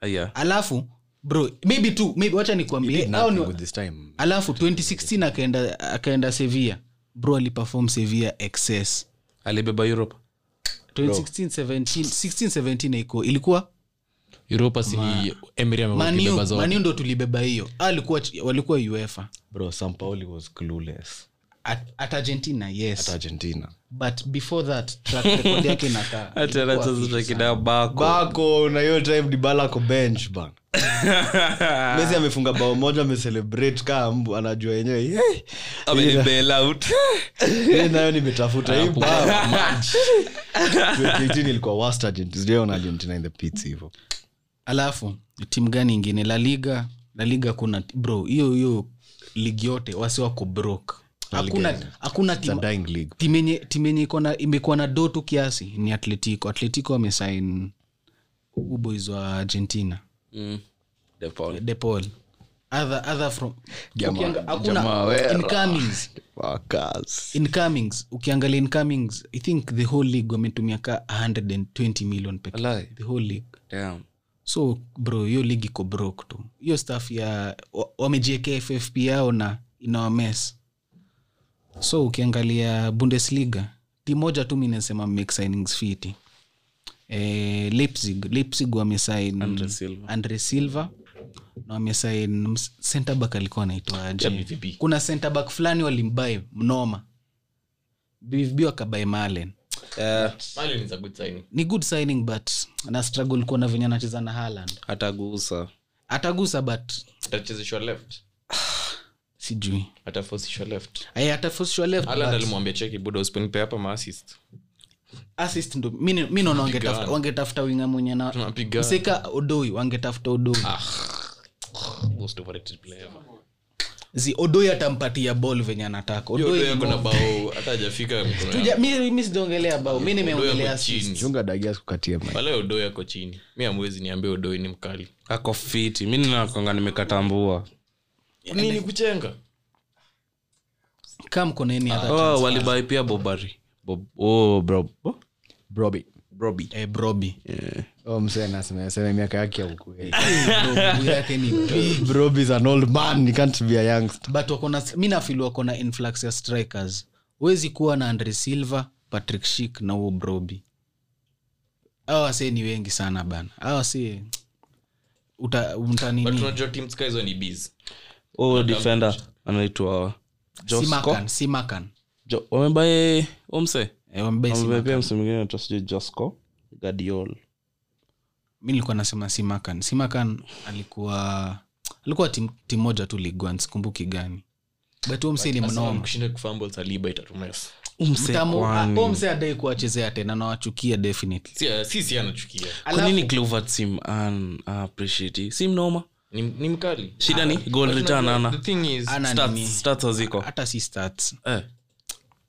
S3: Aya.
S1: alafu bro maybe tu maybe wacha nikwambie au ni-
S2: Nothing with this time
S1: alafu 2016 akaenda akaenda sevilla bro aliperform sevilla excess
S3: alibeba europe
S1: 2016 17 16 17 iko ilikuwa
S6: Europa si ni Emery amekuwa akibeba
S1: maniu
S6: zote.
S1: maniu ndo tulibeba hiyo Ah, alikuwa walikuwa uefa
S2: bro sampaoli was clueless
S1: at, at argentina yes
S2: at argentina
S1: but before that track record yake inakaa
S3: Ati
S1: ilikuwa
S3: anachezesha
S1: fiti
S3: kina
S1: sana.
S3: Bako.
S2: bako na hiyo time dibala ko bench bana mesi amefunga bao moja amecelebrate kaa mbu anajua yenyewe "Hey,
S3: Ame bail out.
S2: hii nayo nimetafuta hii bao 2018 ilikuwa worst Argentina. Sijaona argentina in the pits hivo
S1: alafu timu gani ingine la liga la liga kuna bro hiyo hiyo ligi yote wasi wako broke hakuna hakuna
S2: It's a
S1: timu
S2: dying league
S1: timu yenye- timu yenye iko na- imekuwa na do tu kiasi ni atletico atletico wamesain uboys wa argentina
S3: Mm. The Paul.
S1: depol other, other from
S2: Jamaa-
S1: Ukianga-
S2: jamaa
S1: hakuna
S2: wera.
S1: incomings
S2: Wakazi.
S1: incomings ukiangalia incomings i think the whole league wametumia ka 120 million peke
S3: Walai.
S1: the whole league
S3: Damn.
S1: so bro hiyo league iko broke tu hiyo staff ya wa- wamejiekea ffp yao na inawames so ukiangalia bundesliga timu moja tu mi nasema make signings fiti eh, leipzig leipzig wamesain andre
S3: Silva.
S1: silva na wamesain ms- center back alikuwa anaitwaje kuna center back fulani walimbae mnoma bvb wakabae malen
S4: Malin is a good signing.
S1: ni good signing but ana struggle kuona venye anacheza na haland
S3: hatagusa
S1: atagusa but
S4: atachezeshwa left
S1: sijui
S4: atafosishwa left
S1: Ay, atafusishwa left
S4: aland
S1: but
S4: alimwambia cheki buda usiponipe hapa maassist
S1: assist ndo mi ni- mi naona wangetafuta wangetafuta winga mwenye na
S4: Tunapiga.
S1: mseka odoi wangetafuta odoi
S4: Ah. most overrated player ever.
S1: zi odoi atampatia ball venye anataka
S4: Hiyo
S1: Odoi
S4: ndio yako
S1: ni
S4: na
S1: mo-
S4: bao hata hajafika mkono yako.
S1: Tuja- mi- mi sijaongelea bao mi nimeongelea
S4: yako
S1: assist.
S4: chini
S2: chunga dagias kukatia ma
S4: wala odoi yako chini mi amwezi niambia odoi ni mkali
S1: Yaani
S3: ako fiti mi ninakonga nimekatambua
S4: nini kuchenga
S1: Kama kuna any other
S3: oh,
S4: Ah.
S1: chance.
S3: walibai pia bobari Bob, oh, bro, oh,
S2: brobi
S3: brobi
S1: Eh, brobi
S2: oh, msee anasema anasema miaka yake ya ukweli
S1: Brobi Eh, yake ni big.
S2: brobi is an old man he can't be a youngster
S1: but wakona mi nafil wakona influx ya strikers huwezi kuwa na andre silver patrick shik na huo brobi awa wasee ni wengi sana bana awa wasee uta-
S4: but
S1: mtanini
S4: unajua team sky hizo ni bs
S3: oh, defender anaitwa
S1: simakan simakan
S3: Jo- oh, wamebae omse
S1: Eh, wamebeba Simakan.
S3: wamebepia mse mwingine anaitwa sijui josco gadiol
S1: mi nilikuwa nasema simakan simakan alikuwa alikuwa tim- timu moja tu ligwan sikumbuki gani but huo msee ni mnoma
S4: kushinda kufumble saliba itatumesa
S3: Oh,
S1: Mtamu- ah, huo msee adai kuwachezea tena nawachukia definitely
S4: sisi ah, anachukia
S3: kwanini clover team an appreciate si mnoma
S4: ni, ni mkali
S3: shida ni goal return
S4: the
S3: ana
S4: thing is
S1: Ana nini?
S3: stats stats haziko
S1: hata si stats
S3: eh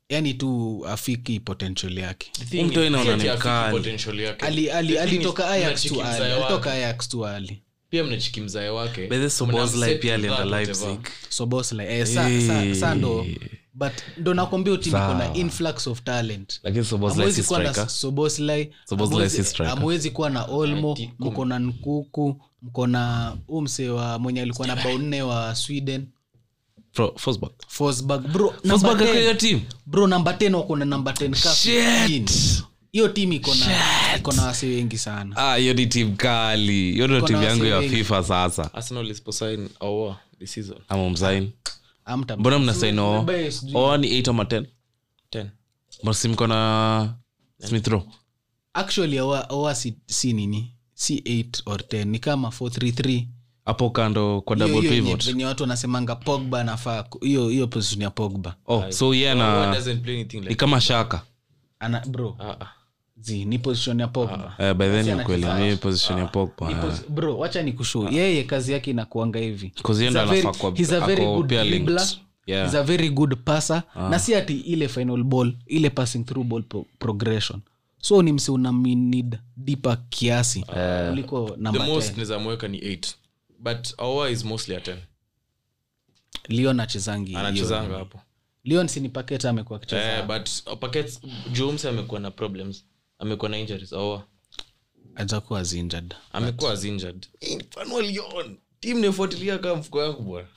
S1: yani tu afiki potential yake
S4: the thing
S3: Mtu
S4: is,
S3: ina
S4: si ati
S3: unaonekana.
S4: hafiki potential yake.
S1: ali, ali,
S4: The thing is,
S1: alitoka Ajax tu
S4: mnacheki
S1: ali,
S4: mzae wake.
S1: alitoka Ajax tu ali
S4: pia mnachiki mzae wake
S3: bethe sobozlai
S4: Mnamset
S3: pia alienda
S4: without
S3: leipzig
S4: whatever.
S1: sobosla eh, sa, sa, sa ndo but ndo nakwambia utimiko na influx of talent
S3: lakini sobozlai
S1: Hamwezi
S3: si
S1: kuwa na
S3: striker
S1: Soboslai,
S3: Soboslai
S1: hamwezi-
S3: si striker.
S1: hamwezi kuwa na olmo mko na nkuku mko na umse wa mwenye alikuwa na bao nne wa sweden
S3: Fro- forsberg
S1: Forsberg. bro number
S3: forsberg akayo
S1: 10
S3: team
S1: bro namba 10 wako na namba 10 kafu chini. hiyo timu iko na iko na wase wengi sana
S3: ah hiyo ni team kali hiyo ndio
S1: Iko na
S3: team yangu ya
S1: wasi wengi.
S3: fifa sasa
S4: arsenal isiposign aoa this season
S3: ama msain
S1: Hamta-
S3: mbona mnasain oo
S1: Mbaye sijui.
S3: oo ni 8 ama 10
S4: 10
S3: masimko na smithro
S1: actually awa, awa si, si nini si 8 or 10 ni kama 433
S3: hapo kando kwa
S1: Hiyo-
S3: double
S1: hiyo yenye-
S3: pivot
S1: yenye watu wanasemanga pogba anafaa ku- hiyo hiyo position ya pogba
S3: oh so yeye
S4: Aoa
S3: na
S4: doesn't play anything
S3: ni
S4: like
S3: kama shaka
S1: ana bro
S4: Ah, ah.
S1: zi ni position ya pogba
S3: Eh, by then
S1: Sasa
S3: ni kweli
S1: anacheza-
S3: ni position ya
S1: Ah,
S3: ah.
S1: Ni
S3: pogba
S1: posi- bro wacha nikushuhu yeye kazi yake inakuanga hivi
S3: Cause Ah. yeye
S1: He's
S3: ndo
S1: a very-
S3: anafaa kuwa-
S1: he's a very
S3: ako
S1: good
S3: pia linked.
S1: dribbler,
S3: Yeah. Ah.
S1: he's a very good passer na si ati ile final ball ile passing through ball pro- progression so ni msi unaminid dipa kiasi
S3: Eh.
S1: kuliko
S4: the
S1: namba 10
S4: most nizamweka ni 8 but aoa is mostly a 10
S1: leon achezangi hiyo.
S4: anachezanga hapo
S1: leon si ni paketa amekuwa akicheza
S4: Eh, but Paquet's- Jones amekuwa na problems amekuwa na injuries aoa
S1: ajakuwa is injured
S4: amekuwa as injured tim nefuatilia kaa mfuko yangu bwana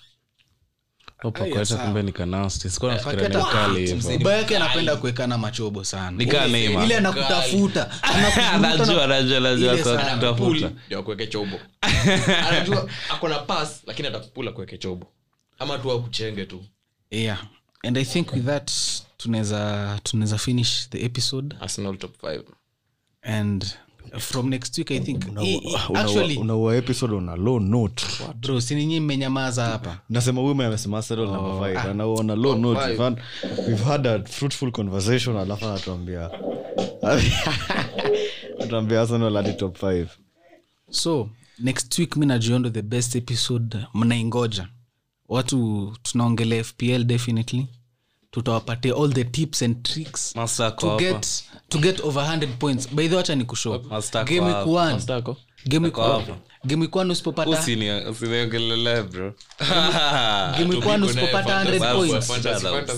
S3: pakweta kumbe
S1: Paketa-
S3: nikanafikirianikali
S1: baba yake anapenda kuwekana machobo sana
S3: Nikaa Neymar.
S1: ile anakutafuta
S3: anajua
S1: anakutafuta
S3: anajua anajua
S1: Ile sana.
S3: kutafuta
S4: ndio akuweke chobo anajua ako na pass lakini atakupula kuweke chobo ama tu akuchenge tu
S1: yeah and i think with that tunaweza tunaweza finish the episode
S4: arsenal top 5
S1: and from next week i think I- I- actually
S2: unaua episode on a low note
S1: bro si ninyi mmenyamaza hapa
S2: nasema women amesema Arsenal number five. Ana- on a low note we've had, we've had a fruitful conversation alafu anatuambia anatuambia Arsenal hadi top five.
S1: so next week mi najiondo the best episode mnaingoja watu tunaongelea fpl definitely tutawapatia all the tips and tricks to get to get over 100 points by the way, acha nikushow
S3: Mastako
S1: game week
S3: hapa.
S1: one game week
S3: hapa.
S1: game week one usipopata
S3: usiniongelele bro
S1: game week one usipopata 100 points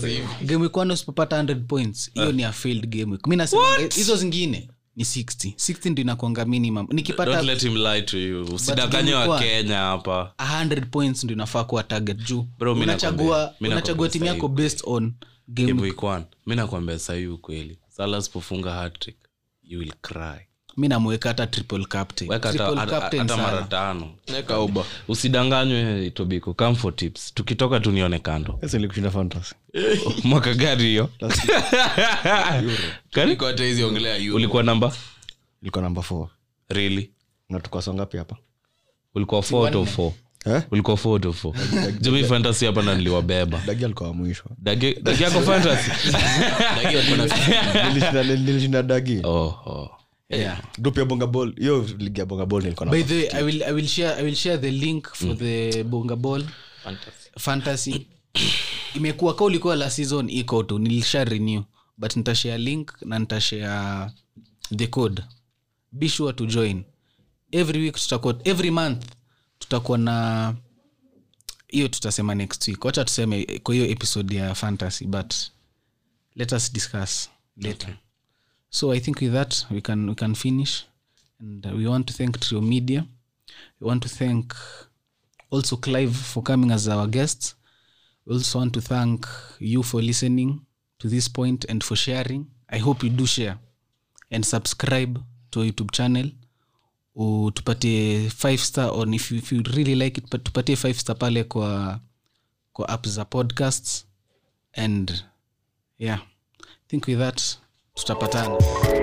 S4: hivi.
S1: game week one usipopata 100 points
S3: Eh.
S1: hiyo ni a failed game week mimi nasema eh, hizo zingine ni 60 60 ndio inakuanga minimum nikipata
S3: Don't let him lie to you usidanganye
S1: game
S3: wa
S1: kwa-
S3: kenya hapa
S1: 100 points ndio inafaa kuwa target juu
S3: Bro, mi
S1: unachagua
S3: nakwambia- mi
S1: unachagua
S3: nakwambia
S1: timu
S3: sahii
S1: yako based on game
S3: mi nakwambia sahii ukweli sala sipofunga hattrick you will cry
S1: mi namweka hata triple captain.
S3: Weka hata-
S1: Triple
S3: hata-
S1: captain
S3: hata mara
S1: Salah.
S3: tano usidanganywe tobiko comfort tips tukitoka tu nione kando
S2: Sasa nilikushinda fantasy.
S3: mwaka gari hiyo Kani? ulikuwa namba
S2: Nilikuwa number four.
S3: really
S2: Na tulikuwa so ngapi hapa?
S3: ulikuwa four out of four.
S2: Eh?
S3: ulikuwa four out of four. Jumi fantasy hapa na niliwabeba
S2: Dagi alikuwa wa mwisho.
S3: Dagi- dagi yako fantasy
S2: Nilishinda- nilishinda dagi
S3: oh, oh.
S2: Dupe ya bonga ball hiyo ligi ya bonga ball nilikuwa
S1: by
S2: na
S1: the way I will, I will share, I will share the link for
S3: Mm.
S1: the bonga ball fantasy imekuwa ka ulikuwa la season iko tu nilisha renew but nitashare link na nitashare the code be sure to join every week tutakuwa every month tutakuwa na hiyo tutasema next week wacha tuseme kwa hiyo episode ya fantasy but let us discuss later okay. so i think with that we can, we can finish and uh, we want to thank trio media we want to thank also clive for coming as our guests we also want to thank you for listening to this point and for sharing i hope you do share and subscribe to our youtube channel U- tupatie 5 star on if you, if you really like it but tupatie 5 star pale kwa kwa app za podcasts and yeah I think with that tutapatana